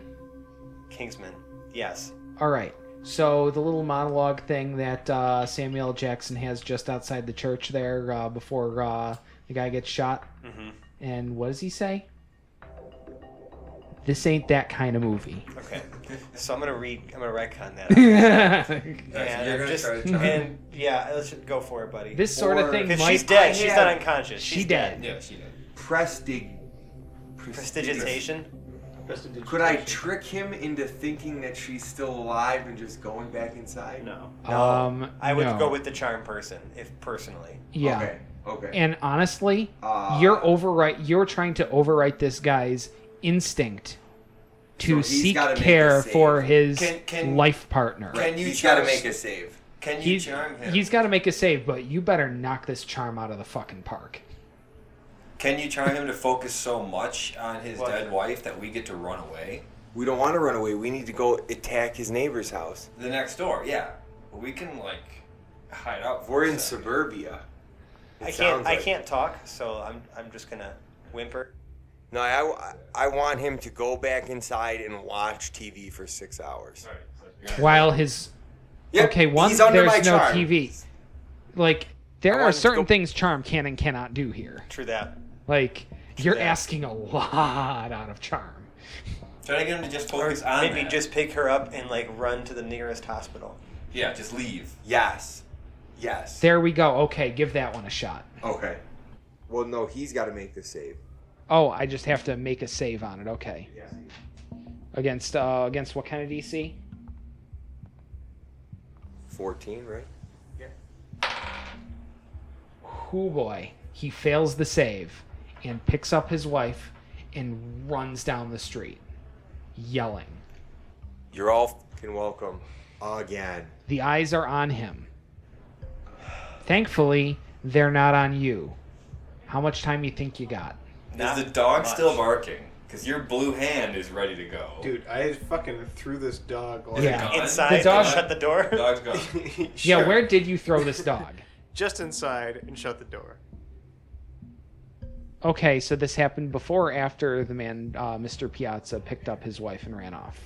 Kingsman? Yes.
All right. So the little monologue thing that uh, Samuel L. Jackson has just outside the church there uh, before uh, the guy gets shot.
Mm-hmm.
And what does he say? This ain't that kind of
[laughs]
movie. [laughs]
Okay. so I'm gonna read. I'm gonna retcon that.
Alright, so
and
you're
I'm
gonna
just
[laughs]
try to try.
and yeah, let's just go for it, buddy.
this sort of
Or-
thing.
If
might-
she's dead, she's
had-
not unconscious.
She
She's
dead.
Yeah, she did.
Prestig.
Prestidigitation.
Could I trick him into thinking that she's still alive and just going back inside?
No.
Um,
I would
no.
go with the charm person, if personally.
Yeah.
Okay. Okay.
And honestly,
Uh,
you're overwrite. You're trying to overwrite this guy's instinct to
So he's
seek
gotta make a
care
save.
for his
Can- can-
life partner.
Right. Can you
He's got to
charge-
make a save.
Can you
He's,
charm him?
he's got to make a save, but you better knock this charm out of the fucking park.
Can you charm him to focus so much on his
What?
dead wife that we get to run away?
We don't want to run away. We need to go attack his neighbor's house.
The next door, yeah. We can like hide out. for
We're in
a sec.
suburbia. It
I
sounds
can't.
like
I can't talk, so I'm. I'm just gonna whimper.
No, I, I want him to go back inside and watch TV for six hours.
Alright, so you're gonna-
While his okay, one
he's under
there's
my
no
charm.
TV. Like there
I
are
wanted to
certain
go-
things charm can and cannot do here.
True that.
Like you're
Yeah.
asking a lot out of charm.
Try to get him to just
Or
focus on
maybe
that.
just pick her up and like run to the nearest hospital.
yeah, just leave.
Yes. Yes.
There we go. Okay, give that one a shot.
Okay. Well, no, he's got to make the save.
Oh, I just have to make a save on it. Okay. Against uh against what kind of DC?
14, right?
Hoo boy. He fails the save and picks up his wife and runs down the street yelling.
You're all fucking welcome. Again.
The eyes are on him. Thankfully, they're not on you. How much time you think you got?
Not
is the dog
much.
still barking? Because your blue hand is ready to go.
Dude, I fucking threw this dog. Like,
Yeah.
[laughs]
Gone?
Inside,
The dog-
and shut the door.
Dog's gone.
Yeah,
Sure.
where did you throw this dog? [laughs]
Just inside and shut the door.
Okay, so this happened before or after the man, uh, Mr. Piazza, picked up his wife and ran off.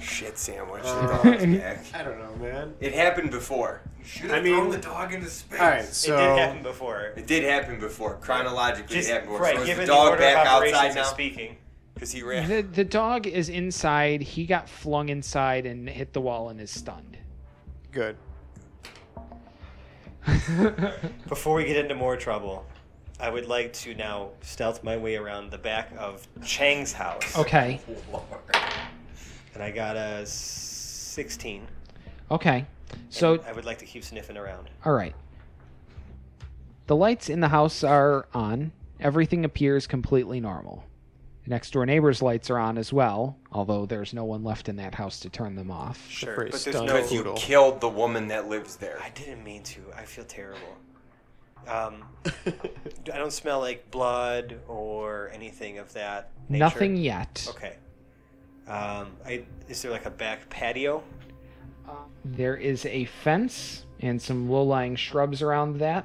Shit sandwich.
Uh,
the dog's back.
I don't know, man.
It happened before.
You should have
I mean-
thrown the dog into space.
All right,
It
so
did happen before.
It did happen before. Chronologically,
Just
it happened before.
right.
So is
given
the
the,
dog
order
back
of
outside
operations
now?
is speaking.
Because he ran.
The, the dog is inside. He got flung inside and hit the wall and is stunned. [laughs]
good.
Before we get into more trouble, I would like to now stealth my way around the back of Chang's house.
Okay,
Lord.
And I got a 16.
okay. So,
I would like to keep sniffing around.
All right. The lights in the house are on. Everything appears completely normal. The next door neighbor's lights are on as well, although there's no one left in that house to turn them off.
Sure.
phrase
But there's
stunned.
no.
Because you
Poodle.
killed the woman that lives there.
I didn't mean to. I feel terrible. Um, [laughs] I don't smell like blood or anything of that nature.
Nothing yet.
Okay. Um, I, is there like a back patio?
There is a fence and some low lying shrubs around that.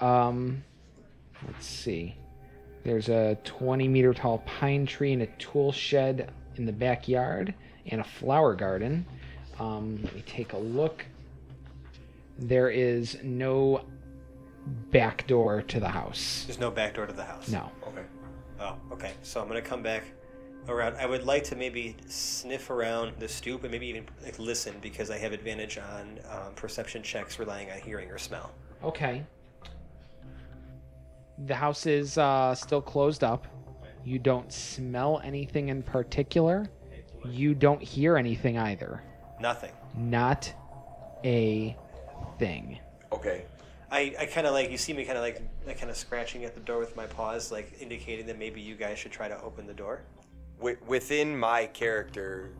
Um, let's see. There's a 20 meter tall pine tree and a tool shed in the backyard and a flower garden. Um, let me take a look. There is no back door to the house.
There's no back door to the house.
No.
Okay.
Oh, okay. So I'm gonna come back around. I would like to maybe sniff around the stoop and maybe even like listen because I have advantage on um, perception checks relying on hearing or smell.
Okay. The house is uh, still closed up. You don't smell anything in particular. You don't hear anything either.
Nothing.
Not a thing.
Okay.
I, I kind of like you see me kind of like like kind of scratching at the door with my paws, like indicating that maybe you guys should try to open the door.
Wi- within my character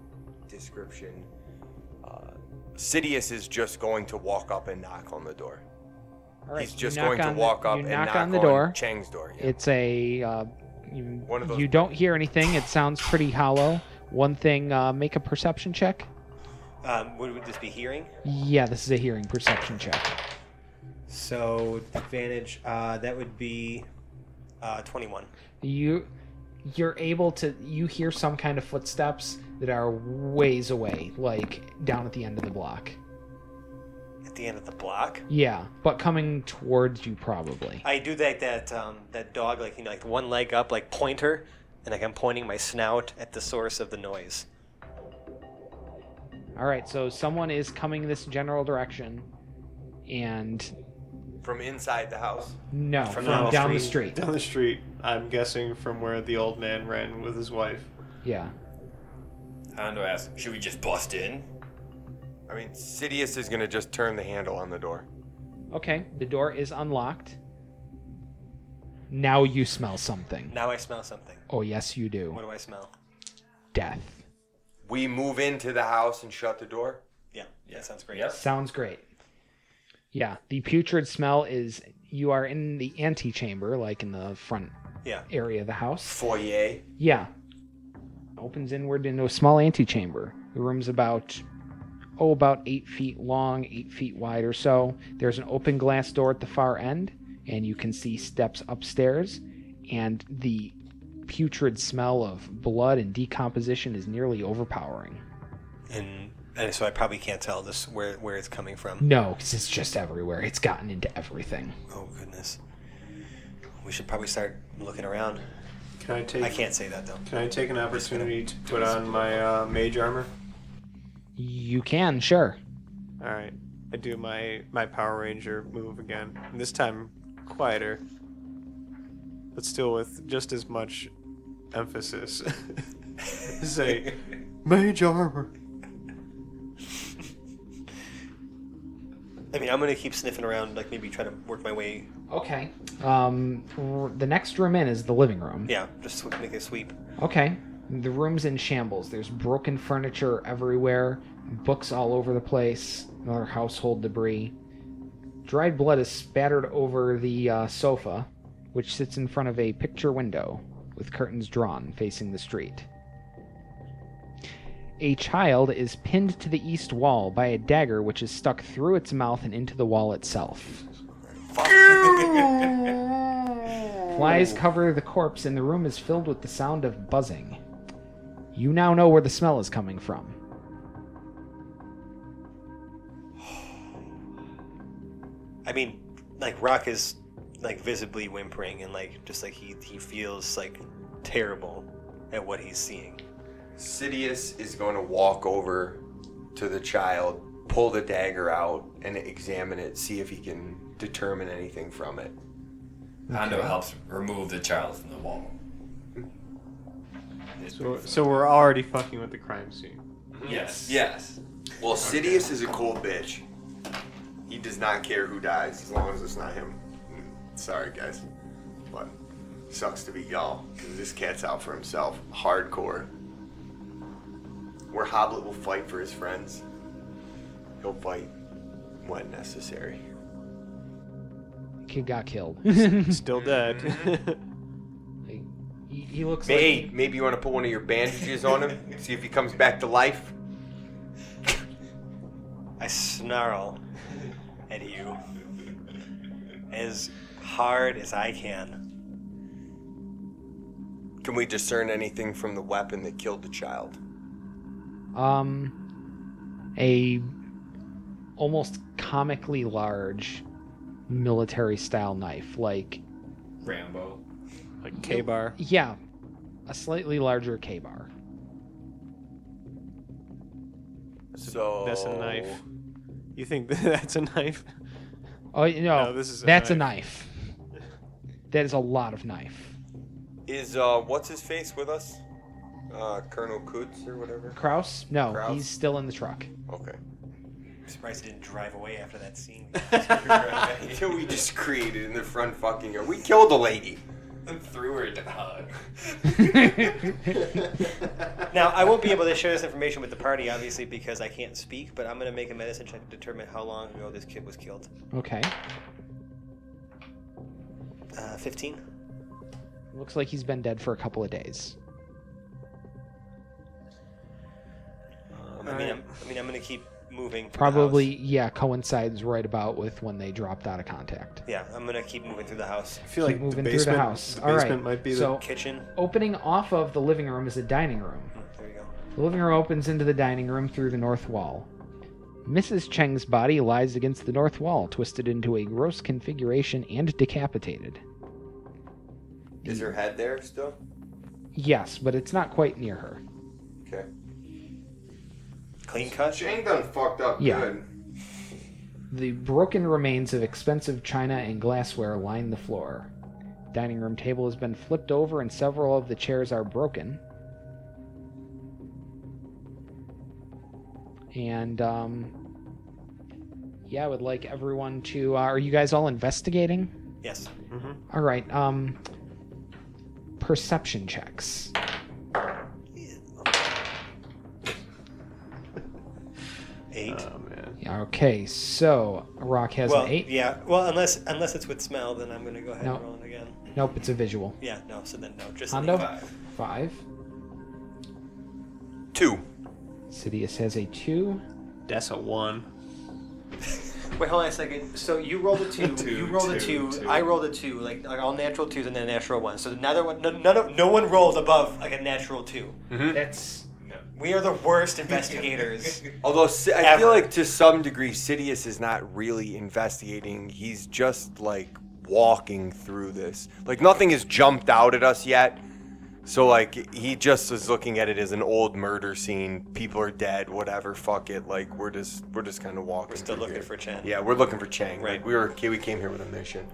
description, uh, Sidious is just going to walk up and knock on the door.
All right,
He's
you
just
knock
going to
on the-
walk up
you
and
knock,
knock
on the door.
Chang's door. Yeah.
It's a. Uh, you,
One of those-
you don't hear anything. It sounds pretty hollow. One thing, uh, make a perception check.
Um, would, would this be hearing?
Yeah, this is a hearing perception check.
So advantage. Uh, that would be Uh, 21.
you you're able to you hear some kind of footsteps that are ways away like down at the end of the block
At the end of the block.
yeah but coming towards you probably
I do that that um, that dog like you know like one leg up like pointer, and like I'm pointing my snout at the source of the noise.
all right so someone is coming this general direction and
From inside the house.
no
From
from,
down the
down the
street.
street,
Down the street, I'm guessing from where the old man ran with his wife.
yeah
Hondo asks, should we just bust in?
I mean, Sidious is gonna just turn the handle on the door.
okay the door is unlocked now you smell something
Now I smell something.
oh yes you do
What do I smell?
death
We move into the house and shut the door.
Yeah, that sounds great.
Yep.
Sounds great. Yeah, the putrid smell is you are in the antechamber, like in the front
Yeah.
area of the house.
Foyer.
Yeah. Opens inward into a small antechamber. The room's about, oh, about eight feet long, eight feet wide or so. There's an open glass door at the far end, and you can see steps upstairs, and the putrid smell of blood and decomposition is nearly overpowering.
And and so I probably can't tell this where where it's coming from.
No, 'cause it's just everywhere. It's gotten into everything.
Oh goodness. We should probably start looking around.
Can I take?
I can't say that though.
Can I take an opportunity to put on my uh, mage armor?
You can, sure.
All right, I do my my Power Ranger move again. And this time, quieter, but still with just as much emphasis. [laughs] Say, [laughs] mage armor.
I mean, I'm gonna keep sniffing around, like maybe try to work my way.
Okay. Um, r- the next room in is the living room.
Yeah, just sw- make a sweep.
Okay. The room's in shambles. There's broken furniture everywhere, books all over the place, other household debris. Dried blood is spattered over the uh, sofa, which sits in front of a picture window with curtains drawn facing the street. A child is pinned to the east wall by a dagger which is stuck through its mouth and into the wall itself. Flies cover the corpse, and the room is filled with the sound of buzzing. You now know where the smell is coming from.
I mean, like Rock is like visibly whimpering and like just like he he feels like terrible at what he's seeing.
Sidious is going to walk over to the child, pull the dagger out, and examine it, see if he can determine anything from it.
Hondo helps remove the child from the wall.
So, so we're already fucking with the crime scene.
Yes. Yes.
Well, Sidious is a cool bitch. He does not care who dies as long as it's not him. Sorry, guys. But sucks to be y'all, because this cat's out for himself. Hardcore. Where Hoblet will fight for his friends, he'll fight when necessary.
Kid got killed.
[laughs] Still [laughs] dead.
he, he looks like
Hey, maybe you want to put one of your bandages on him, see if he comes back to life.
I snarl at you as hard as I can.
Can we discern anything from the weapon that killed the child?
um a almost comically large military-style knife, like
Rambo.
like K bar.
yeah, a slightly larger K-bar.
So
That's a knife. You think [laughs] that's a knife?
Oh no,
No, this is a
that's a knife. That is a lot of knife.
Is uh, what's his face with us? Uh, Colonel Kutz or whatever.
Kraus? No,
Kraus?
he's still in the truck.
Okay. [laughs]
I'm surprised he didn't drive away after that scene.
we just created in the front fucking yard. We killed a lady.
Threw her [laughs] down.
now I won't be able to share this information with the party, obviously, because I can't speak. But I'm gonna make a medicine check to determine how long ago this kid was killed.
Okay.
Uh, Fifteen.
Looks like he's been dead for a couple of days.
I mean, I'm, I mean, I'm gonna keep moving. through the
Probably,
house.
yeah, coincides right about with when they dropped out of contact.
Yeah, I'm gonna keep moving through the house.
I feel
Keep
like
moving
the basement,
through the house.
the
All
basement
right.
might be
so
Kitchen.
opening off of the living room is a dining room.
There you go.
The living room opens into the dining room through the north wall. Mrs. Cheng's body lies against the north wall, twisted into a gross configuration and decapitated.
Is her head there still?
Yes, but it's not quite near her.
Okay.
Clean cut.
Shang done fucked up
Yeah.
good.
The broken remains of expensive china and glassware line the floor. Dining room table has been flipped over and several of the chairs are broken. And um yeah, I would like everyone to uh, are you guys all investigating?
Yes.
All right. Um perception checks.
Eight.
Uh,
Oh man.
Okay. So, Rock has
well,
an 8.
yeah. Well, unless unless it's with smell, then I'm gonna go ahead
No.
and roll it again.
Nope, it's a visual.
Yeah. No. So then no. Just
Hondo?
leave.
5.
Two.
Sidious has a 2.
That's a one.
Wait, hold on a second. So you rolled a two,
Two,
you rolled a
two,
two,
two.
I rolled a two, like, like all natural twos and then a natural one. So neither one, no, none of, no one rolled above like a natural two.
That's
We are the worst investigators.
Although Si- I
Ever.
feel like to some degree Sidious is not really investigating. He's just like walking through this. Like nothing has jumped out at us yet. So like he just is looking at it as an old murder scene. People are dead, whatever, fuck it. Like we're just we're just kind of walking. We're
still looking for Chen.
Yeah, we're looking for Chang. Right.
Right.
we were we came here with a mission.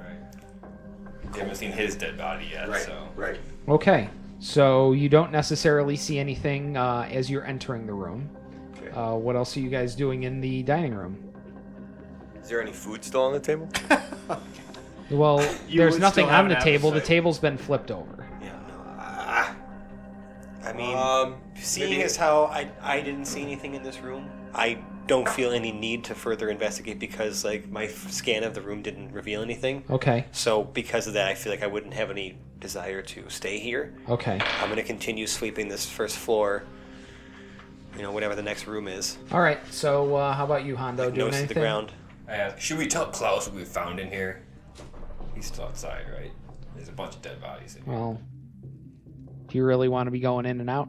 They haven't seen his dead body yet,
Right.
so.
Right.
Okay, so you don't necessarily see anything uh, as you're entering the room.
Okay.
Uh, what else are you guys doing in the dining room?
Is there any food still on the table?
Well,
You
there's
would
nothing
still have
on the
an
table. The
appetite.
table's been flipped over.
Yeah, no.
Ah,
I mean,
um,
seeing
maybe-
as how I, I didn't see anything in this room, I don't feel any need to further investigate because like my f- scan of the room didn't reveal anything.
Okay,
So because of that, I feel like I wouldn't have any desire to stay here.
okay.
I'm gonna continue sweeping this first floor. You know, whatever the next room is.
All right, so uh, how about you, Hondo? doing
Nose to
anything?
the ground.
I asked, should we tell Klaus what we found in here? He's still outside, right? There's a bunch of dead bodies in here.
Well, do you really want to be going in and out?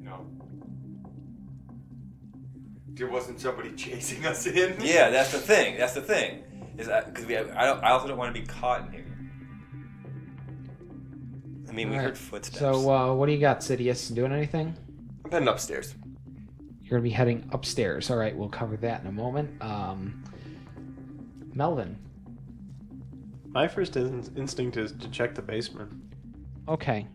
No. There wasn't somebody chasing us in.
Yeah, that's the thing. That's the thing. Is because we, I, don't, I also don't want to be caught in here.
I mean, we
All right.
heard footsteps.
So, uh, what do you got, Sidious? Doing anything?
I'm heading upstairs.
You're gonna be heading upstairs. All right, we'll cover that in a moment. Um, Melvin.
My first in- instinct is to check the basement.
Okay.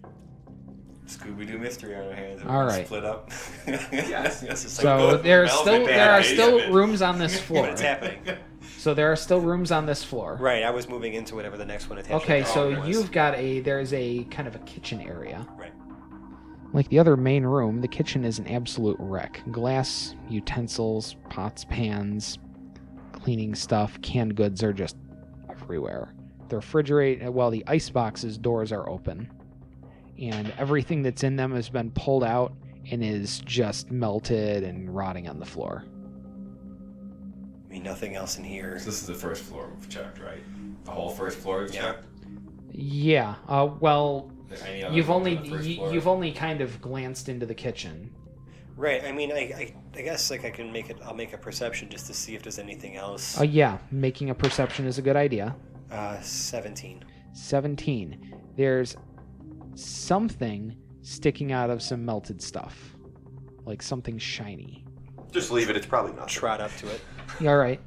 Scooby Doo mystery on our hands.
All right.
Split up. [laughs] yes.
oh,
So there are still there are
Band-Aid of
still
it.
rooms on
[laughs]
[laughs]
this floor.
it's happening.
So there are still rooms on this floor.
right, I was moving into whatever the next one attached.
Okay,
to the
so
dog was.
you've got a there's a kind of a kitchen area.
Right.
Like the other main room, the kitchen is an absolute wreck. Glass, utensils, pots, pans, cleaning stuff, canned goods are just everywhere. The refrigerator, well, the ice boxes doors are open, and everything that's in them has been pulled out and is just melted and rotting on the floor.
I mean, nothing else in here.
So this is the first floor we've checked, right? The whole first floor we've
Yeah.
checked.
Yeah. Uh, well,
Is there any other
you've
room
only
on the first
y-
floor?
you've only kind of glanced into the kitchen.
Right. I mean, I, I, I guess like I can make it. I'll make a perception just to see if there's anything else.
Uh, yeah, making a perception is a good idea.
Uh, seventeen.
17. There's something sticking out of some melted stuff. Like something shiny.
Just leave it. It's probably not.
Trot up to it.
All right.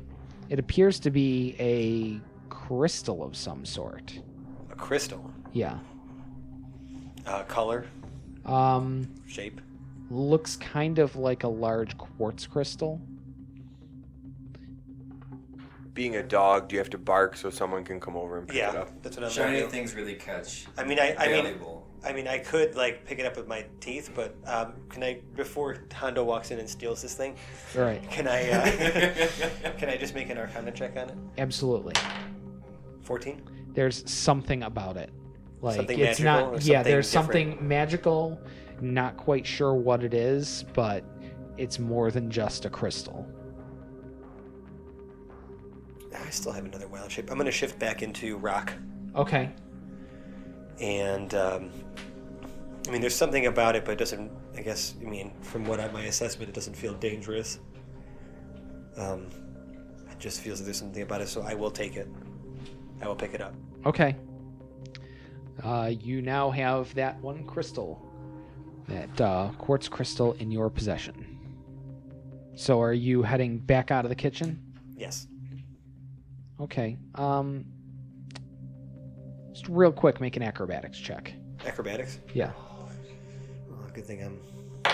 It appears to be a crystal of some sort.
A crystal.
Yeah.
Uh, color,
Um
shape.
looks kind of like a large quartz crystal.
Being a dog, do you have to bark so someone can come over and pick it
Yeah,
up?
that's what I'm
Shiny
gonna do.
things really catch.
I mean, I, I mean,
valuable.
I mean, I could like pick it up with my teeth, but um, can I before Hondo walks in and steals this thing?
All right.
Can I? Uh, can I just make an Arcana check on it?
Absolutely.
Fourteen.
there's something about it. Like
Something
it's
magical
not
or
yeah,
something
there's
different?
something magical, not quite sure what it is, but it's more than just a crystal.
I still have another wild shape. I'm going to shift back into rock.
Okay.
And, um, I mean, there's something about it, but it doesn't, I guess, I mean, from what I, my assessment, it doesn't feel dangerous. Um, it just feels that there's something about it, so I will take it. I will pick it up.
Okay. Uh, you now have that one crystal, that uh, quartz crystal in your possession. So are you heading back out of the kitchen?
Yes.
Okay. Um, just real quick, make an acrobatics check.
Acrobatics.
Yeah.
Oh, good thing I'm.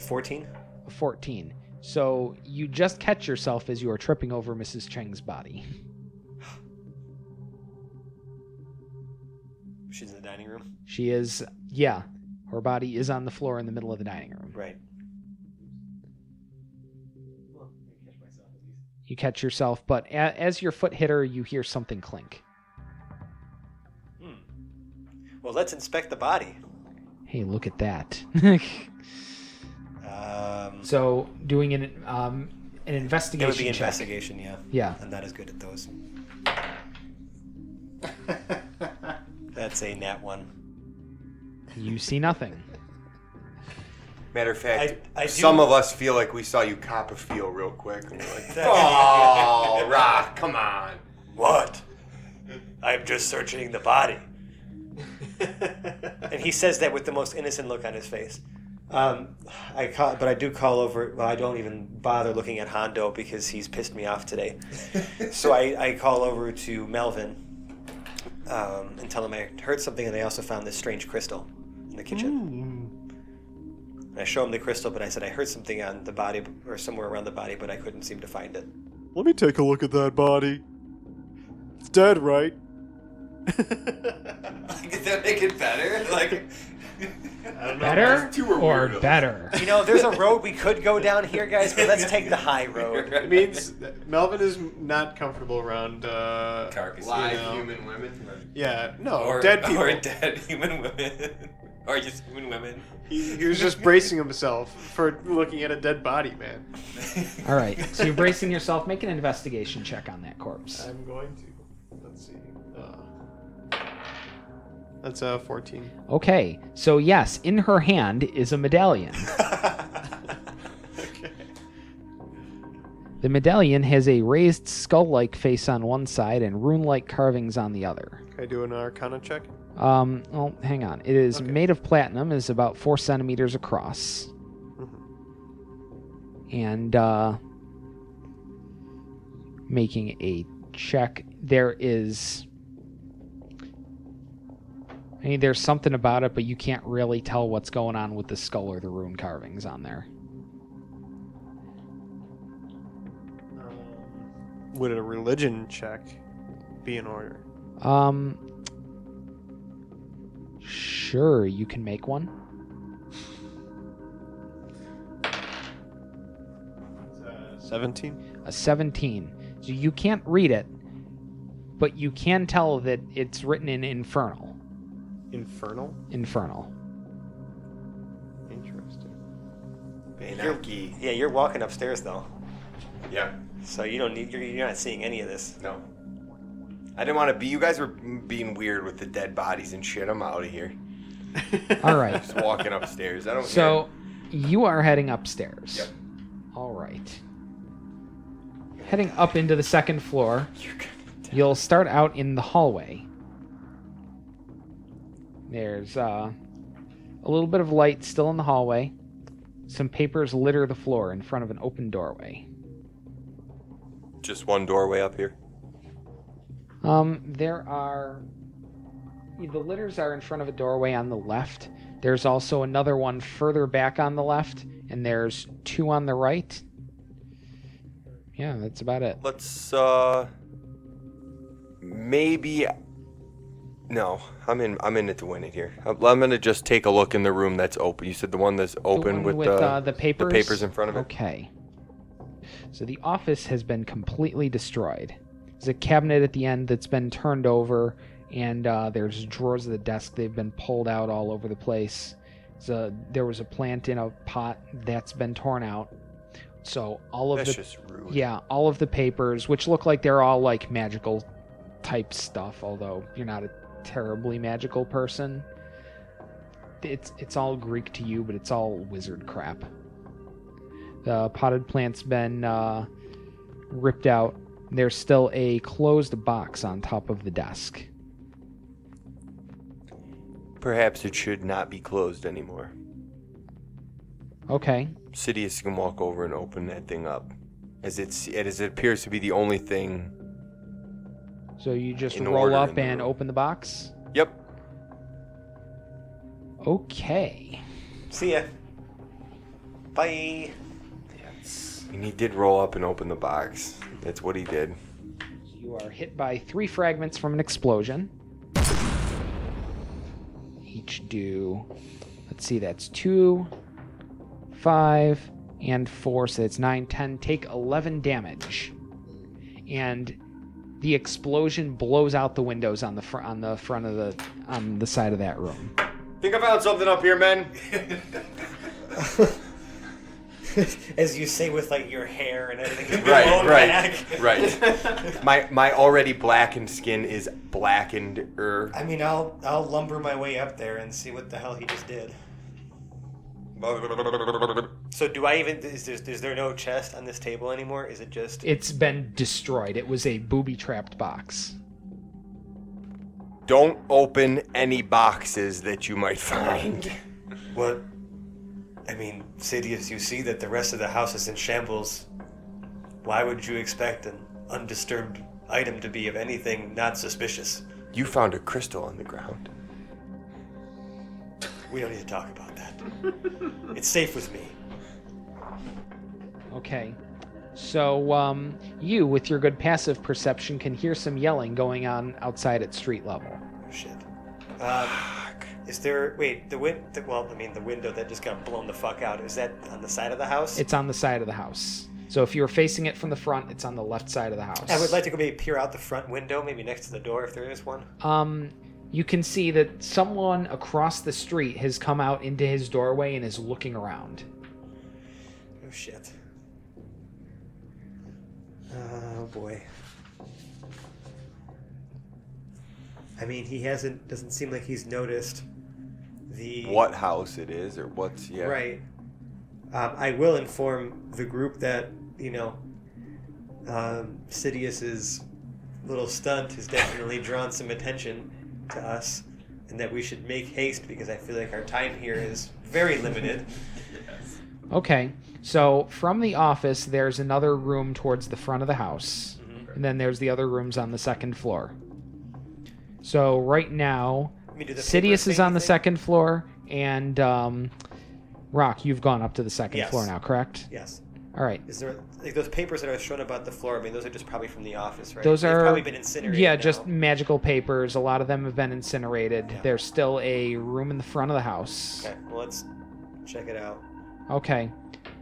14?
14. So you just catch yourself as you are tripping over Mrs. Cheng's body.
She's in the dining room.
She is, yeah, her body is on the floor in the middle of the dining room.
Right.
You catch yourself, but a- as your foot hit her, you hear something clink.
Well, let's inspect the body.
Hey, look at
[laughs]
that.
Um,
so, doing an um, an investigation
it would be
check.
investigation, yeah.
Yeah.
I'm not as good at [laughs] those. That's a nat one.
You see nothing.
Matter of fact,
I- I do-
some of us feel like we saw you cop a feel real quick. And we're like,
That-
oh, Rock, come on.
What? I'm just searching the body. and he says that with the most innocent look on his face. Um, I call, but I do call over. Well, I don't even bother looking at Hondo because he's pissed me off today. so I, I call over to Melvin um, and tell him I heard something, and I also found this strange crystal in the kitchen. And I show him the crystal, but I said I heard something on the body or somewhere around the body, but I couldn't seem to find it.
Let me take a look at that body. It's dead, right?
Did that make it better? Like,
Better
Two are
or
weirdos.
better?
[laughs] You know, there's a road we could go down here, guys, but let's take
[laughs]
the high road.
It means that Melvin is not comfortable around. Uh,
carcass.
Live
You know.
human women.
yeah, no,
Or
dead people.
Or dead [laughs] human women. or just human women.
He, he was just bracing himself for looking at a dead body, man.
All right. So you're bracing yourself. Make an investigation check on that corpse.
I'm going to. Let's see. Uh, that's uh, a 14.
Okay. So yes, in her hand is a medallion.
Okay.
The medallion has a raised skull-like face on one side and rune-like carvings on the other.
Can I do an Arcana check?
Um, well, hang on. It is
Okay.
made of platinum, is about four centimeters across. And uh, making a check, there is. I mean, there's something about it, but you can't really tell what's going on with the skull or the rune carvings on there.
Um, would a religion check be in order?
Um, sure, you can make one.
Uh, 17.
a 17. So you can't read it, but you can tell that it's written in Infernal.
Infernal?
Infernal.
Interesting.
Benaki.
Yeah, you're walking upstairs though,
Yeah.
so you don't need. You're, you're not seeing any of this.
No. I didn't want to be. You guys were being weird with the dead bodies and shit. I'm out of here.
All right.
Just walking [laughs] upstairs. I don't
so you are heading upstairs.
Yep.
All right. Heading up into the second floor, you'll start out in the hallway. There's uh, a little bit of light still in the hallway. Some papers litter the floor in front of an open doorway.
care. Just one doorway up here.
Um, there are the litters are in front of a doorway on the left. There's also another one further back on the left, and there's two on the right. Yeah, that's about it.
Let's uh maybe no, I'm in I'm in it to win it here. I'm, I'm going to just take a look in the room that's open. You said the one that's
The
open
one
with, the,
uh, the papers.
papers in front of it.
Okay. So the office has been completely destroyed. There's a cabinet at the end that's been turned over, and uh, there's drawers of the desk. They've been pulled out all over the place. So there was a plant in a pot that's been torn out. So all of
That's
the
just rude.
yeah, all of the papers, which look like they're all like magical type stuff, although you're not a terribly magical person. It's it's all Greek to you, but it's all wizard crap. The potted plant's been uh, ripped out. There's still a closed box on top of the desk.
Perhaps it should not be closed anymore.
Okay,
Sidious can walk over and open that thing up, as it's as it appears to be the only thing.
so you just
In
roll
order
up
in the
and
room.
open the box.
Yep.
Okay.
See ya. Bye.
And he did roll up and open the box. That's what he did.
You are hit by three fragments from an explosion. Each do, let's see, that's two, five, and four, so that's nine, ten. Take 11 damage. And the explosion blows out the windows on the fr- on the front of the on the side of that room.
Think I found something up here, men.
As you say with like your hair and everything.
[laughs] [laughs] right,
blown
right,
back.
right. My my already blackened skin is blackened. Er,
I mean, I'll I'll lumber my way up there and see what the hell he just did. So do I even is there, is there no chest on this table anymore? Is it just
It's been destroyed. It was a booby trapped box.
don't open any boxes that you might find.
what? I mean, Sidious, you see that the rest of the house is in shambles. Why would you expect an undisturbed item to be of anything not suspicious?
You found a crystal on the ground.
We don't need to talk about that. it's safe with me.
Okay. So, um, you, with your good passive perception, can hear some yelling going on outside at street level.
Shit. Um, is there? Wait, the win. The, well, I mean, the window that just got blown the fuck out. Is that on the side of the house?
It's on the side of the house. So if you were facing it from the front, it's on the left side of the house.
I would like to go maybe peer out the front window, maybe next to the door if there is one.
Um, you can see that someone across the street has come out into his doorway and is looking around.
Oh shit. Oh boy. I mean, he hasn't. Doesn't seem like he's noticed the
What house it is, or what's yeah?
Right. Um, I will inform the group that you know, um, Sidious's little stunt has definitely drawn some attention to us, and that we should make haste because I feel like our time here is very limited.
Okay. So from the office, there's another room towards the front of the house,
Mm-hmm.
and then there's the other rooms on the second floor. So right now,
I mean, do the papers
Sidious is
say
on the
anything?
second floor, and um, Rock, you've gone up to the second
Yes.
floor now, correct?
Yes.
All right.
Is there like those papers that are shown about the floor? I mean, those are just probably from the office, right?
Those
They've
are
probably been incinerated.
Yeah,
now.
just magical papers. A lot of them have been incinerated. There's still a room in the front of the house.
Okay, well, let's check it out.
Okay.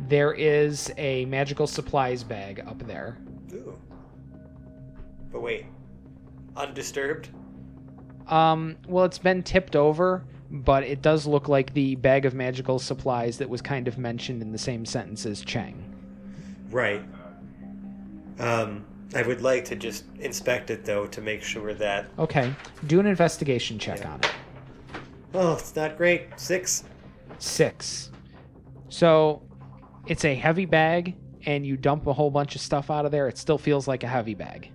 There is a magical supplies bag up there.
Ooh. But wait, undisturbed.
Um, well, it's been tipped over, but it does look like the bag of magical supplies that was kind of mentioned in the same sentence as Chang.
Right. Um, I would like to just inspect it though to make sure that.
Okay. Do an investigation check
Yeah.
on it.
Oh, it's not great. Six.
Six. So it's a heavy bag, and you dump a whole bunch of stuff out of there. It still feels like a heavy bag.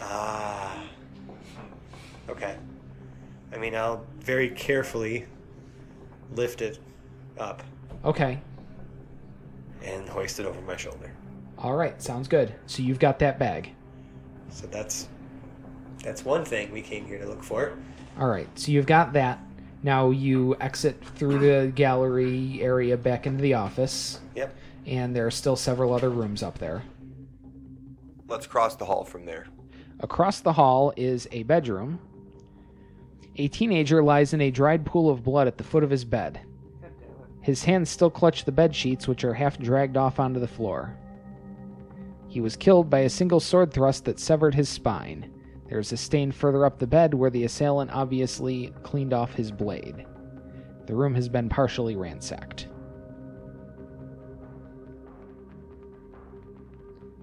Ah. Okay. I mean, I'll very carefully lift it up
Okay.
and hoist it over my shoulder.
All right, sounds good. So you've got that bag.
So that's that's one thing we came here to look for.
All right, so you've got that. Now you exit through the gallery area back into the office,
Yep.
and there are still several other rooms up there.
Let's cross the hall from there.
Across the hall is a bedroom. A teenager lies in a dried pool of blood at the foot of his bed. His hands still clutch the bed sheets, which are half dragged off onto the floor. He was killed by a single sword thrust that severed his spine. There is a stain further up the bed where the assailant obviously cleaned off his blade. The room has been partially ransacked.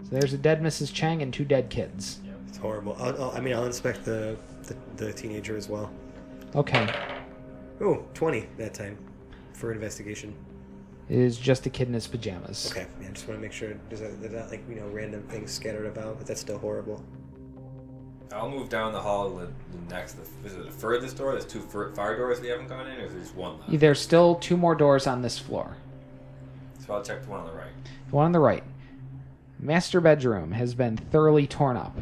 So there's a dead Mrs. Chang and two dead kids.
It's horrible. I'll, I'll, I mean, I'll inspect the, the, the teenager as well.
Okay.
Oh, 20 that time for investigation.
It is just a kid in his pajamas.
Okay, yeah, I just want to make sure there's, not- there's not like you know random things scattered about, but that's still horrible.
I'll move down the hall to the the next. Is it the furthest door? There's two fur- fire doors we haven't gone in, or is there just one left?
There's still two more doors on this floor.
So I'll check the one on the right.
The one on the right. Master bedroom has been thoroughly torn up.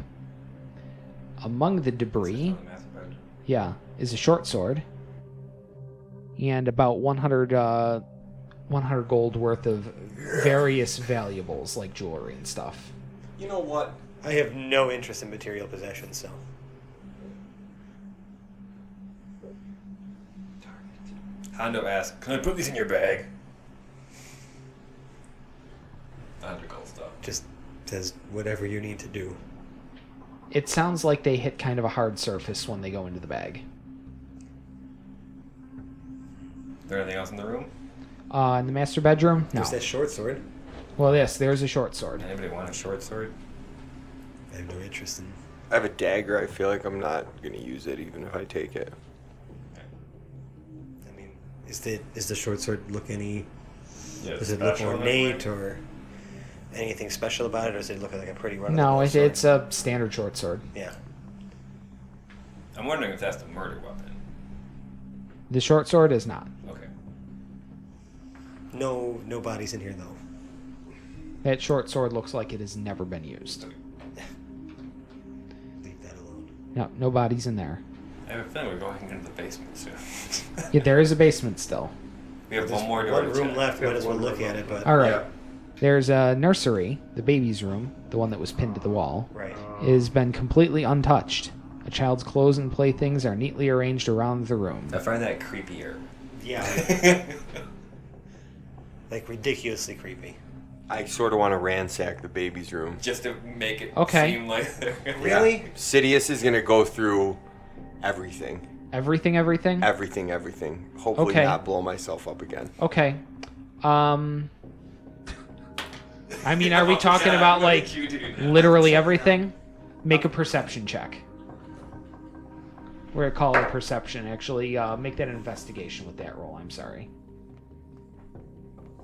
Among the debris,
On the master bedroom.
yeah, is a short sword and about 100, uh, 100 gold worth of various valuables like jewelry and stuff.
You know what?
I have no interest in material possessions, so
Hondo asks, "Can I put these in your bag?" Hondo gold stuff.
just says whatever you need to do.
It sounds like they hit kind of a hard surface when they go into the bag.
Is there anything else in the room?
Uh, in the master bedroom? No.
There's that short sword.
Well, yes, there's a short sword.
Anybody want a short sword?
I have no interest in.
I have a dagger. I feel like I'm not gonna use it, even if I take it.
I mean, is the is the short sword look any?
Yeah,
Does it look
special in that
ornate
way?
or anything special about it, or does it look like a pretty run?
No, it, it's a standard short sword.
yeah.
I'm wondering if that's the murder weapon.
The short sword is not.
Okay.
No, no bodies in here though.
That short sword looks like it has never been used.
Leave that alone.
No, no bodies in there.
I have a feeling we're going into the basement soon. [laughs]
Yeah, there is a basement still.
we have
There's
one more door
One
to
room
check.
left.
We
Might
have
as well
one
look
room
at it, but
All right.
Yeah.
There's a nursery, the baby's room, the one that was pinned to the wall,
right.
Uh.
has been completely untouched. A child's clothes and playthings are neatly arranged around the room.
I find that creepier. [laughs]
[laughs]
Yeah, like ridiculously creepy.
I sort of want to ransack the baby's room.
Just to make it
Okay.
seem like [laughs] they're-
Really?
Sidious is gonna go through everything,
Everything, everything?
everything, everything. Hopefully,
Okay.
not blow myself up again.
Okay. Um. I mean, are we talking about, like, literally everything? Make a perception check. We're gonna call it perception. Actually, uh, make that an investigation with that roll. I'm sorry.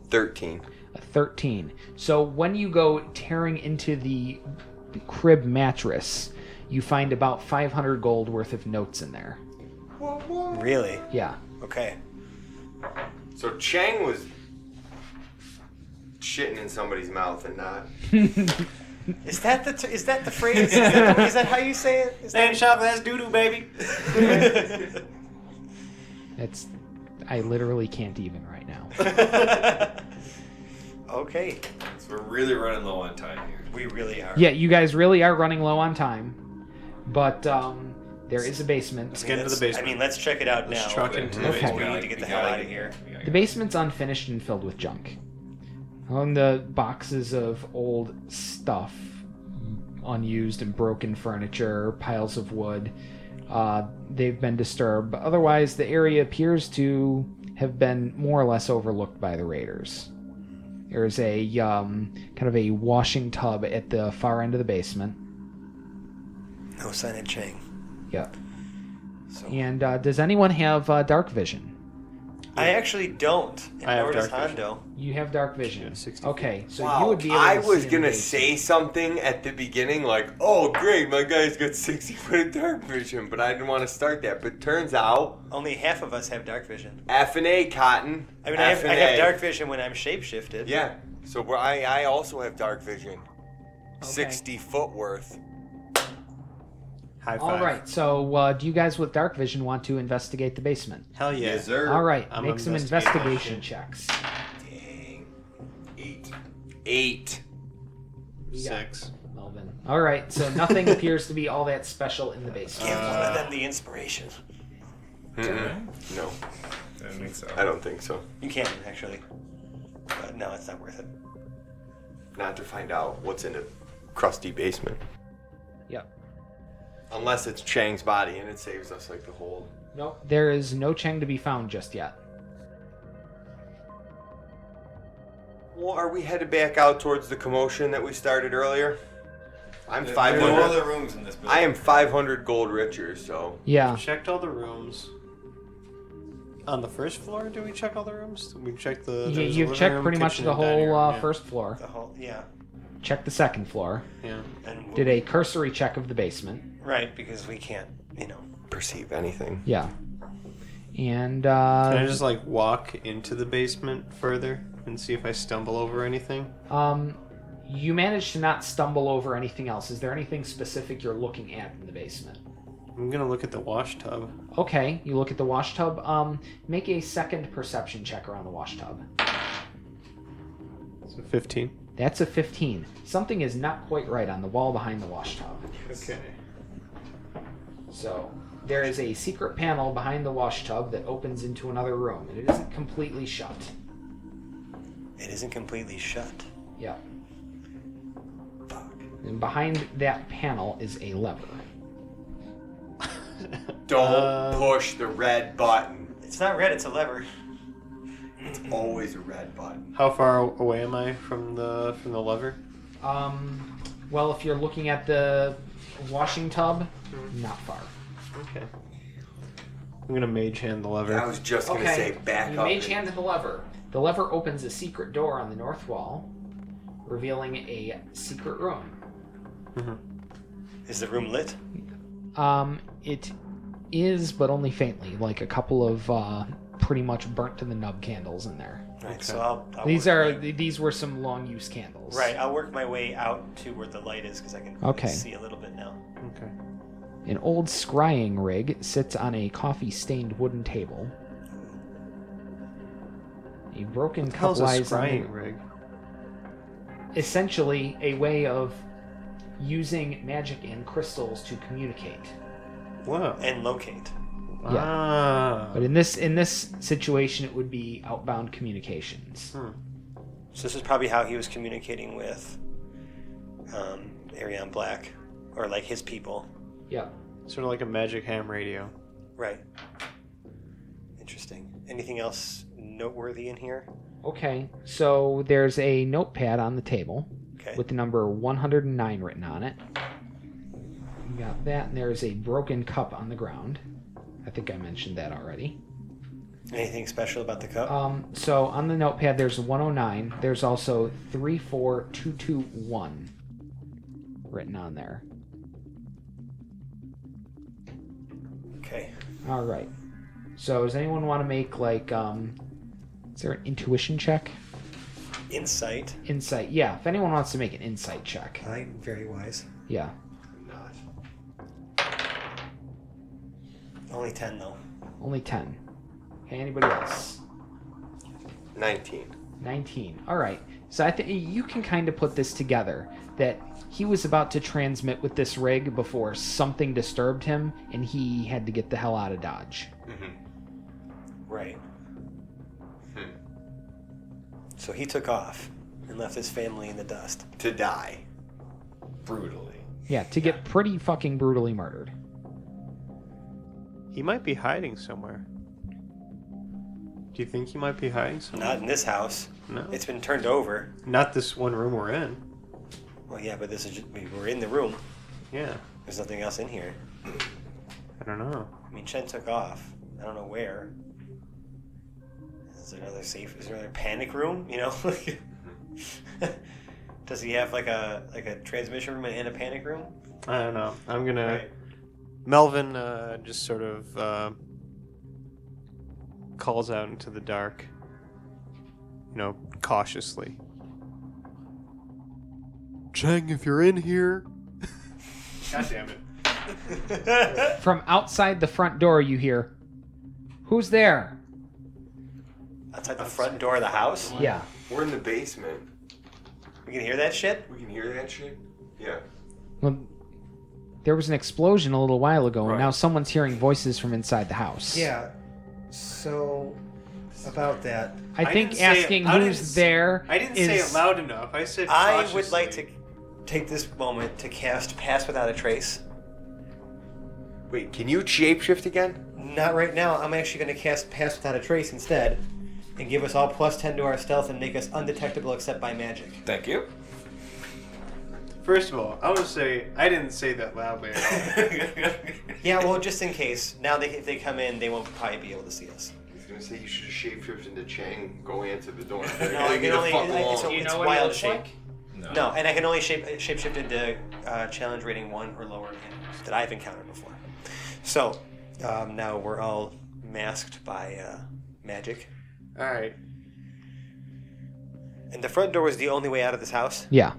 Thirteen.
A 13. So when you go tearing into the crib mattress, you find about 500 gold worth of notes in there.
Really?
Yeah.
Okay.
So Chang was shitting in somebody's mouth and not.
Is that the t- is that
[laughs]
the phrase? Is that, the- is that how you say it? Is that-
shop that's doo doo, baby.
That's. I literally can't even right now.
[laughs] okay.
We're really running low on time here.
We really are.
Yeah, you guys really are running low on time, but um, there is a basement.
Get into the
Let's-
basement.
I mean, let's check it out now.
Let's truck into the
Okay.
basement.
We need to get the hell
gotta
out of here.
we gotta
The
get-
basement's unfinished and filled with junk. On the boxes of old stuff, unused and broken furniture, piles of wood, uh, they've been disturbed. But otherwise, the area appears to have been more or less overlooked by the raiders. There is a um, kind of a washing tub at the far end of the basement.
No sign of Chang.
Yep.
So
And uh, does anyone have uh, dark vision?
I actually don't. And
I have
nor does
dark vision.
Hondo.
You have dark vision.
60
okay, so you
Wow,
would be. Able
I
to
was
see in
gonna
the
say
basement.
something at the beginning, like, "Oh, great, my guy's got sixty foot of dark vision," but I didn't want to start that. But turns out,
Only half of us have dark vision.
F and A Cotton.
I mean, I have, I
F&A.
have dark vision when I'm shapeshifted.
Yeah, so we're, I I also have dark vision,
Okay.
sixty foot worth.
High five.
All right, so uh, do you guys with dark vision want to investigate the basement?
Hell yeah.
Yes, sir.
All right,
I'm
make some
investigating that
investigation
shit.
checks.
Dang, eight, eight.
You got
Six.
Melvin. All right, so nothing appears to be all that special in the basement.
Give one of them the inspiration.
Mm-mm. No,
I don't think so.
I don't think so.
You can actually, but no, it's not worth it.
Not to find out what's in a crusty basement,
Yep.
unless it's Chang's body, and it saves us like the whole.
Nope. There is no Chang to be found just yet.
Well, are we headed back out towards the commotion that we started earlier? I'm
There's
five
no
hundred.
other rooms in this building.
I am five hundred gold richer, so
Yeah.
Checked all the rooms. On the first floor, do we check all the rooms? We checked the.
You,
there was a
you've
living
checked
room,
pretty much
kitchen,
the
and dining
whole
room,
uh,
yeah.
first floor.
The whole yeah.
Checked the second floor.
Yeah.
And
Did a cursory check of the basement.
right because we can't, you know.
perceive anything.
Yeah. And
Can I
uh,
just like walk into the basement further and see if I stumble over anything?
um, you managed to not stumble over anything else. Is there anything specific you're looking at in the basement?
I'm gonna look at the wash tub.
Okay, you look at the wash tub. Um, make a second perception check around the wash tub.
It's a 15.
That's a 15. Something is not quite right on the wall behind the wash tub.
Okay.
So there is a secret panel behind the wash tub that opens into another room, and it isn't completely shut.
It isn't completely shut.
Yeah.
Fuck.
And behind that panel is a lever.
Don't
Uh,
push the red button.
It's not red. It's a lever.
It's always a red button.
How far away am I from the from the lever?
Um, well, if you're looking at the washing tub,
Mm-hmm.
not far.
Okay. I'm gonna mage hand the lever.
I was just gonna say back
you
up.
mage
and-
hand the lever. The lever opens a secret door on the north wall, revealing a secret room.
Is the room lit?
Um, it is, but only faintly, like a couple of uh, pretty much burnt to the nub candles in there.
Right.
Okay.
So I'll. I'll
These
work
are
my-
th- these were some long use candles.
right. I'll work my way out to where the light is because I can really
Okay.
see a little bit now.
Okay.
An old scrying rig sits on a coffee stained wooden table. A broken
The
cup
hell's a
lies on the-
scrying rig?
essentially a way of using magic and crystals to communicate.
Whoa.
And locate.
Ah.
But in this in this situation, it would be outbound communications.
Hmm.
So this is probably how he was communicating with um, Arion Black, or like his people.
Yeah.
Sort of like a magic ham radio.
Right. Interesting. Anything else noteworthy in here?
Okay. So there's a notepad on the table
Okay.
with the number 109 written on it. You got that, and there's a broken cup on the ground. I think I mentioned that already.
Anything special about the cup?
Um, so on the notepad, there's 109. There's also 34221 written on there.
okay.
All right. So does anyone want to make like um is there an intuition check?
Insight.
Insight. Yeah, if anyone wants to make an insight check.
I'm very wise.
Yeah.
Not.
Only ten though.
Only 10. Okay, anybody else?
Nineteen.
19. All right. So I think you can kind of put this together that he was about to transmit with this rig before something disturbed him and he had to get the hell out of dodge.
Right. So he took off and left his family in the dust.
To die.
brutally.
Yeah, to get pretty fucking brutally murdered.
He might be hiding somewhere. Do you think he might be hiding somewhere?
Not in this house.
No.
It's been turned over.
Not this one room we're in.
Well, yeah, but this is just, we're in the room.
Yeah.
There's nothing else in here.
I don't know.
I mean, Chen took off. I don't know where. Is there another safe? Is there another panic room? You know, [laughs] does he have like a like a transmission room and a panic room?
I don't know. I'm gonna.
Right.
Melvin uh, just sort of uh, calls out into the dark, you know, cautiously. Chang, if you're in here. God damn it.
From outside the front door you hear, "Who's there?"
Outside the front door of the house,
Yeah.
We're in the basement.
we can hear that shit.
We can hear that shit. Yeah.
Well, there was an explosion a little while ago,
Right.
and now someone's hearing voices from inside the house.
Yeah. So, about that,
I
I
think
didn't say it-
asking
I didn't
who's
s-
there.
I didn't
is-
say it loud enough. I said.
I would like to
cautiously.
take this moment to cast Pass Without a Trace.
Wait, can you shapeshift again?
Not right now. I'm actually going to cast Pass Without a Trace instead. and give us all plus 10 to our stealth and make us undetectable except by magic.
Thank [laughs] you.
First of all, I want to say I didn't say that loudly. At all.
Yeah, well, just in case. Now they, if they come in, they won't probably be able to see us.
I was gonna say you should have shapeshifted into Chang going into the door.
No, I
Leave me
can
the
only.
fuck
I- it's,
alone.
it's
know what he
wild
looks
shape.
like?
No, and I can only shape shapeshift into uh, challenge rating one or lower enemies that I've encountered before. So um, now we're all masked by uh, magic,
all right.
and the front door was the only way out of this house.
Yeah.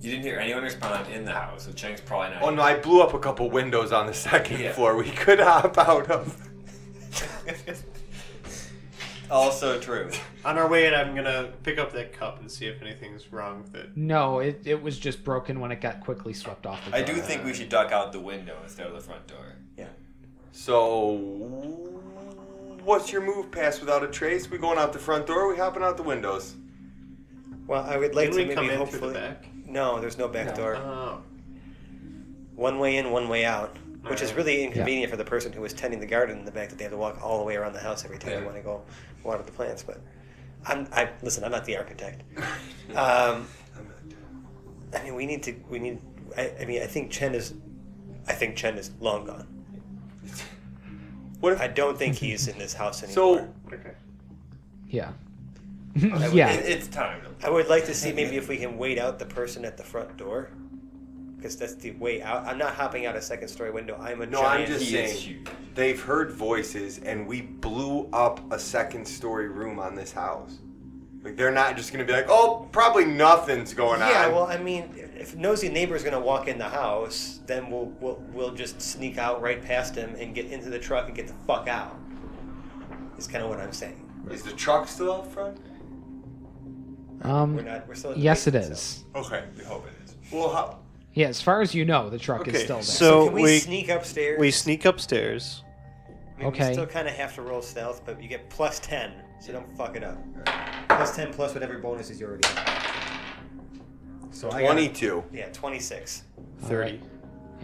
You didn't hear anyone respond in the house, so Chang's probably
[laughs]
not.
Oh no, I blew up a couple windows on the second
Yeah.
floor. We could hop out of.
[laughs] Also true.
On our way in, I'm gonna pick up that cup and see if anything's wrong with it.
No, it, it was just broken when it got quickly swept off. The
I do
ground.
think we should duck out the window instead of the front door.
Yeah.
So, what's your move? Pass without a trace. We going out the front door? We hopping out the windows?
Well, I would like
Can
to
we
maybe
come in through
hopefully.
the back?
No, there's no back door.
Oh,
One way in, one way out, which is
Alright.
really inconvenient for the person who is tending the garden in the back that they have to walk all the way around the house every time they
Yeah.
want to go water the plants. But I'm, I listen. I'm not the
[laughs]
architect. Um, I mean, we need to. We need. I, I mean, I think Chen is. I think Chen is long gone.
[laughs] What if?
I don't think he's in this house anymore.
[laughs] so,
okay.
Yeah. [laughs]
Like,
yeah.
it- it's time.
I would like
[laughs]
to see maybe if we can wait out the person at the front door, because that's the way out. I'm not hopping out a second story window. I'm a
No, I'm
giant.
just
He
saying.
is huge.
They've heard voices, and we blew up a second story room on this house. Like they're not just gonna be like, oh, probably nothing's going
Yeah,
on.
well, I mean, if nosy neighbor's gonna walk in the house, then we'll we'll we'll just sneak out right past him and get into the truck and get the fuck out. Is kind of what I'm saying.
Is the truck still out front?
Um.
We're not. We're still. in the
Yes, it
basement, so-
is.
Okay.
We hope it is.
Well, how,
Yeah. As far as you know, the truck is
Okay,
still there.
so-
can we,
we-
sneak upstairs?
We sneak upstairs.
I mean,
okay.
We still kind of have to roll stealth, but you get plus ten, so don't fuck it up. Plus ten, plus whatever bonuses you already have. So I got-
twenty-two.
yeah, twenty-six.
Thirty.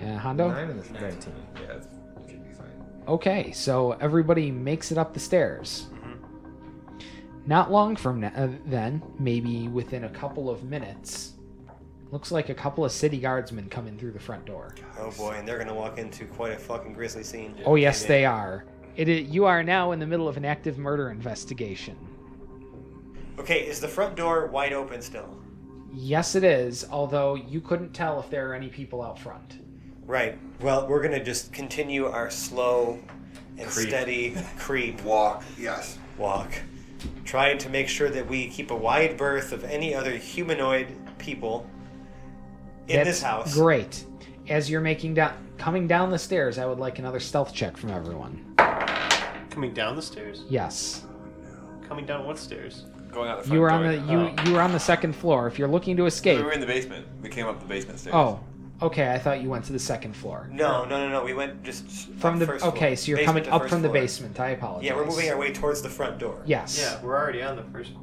yeah, Hondo.
Nine and this is 19.
Yeah, it should be fine.
Okay, so everybody makes it up the stairs. Not long from now, uh, then, maybe within a couple of minutes, looks like a couple of city guardsmen come in through the front door.
Oh boy, and they're gonna walk into quite a fucking grisly scene.
Oh yes,
And it-
they are. It is, you are now in the middle of an active murder investigation.
Okay, is the front door wide open still?
Yes, it is. Although you couldn't tell if there are any people out front.
Right. Well, we're gonna just continue our slow and
[laughs]
Creep.
steady creep
Walk. Yes.
walk, trying to make sure that we keep a wide berth of any other humanoid people in this house.
Great. As you're making down, coming down the stairs, I would like another stealth check from everyone.
Coming down the stairs.
Yes.
Coming down what stairs?
Going out the front
You were on
door
the
now.
you you were on the second floor. If you're looking to
We
escape,
were in the basement. We came up the basement stairs.
oh, okay. I thought you went to the second floor.
No, no, no, no. We went just
From
up
the
first
okay,
floor.
so you're
Basement
coming
to
up
first
from the
floor.
basement. I apologize.
Yeah, we're moving our way towards the front door.
Yes.
Yeah, we're already on the first floor.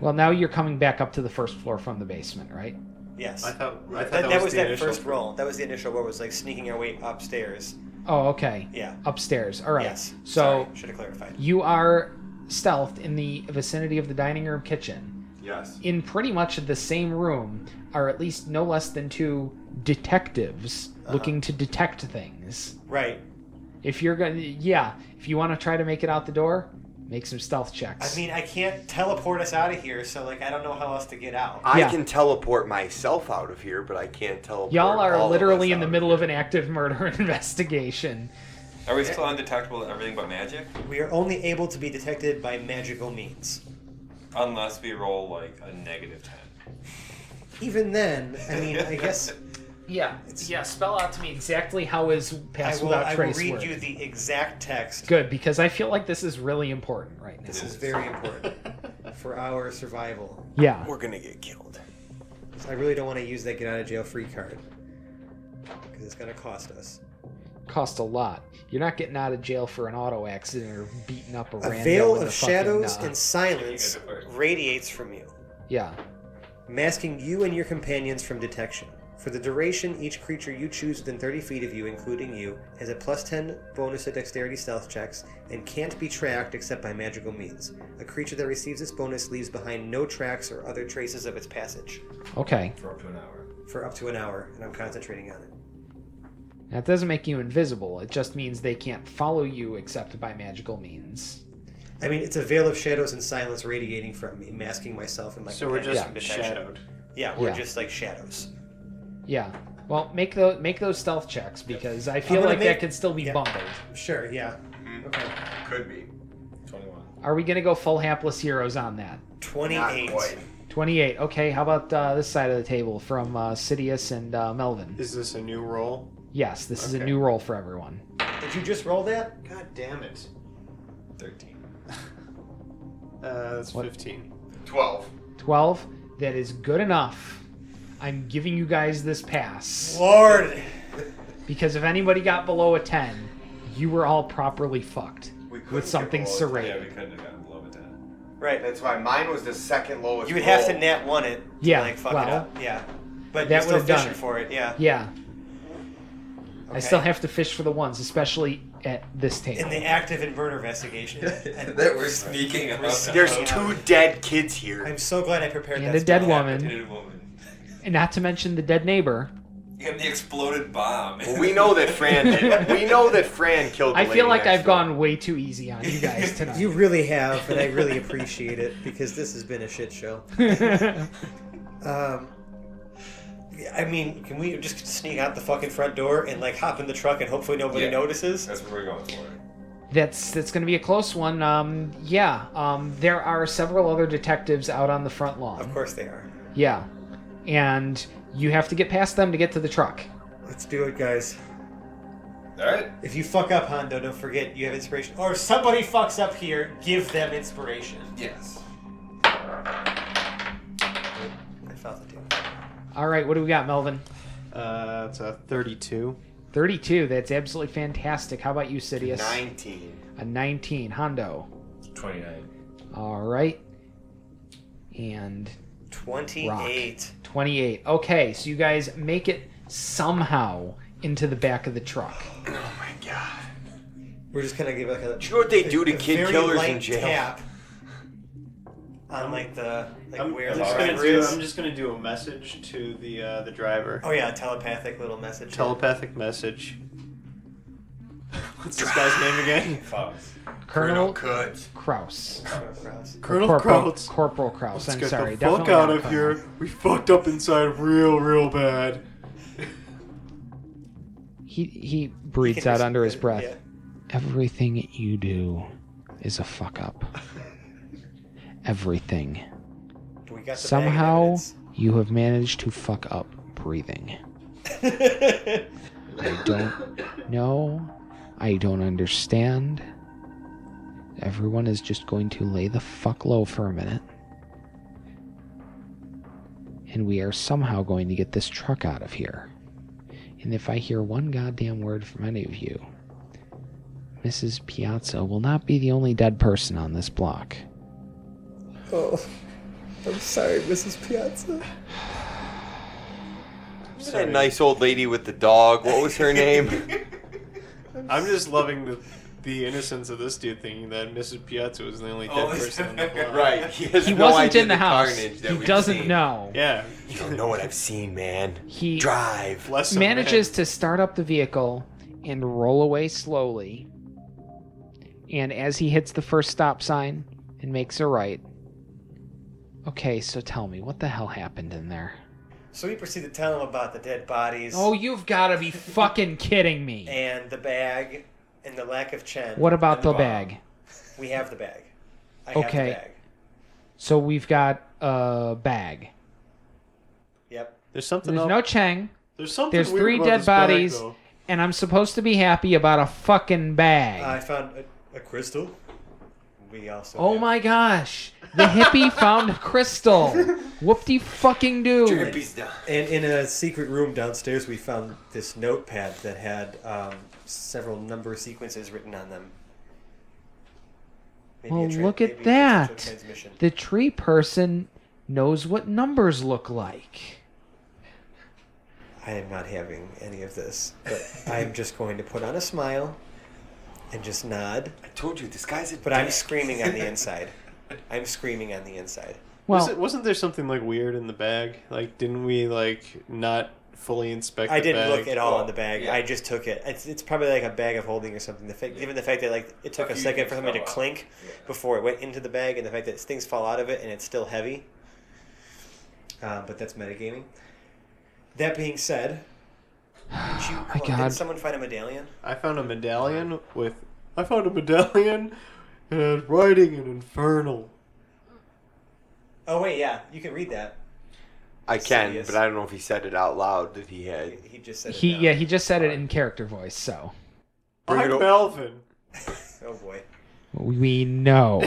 Well, now you're coming back up to the first floor from the basement, right?
Yes.
I thought I thought
that, that was
the
that
initial-
first roll. That was the initial roll. Was like sneaking our way upstairs.
Oh, okay.
Yeah.
Upstairs. All right.
Yes.
So
should have clarified.
you are stealthed in the vicinity of the dining room kitchen.
Yes.
In pretty much the same room are at least no less than two detectives
Uh-huh.
looking to detect things.
Right.
If you're gonna, yeah, if you want to try to make it out the door, make some stealth checks.
I mean, I can't teleport us out of here, so like I don't know how else to get out.
I
Yeah.
can teleport myself out of here, but I can't teleport.
y'all
all
are
of
literally
us
in the
out
middle of
here.
an active murder [laughs] investigation.
Are we still undetectable and everything but magic?
We are only able to be detected by magical means.
Unless we roll like a negative 10.
Even then, I mean, I
[laughs]
guess
Yeah, yeah. Spell out to me exactly how is
I
pass
will,
without
I will
trace
read
work.
you the exact text.
Good, because I feel like this is really important right now.
This is very important for our survival.
Yeah.
We're gonna get killed.
So I really don't want to use that get out of jail free card because it's going to cost us.
cost a lot. You're not getting out of jail for an auto accident or beating up a,
A
rando
veil
in the
of shadows
fucking, uh,
and silence
You get it first.
radiates from you,
yeah,
masking you and your companions from detection. For the duration, each creature you choose within 30 feet of you, including you, has a plus 10 bonus to dexterity stealth checks and can't be tracked except by magical means. A creature that receives this bonus leaves behind no tracks or other traces of its passage
Okay.
for up to an hour.
for up to an hour, and I'm concentrating on it.
That doesn't make you invisible. It just means they can't follow you except by magical means.
I mean, it's a veil of shadows and silence radiating from me, masking myself and my.
So we're
companions
just
from detection.
shadowed.
Yeah, we're
Yeah.
just like shadows.
Yeah. Well, make those make those stealth checks because I feel
gonna
like
make-
that could still be
yeah.
bundled.
Sure. Yeah. Okay.
Could be.
21.
Are we gonna go full hapless heroes on that?
Not
Twenty-eight.
quite.
Twenty-eight. Okay. How about uh, this side of the table from uh, Sidious and uh, Melvin?
Is this a new role?
Yes, this is a
Okay.
new role for everyone.
Did you just roll that?
God damn it.
13.
Uh, that's
What?
15.
12.
12 that is good enough i'm giving you guys this pass
Lord.
because if anybody got below a 10 you were all properly fucked
We couldn't
with
get
something
below a
Yeah, we
serrated
couldn't have gotten below a 10.
Right.
That's why mine was the second lowest.
You would have to
roll.
nat one it. To
Oh. Yeah,
Like fuck it
well,
up. Yeah. But
that
you're still
would've done
fishing
it.
for it. Yeah.
yeah i
Okay.
still have to fish for the ones especially at this table
In the active and murder investigation. [laughs] And
that we're sneaking up.
There's two dead kids here.
I'm so glad I prepared
and
that.
a dead
spell.
woman
Dead woman.
and not to mention the dead neighbor
And the exploded bomb.
Well, we know that Fran did. We know that Fran killed. The
i feel
lady
like
next
i've
door.
gone way too easy on you
[laughs]
guys tonight [laughs]
You really have, and I really appreciate it because this has been a shit show. Um, I mean, can we just sneak out the fucking front door and like hop in the truck and hopefully nobody
Yeah.
notices?
[laughs] That's what we're going for.
That's that's going to be a close one. Um, yeah, um, there are several other detectives out on the front lawn.
Of course they are.
Yeah. And you have to get past them to get to the truck.
Let's do it, guys.
Alright.
If you fuck up, Hondo, don't forget you have inspiration. Or if somebody fucks up here, give them inspiration.
Yes.
I felt it too.
All right, what do we got, Melvin?
Uh, it's a 32.
32. That's absolutely fantastic. How about you, Sidious?
Nineteen.
A 19. Hondo.
29.
All right. And
28.
28. Okay, so you guys make it somehow into the back of the truck.
Oh my god.
We're just gonna give like a.
Do you know what they
a-
do to
a
kid
very
killers in
light
jail?
Tap on like the like
I'm,
where
I'm
the
just
driver
gonna do,
is.
I'm just gonna do a message to the uh, the driver.
Oh yeah, a telepathic little message.
Telepathic [laughs] message. What's this guy's name again?
Fox.
Colonel
Could.
Kraus.
Colonel
Corporal,
Krautz.
Corporal Kraus.
Let's
I'm
get
sorry.
the fuck
definitely
out
not
of
Colonel.
here. We fucked up inside real, real bad.
He, he breathes out under his breath.
Yeah.
Everything you do is a fuck
[laughs]
up. Everything.
We got the
Somehow
bag of
you have managed to fuck up breathing.
evidence. [laughs]
I don't know. I don't understand. Everyone is just going to lay the fuck low for a minute. And we are somehow going to get this truck out of here. And if I hear one goddamn word from any of you, Mrs. Piazza will not be the only dead person on this block.
Oh, I'm sorry, Mrs. Piazza.
That nice old lady with the dog. What was her name?
I'm just loving the the innocence of this dude thinking that Mrs. Piazza was the only [laughs] dead
Oh,
person in the
[laughs]
block.
right. He, has
He
no
wasn't
idea
in the, house.
carnage that
He
we've
doesn't
seen.
know.
Yeah.
You don't know what I've seen, man.
He
Drive.
Bless him, man.
manages to start up the vehicle and roll away slowly. And as he hits the first stop sign and makes a right. Okay, so tell me, what the hell happened in there?
So we proceed to tell him about the dead bodies
Oh, you've gotta be fucking kidding me.
and the bag and the lack of Chen.
What about
And the
the
bomb.
bag?
We have the bag. I have
Okay.
the bag.
So we've got a bag.
Yep.
There's something
There's
else.
no Chang,
there's something
there's
weird
three
about
dead
this bag,
bodies,
though.
and I'm supposed to be happy about a fucking bag.
I found a, a crystal. We also.
Oh
have-
my gosh! The [laughs] hippie found a crystal. Whoopty fucking do.
And in a secret room downstairs, we found this notepad that had um, several number sequences written on them. Maybe
Well,
a tran-
look at
maybe a digital
that.
transmission.
The tree person knows what numbers look like.
I am not having any of this, but I'm just going to put on a smile and just nod.
I told you this guy's a.
But I'm
dick.
screaming on
[laughs]
the inside. I'm screaming on the inside.
Was
Well,
it, wasn't there something like weird in the bag? Like, didn't we like not fully inspect?
I
the
didn't
bag?
look at all in the bag.
yeah.
I just took it. It's, it's probably like a bag of holding or something. The fact, Given the fact that like it took
A
a
few
second
things
for something to
fell out.
clink
Yeah.
before it went into the bag, and the fact that things fall out of it and it's still heavy. Uh, but that's metagaming. That being said,
[sighs]
did, you,
My
hold on,
God.
did someone find a medallion?
I found a medallion with. I found a medallion, and it had writing in infernal.
Oh wait, yeah, you can read that.
I can,
Sidious.
but I don't know if he said it out loud that he had.
He just said it
he
now.
yeah he just said it in character voice, so
Bring it
I'm
o-
Melvin.
Oh boy.
we know.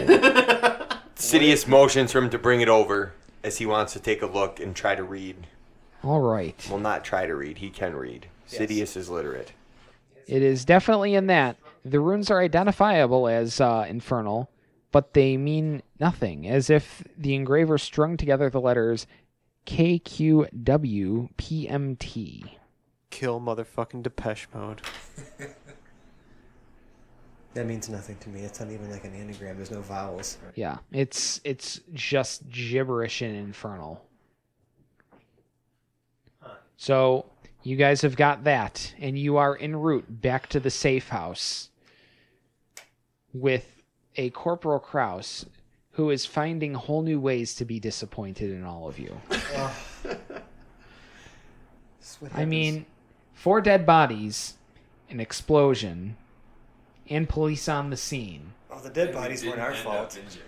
Sidious motions for him to bring it over as he wants to take a look and try to read.
[laughs] All right,
Well, not try to read. He can read.
Yes.
Sidious is literate.
it is definitely in that the runes are identifiable as uh, infernal, but they mean nothing, as if the engraver strung together the letters K Q W P M T.
Kill motherfucking Depeche [laughs] Mode.
That means nothing to me. It's not even like an anagram. There's
[sighs]
no vowels.
Yeah, it's it's just gibberish and infernal. So you guys have got that, and you are en route back to the safe house with a Corporal Kraus who is finding whole new ways to be disappointed in all of you.
This is what
I
happens.
mean, four dead bodies, an explosion, and police on the scene.
oh, the dead bodies
Didn't
weren't our
end
fault.
up in jail.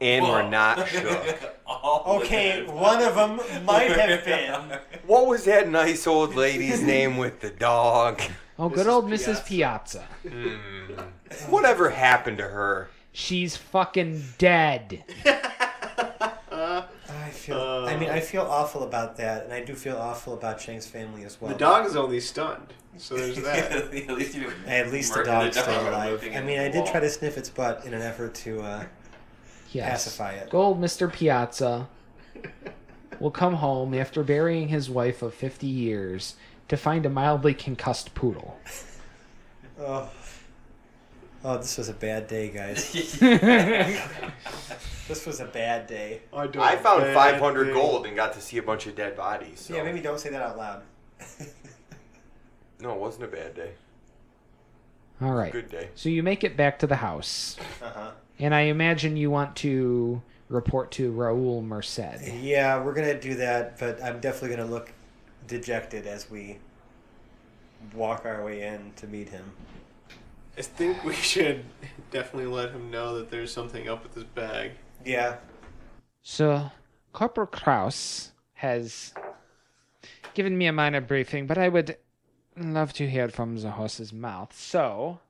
And we're [laughs] not
[laughs]
shook.
[laughs] All
Okay,
[laughs] the-
one of them might have been.
What was that nice old lady's name with the dog?
Oh, good old Mrs. Piazza. Hmm.
Whatever happened to her?
She's fucking dead.
I feel. I mean, I feel awful about that, and I do feel awful about Chang's family as well.
The dog is only stunned, so there's
[laughs]
that.
At least you didn't
At least the
murder
dog's
dog
still
by
alive.
looking
I
at
mean,
the
I did
wall.
try
[laughs]
to sniff its butt in an effort to. Uh,
Yes.
Pacify it.
Gold Mr. Piazza will come home after burying his wife of 50 years to find a mildly concussed
[laughs]
poodle.
[laughs] oh. Oh, this was a bad day, guys. [laughs] This was a bad day.
I, don't
I found
bad
500
thing.
gold and got to see a bunch of dead bodies. So.
Yeah, maybe don't say that out [laughs] loud.
No, it wasn't a bad day.
All right.
Good day.
So you make it back to the house,
Uh huh.
and I imagine you want to report to Raoul Merced.
Yeah, we're gonna do that, but I'm definitely gonna look dejected as we walk our way in to meet him.
I think we should definitely let him know that there's something up with his bag.
Yeah.
So Corporal Kraus has given me a minor briefing, but I would love to hear from the horse's mouth. So,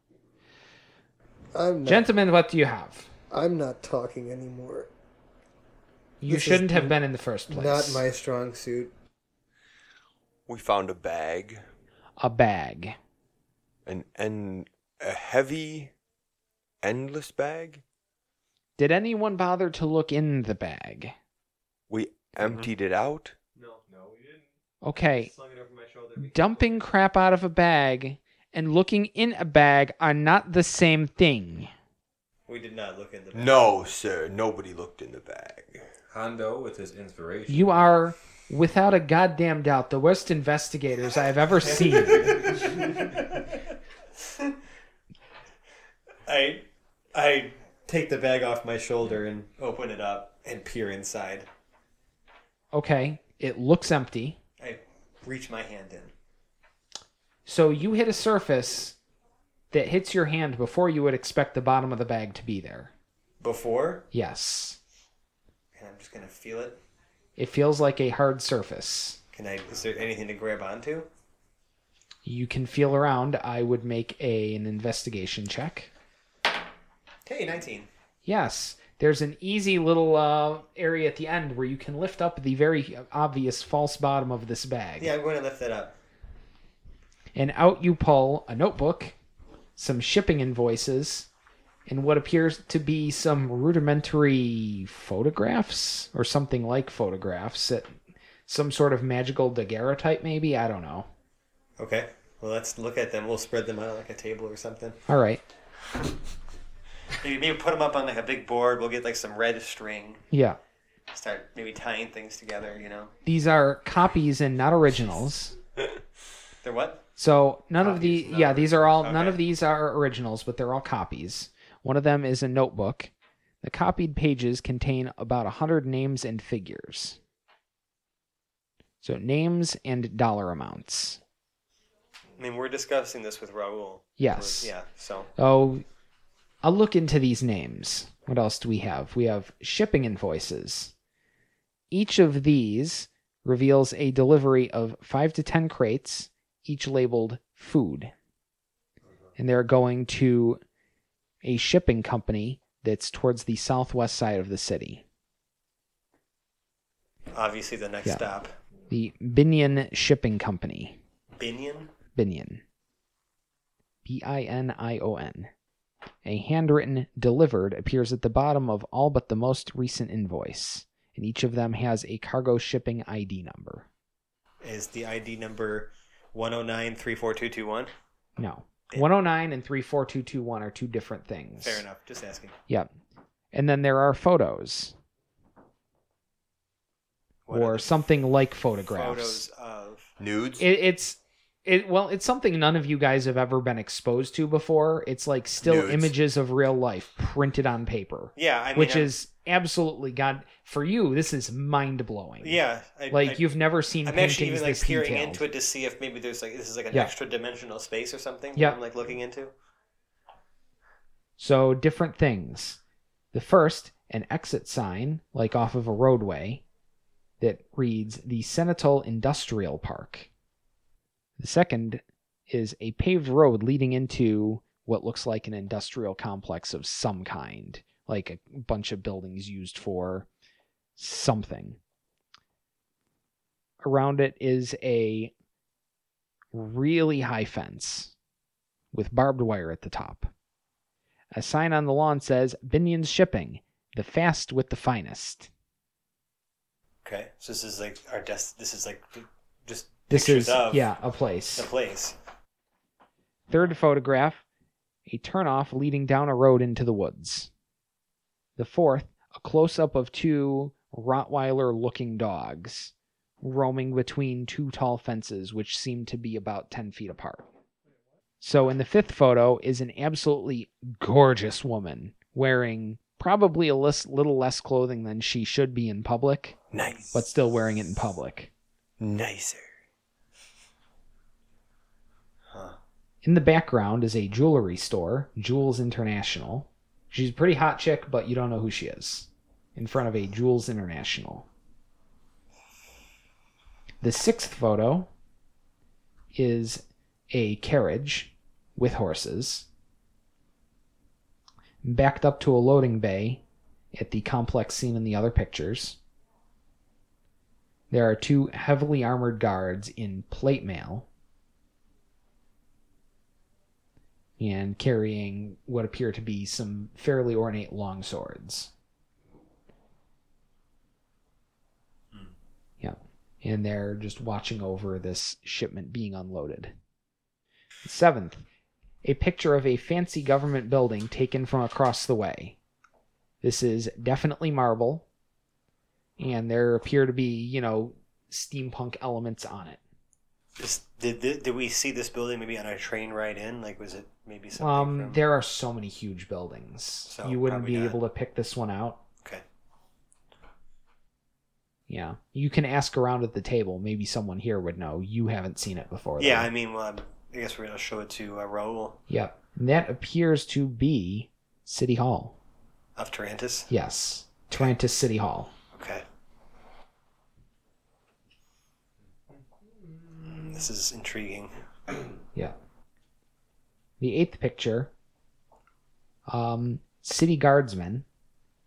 I'm not,
gentlemen, what do you have?
I'm not talking anymore.
You
This is
shouldn't have been in the first place.
Not my strong suit.
We found a bag,
a bag.
an and a heavy, endless bag.
Did anyone bother to look in the bag?
We emptied it out.
No, no, we didn't.
Okay,
Slung it over my shoulder.
dumping crap out of a bag and looking in a bag are not the same thing.
We did not look in the.
No, sir. Nobody looked in the bag.
Hondo with his inspiration.
You are, without a goddamn doubt, the worst investigators I have ever seen.
I I take the bag off my shoulder and open it up and peer inside.
Okay, it looks empty.
I reach my hand in.
So you hit a surface that hits your hand before you would expect the bottom of the bag to be there.
Before,
Yes.
and I'm just gonna feel it.
It feels like a hard surface.
Can I? Is there anything to grab onto?
You can feel around. I would make a, an investigation check.
Hey, nineteen.
Yes, there's an easy little uh, area at the end where you can lift up the very obvious false bottom of this bag.
Yeah, I'm going to lift that up.
And out you pull a notebook, some shipping invoices, and what appears to be some rudimentary photographs or something like photographs that some sort of magical daguerreotype, maybe? I don't know.
Okay. Well, let's look at them. We'll spread them out on like a table or something.
All right.
Maybe, maybe put them up on like a big board. We'll get like some red string.
Yeah.
Start maybe tying things together. You know,
These are copies and not originals.
they're what?
So none of the
Copies, not
yeah, these are all none
Okay.
of these are originals, but they're all copies. One of them is a notebook. The copied pages contain about a hundred names and figures. So names and dollar amounts.
I mean, we're discussing this with Raul.
Yes.
Yeah. So
Oh, I'll look into these names. What else do we have? We have shipping invoices. Each of these reveals a delivery of five to ten crates, each labeled food. And they're going to a shipping company that's towards the southwest side of the city.
obviously the next
Yeah.
stop,
The Binion Shipping Company.
Binion.
Binion. B I N I O N. A handwritten delivered appears at the bottom of all but the most recent invoice, and each of them has a cargo shipping ID number.
is the ID number 109-34221.
No. 109 and 34221 are two different things.
Fair enough. Just asking.
Yep. And then there are photos,
What are
or
the
something like photographs.
Photos of.
Nudes?
It, it's it well, it's something none of you guys have ever been exposed to before. It's like still
Nudes.
images of real life printed on paper.
Yeah, I mean,
which
I'm-
is absolutely god for you this is mind blowing
yeah. I,
like
I,
you've never seen
I'm
paintings
actually even like
this
peering
detailed.
into it to see if maybe there's like this is like an
Yeah.
extra dimensional space or something. that
Yeah.
I'm like looking into.
so different things the first an exit sign like off of a roadway that reads the senatol industrial park the second is a paved road leading into what looks like an industrial complex of some kind like a bunch of buildings used for something around it is a really high fence with barbed wire at the top. A sign on the lawn says Binion's Shipping, the fast with the finest.
Okay, so this is like our desk. This is like just
This
pictures
is
of
yeah, a place.
the place.
Third photograph, a turnoff leading down a road into the woods. The fourth, a close up of two Rottweiler looking dogs roaming between two tall fences, which seem to be about 10 feet apart. So, in the fifth photo, is an absolutely gorgeous woman wearing probably a less, little less clothing than she should be in public,
Nice,
but still wearing it in public.
nicer. Huh.
In the background is a jewelry store, Jewels International. She's a pretty hot chick, but you don't know who she is. In front of a Jewels International. The sixth photo is a carriage with horses backed up to a loading bay at the complex seen in the other pictures. There are two heavily armored guards in plate mail and carrying what appear to be some fairly ornate long swords. Yeah. And they're just watching over this shipment being unloaded. Seventh, a picture of a fancy government building taken from across the way. This is definitely marble, and there appear to be, you know, steampunk elements on it.
This, did, did did we see this building maybe on our train ride in? Like, was it maybe something?
Um,
from...
there are so many huge buildings.
So,
you wouldn't
probably
be
not.
able to pick this one out.
Okay.
Yeah, you can ask around at the table. Maybe someone here would know. You haven't seen it before.
Yeah,
though.
I mean, well, I'm- I guess we're gonna show it to uh, Raul
Yep. And that appears to be City Hall.
of Tarantus.
Yes, Tarantus City Hall.
Okay. Mm, This is intriguing.
Yeah. The eighth picture. Um, city guardsmen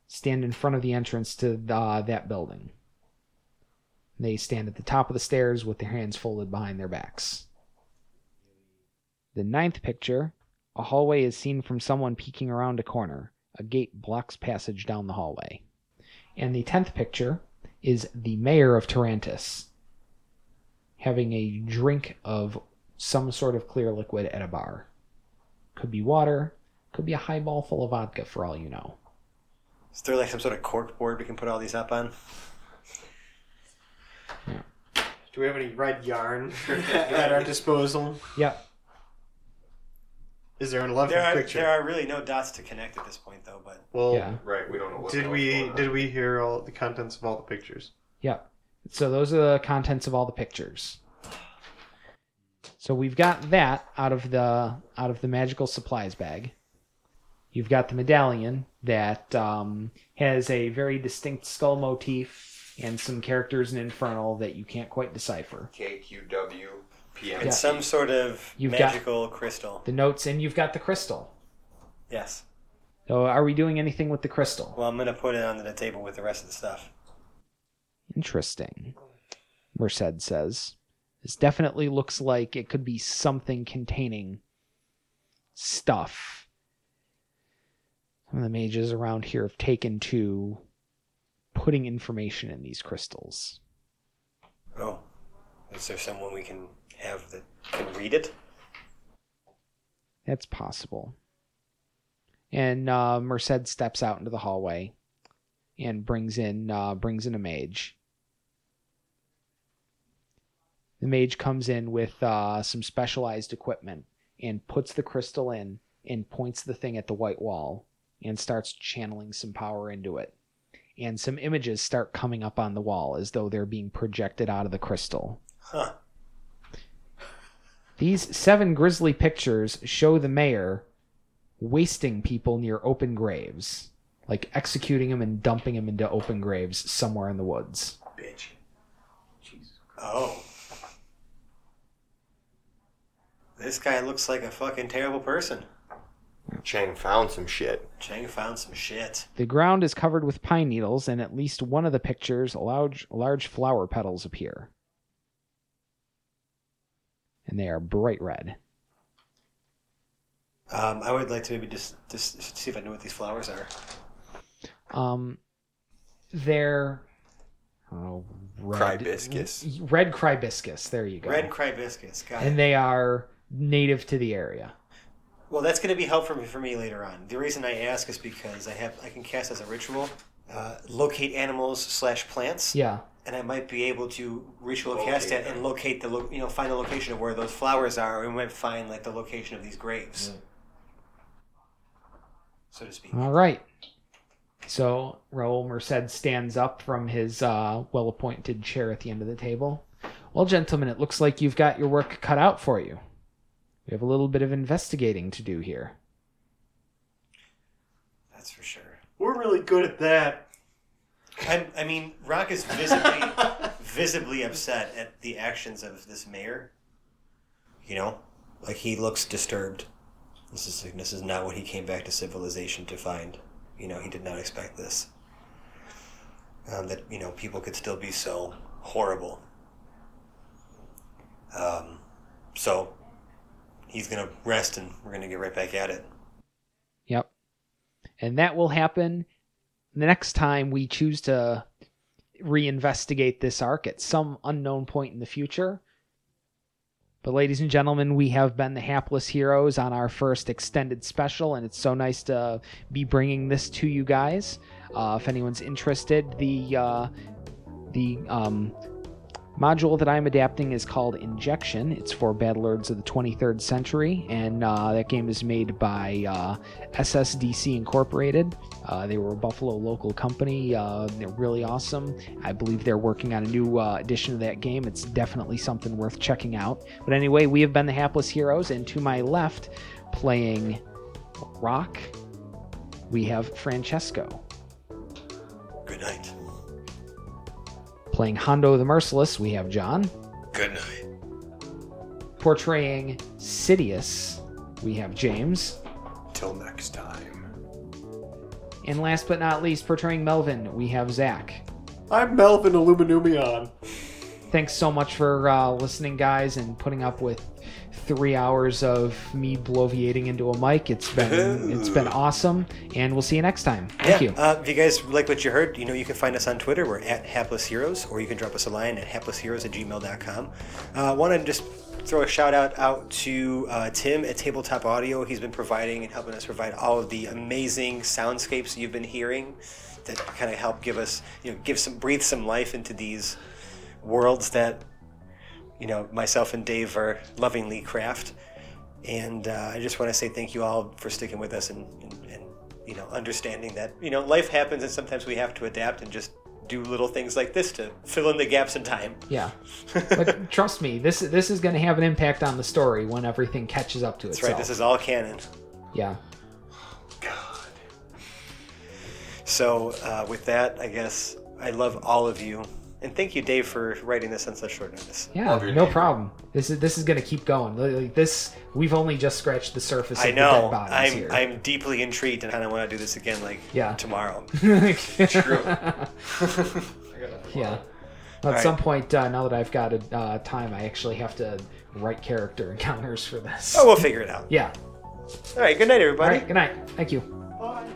stand in front of the entrance to the, uh, that building. They stand at the top of the stairs with their hands folded behind their backs. The ninth picture. A hallway is seen from someone peeking around a corner. A gate blocks passage down the hallway. And the tenth picture is the mayor of Tarantus having a drink of some sort of clear liquid at a bar. Could be water, could be a highball full of vodka for all you know.
Is there like some sort of cork board we can put all these up on?
Do we have any
[laughs]
red yarn at our disposal?
Yep.
Is there an 11th
There are
picture?
there are really no dots to connect at this point though, but
Well,
Yeah.
Right, we don't know what the
did
hell's
we
going on.
did we hear all the contents of all the pictures?
Yep. So those are the contents of all the pictures. So we've got that out of the out of the magical supplies bag. You've got the medallion that um, has a very distinct skull motif and some characters in Infernal that you can't quite decipher.
KQW PM.
it's some sort of
You've got-
magical crystal.
The notes, and you've got the crystal.
Yes.
So are we doing anything with the crystal?
Well, I'm gonna put it under the table with the rest of the stuff.
Interesting, Merced says. This definitely looks like it could be something containing stuff. Some of the mages around here have taken to putting information in these crystals.
Oh, is there someone we can have that can read it?
That's possible. And uh, Merced steps out into the hallway and brings in uh, brings in a mage. The mage comes in with uh, some specialized equipment and puts the crystal in and points the thing at the white wall and starts channeling some power into it. And some images start coming up on the wall as though they're being projected out of the crystal.
Huh.
These seven grisly pictures show the mayor wasting people near open graves, like executing them and dumping them into open graves somewhere in the woods.
Oh. This guy looks like a fucking terrible person.
Chang found some shit.
Chang found some shit.
The ground is covered with pine needles, and at least one of the pictures, large, large flower petals appear. And they are bright red.
Um, I would like to maybe just just see if I know what these flowers are.
Um, they're. Oh, red.
Cribiscus.
Red cribiscus. There you go.
Red cribiscus. Got
and
it.
they are native to the area.
Well, that's going to be helpful for me, for me later on. The reason I ask is because I have I can cast as a ritual, uh, locate animals slash plants,
Yeah.
and I might be able to ritual cast
Locate
that and locate the lo- you know find the location of where those flowers are. and We might find like the location of these graves, so to speak.
All right. So Raoul Merced stands up from his uh, well appointed chair at the end of the table. Well, gentlemen, it looks like you've got your work cut out for you. We have a little bit of investigating to do here.
That's for sure.
We're really good at that.
I, I mean, Rock is visibly visibly upset at the actions of this mayor. You know, like he looks disturbed. This is this is not what he came back to civilization to find. You know, he did not expect this. Um, that you know people could still be so horrible. Um, so he's gonna rest, and we're gonna get right back at it.
Yep. And that will happen the next time we choose to reinvestigate this arc at some unknown point in the future. But, ladies and gentlemen, we have been the Hapless Heroes on our first extended special, and it's so nice to be bringing this to you guys. Uh, if anyone's interested, the uh, the um, module that I'm adapting is called Injection. It's for Battlelords of the 23rd Century, and uh, that game is made by uh, SSDC Incorporated. Uh, they were a Buffalo local company. Uh, they're really awesome. I believe they're working on a new uh, edition of that game. It's definitely something worth checking out. But anyway, we have been the Hapless Heroes, and to my left, playing Rock, we have Francesco.
Good night.
Playing Hondo the Merciless, we have John.
Good night.
Portraying Sidious, we have James.
Till next time.
And last but not least, portraying Melvin, we have Zach.
I'm Melvin Illuminumion.
Thanks so much for uh, listening, guys, and putting up with three hours of me bloviating into a mic. It's
[laughs]
been it's been awesome, and we'll see you next time. Thank
yeah.
you.
Uh, if you guys like what you heard, you know, you can find us on Twitter. We're at Hapless Heroes, or you can drop us a line at haplessheroes at gmail.com. I uh, want to just throw a shout out out to uh, Tim at Tabletop Audio. He's been providing and helping us provide all of the amazing soundscapes you've been hearing that kind of help give us, you know, give some, breathe some life into these worlds that, you know, myself and Dave are lovingly craft. And uh, I just want to say thank you all for sticking with us and, and, and you know understanding that you know life happens and sometimes we have to adapt and just do little things like this to fill in the gaps in time.
Yeah, but trust me, this this is going to have an impact on the story when everything catches up to
That's
itself.
right. This is all canon.
yeah.
So uh, with that, I guess I love all of you and thank you, Dave, for writing this on such short notice.
Yeah, no problem. This is this is gonna keep going. Like, This we've only just scratched the surface.
I
of The
know.
dead bodies
I'm
here.
I'm deeply intrigued and kind of want to do this again, like
Yeah.
tomorrow.
[laughs] yeah. At some point, uh, now that I've got a uh, time, I actually have to write character [laughs] encounters for this.
oh, we'll figure it out.
[laughs] Yeah.
All right. Good night,
All
everybody.
right. Good night. Thank you.
Bye.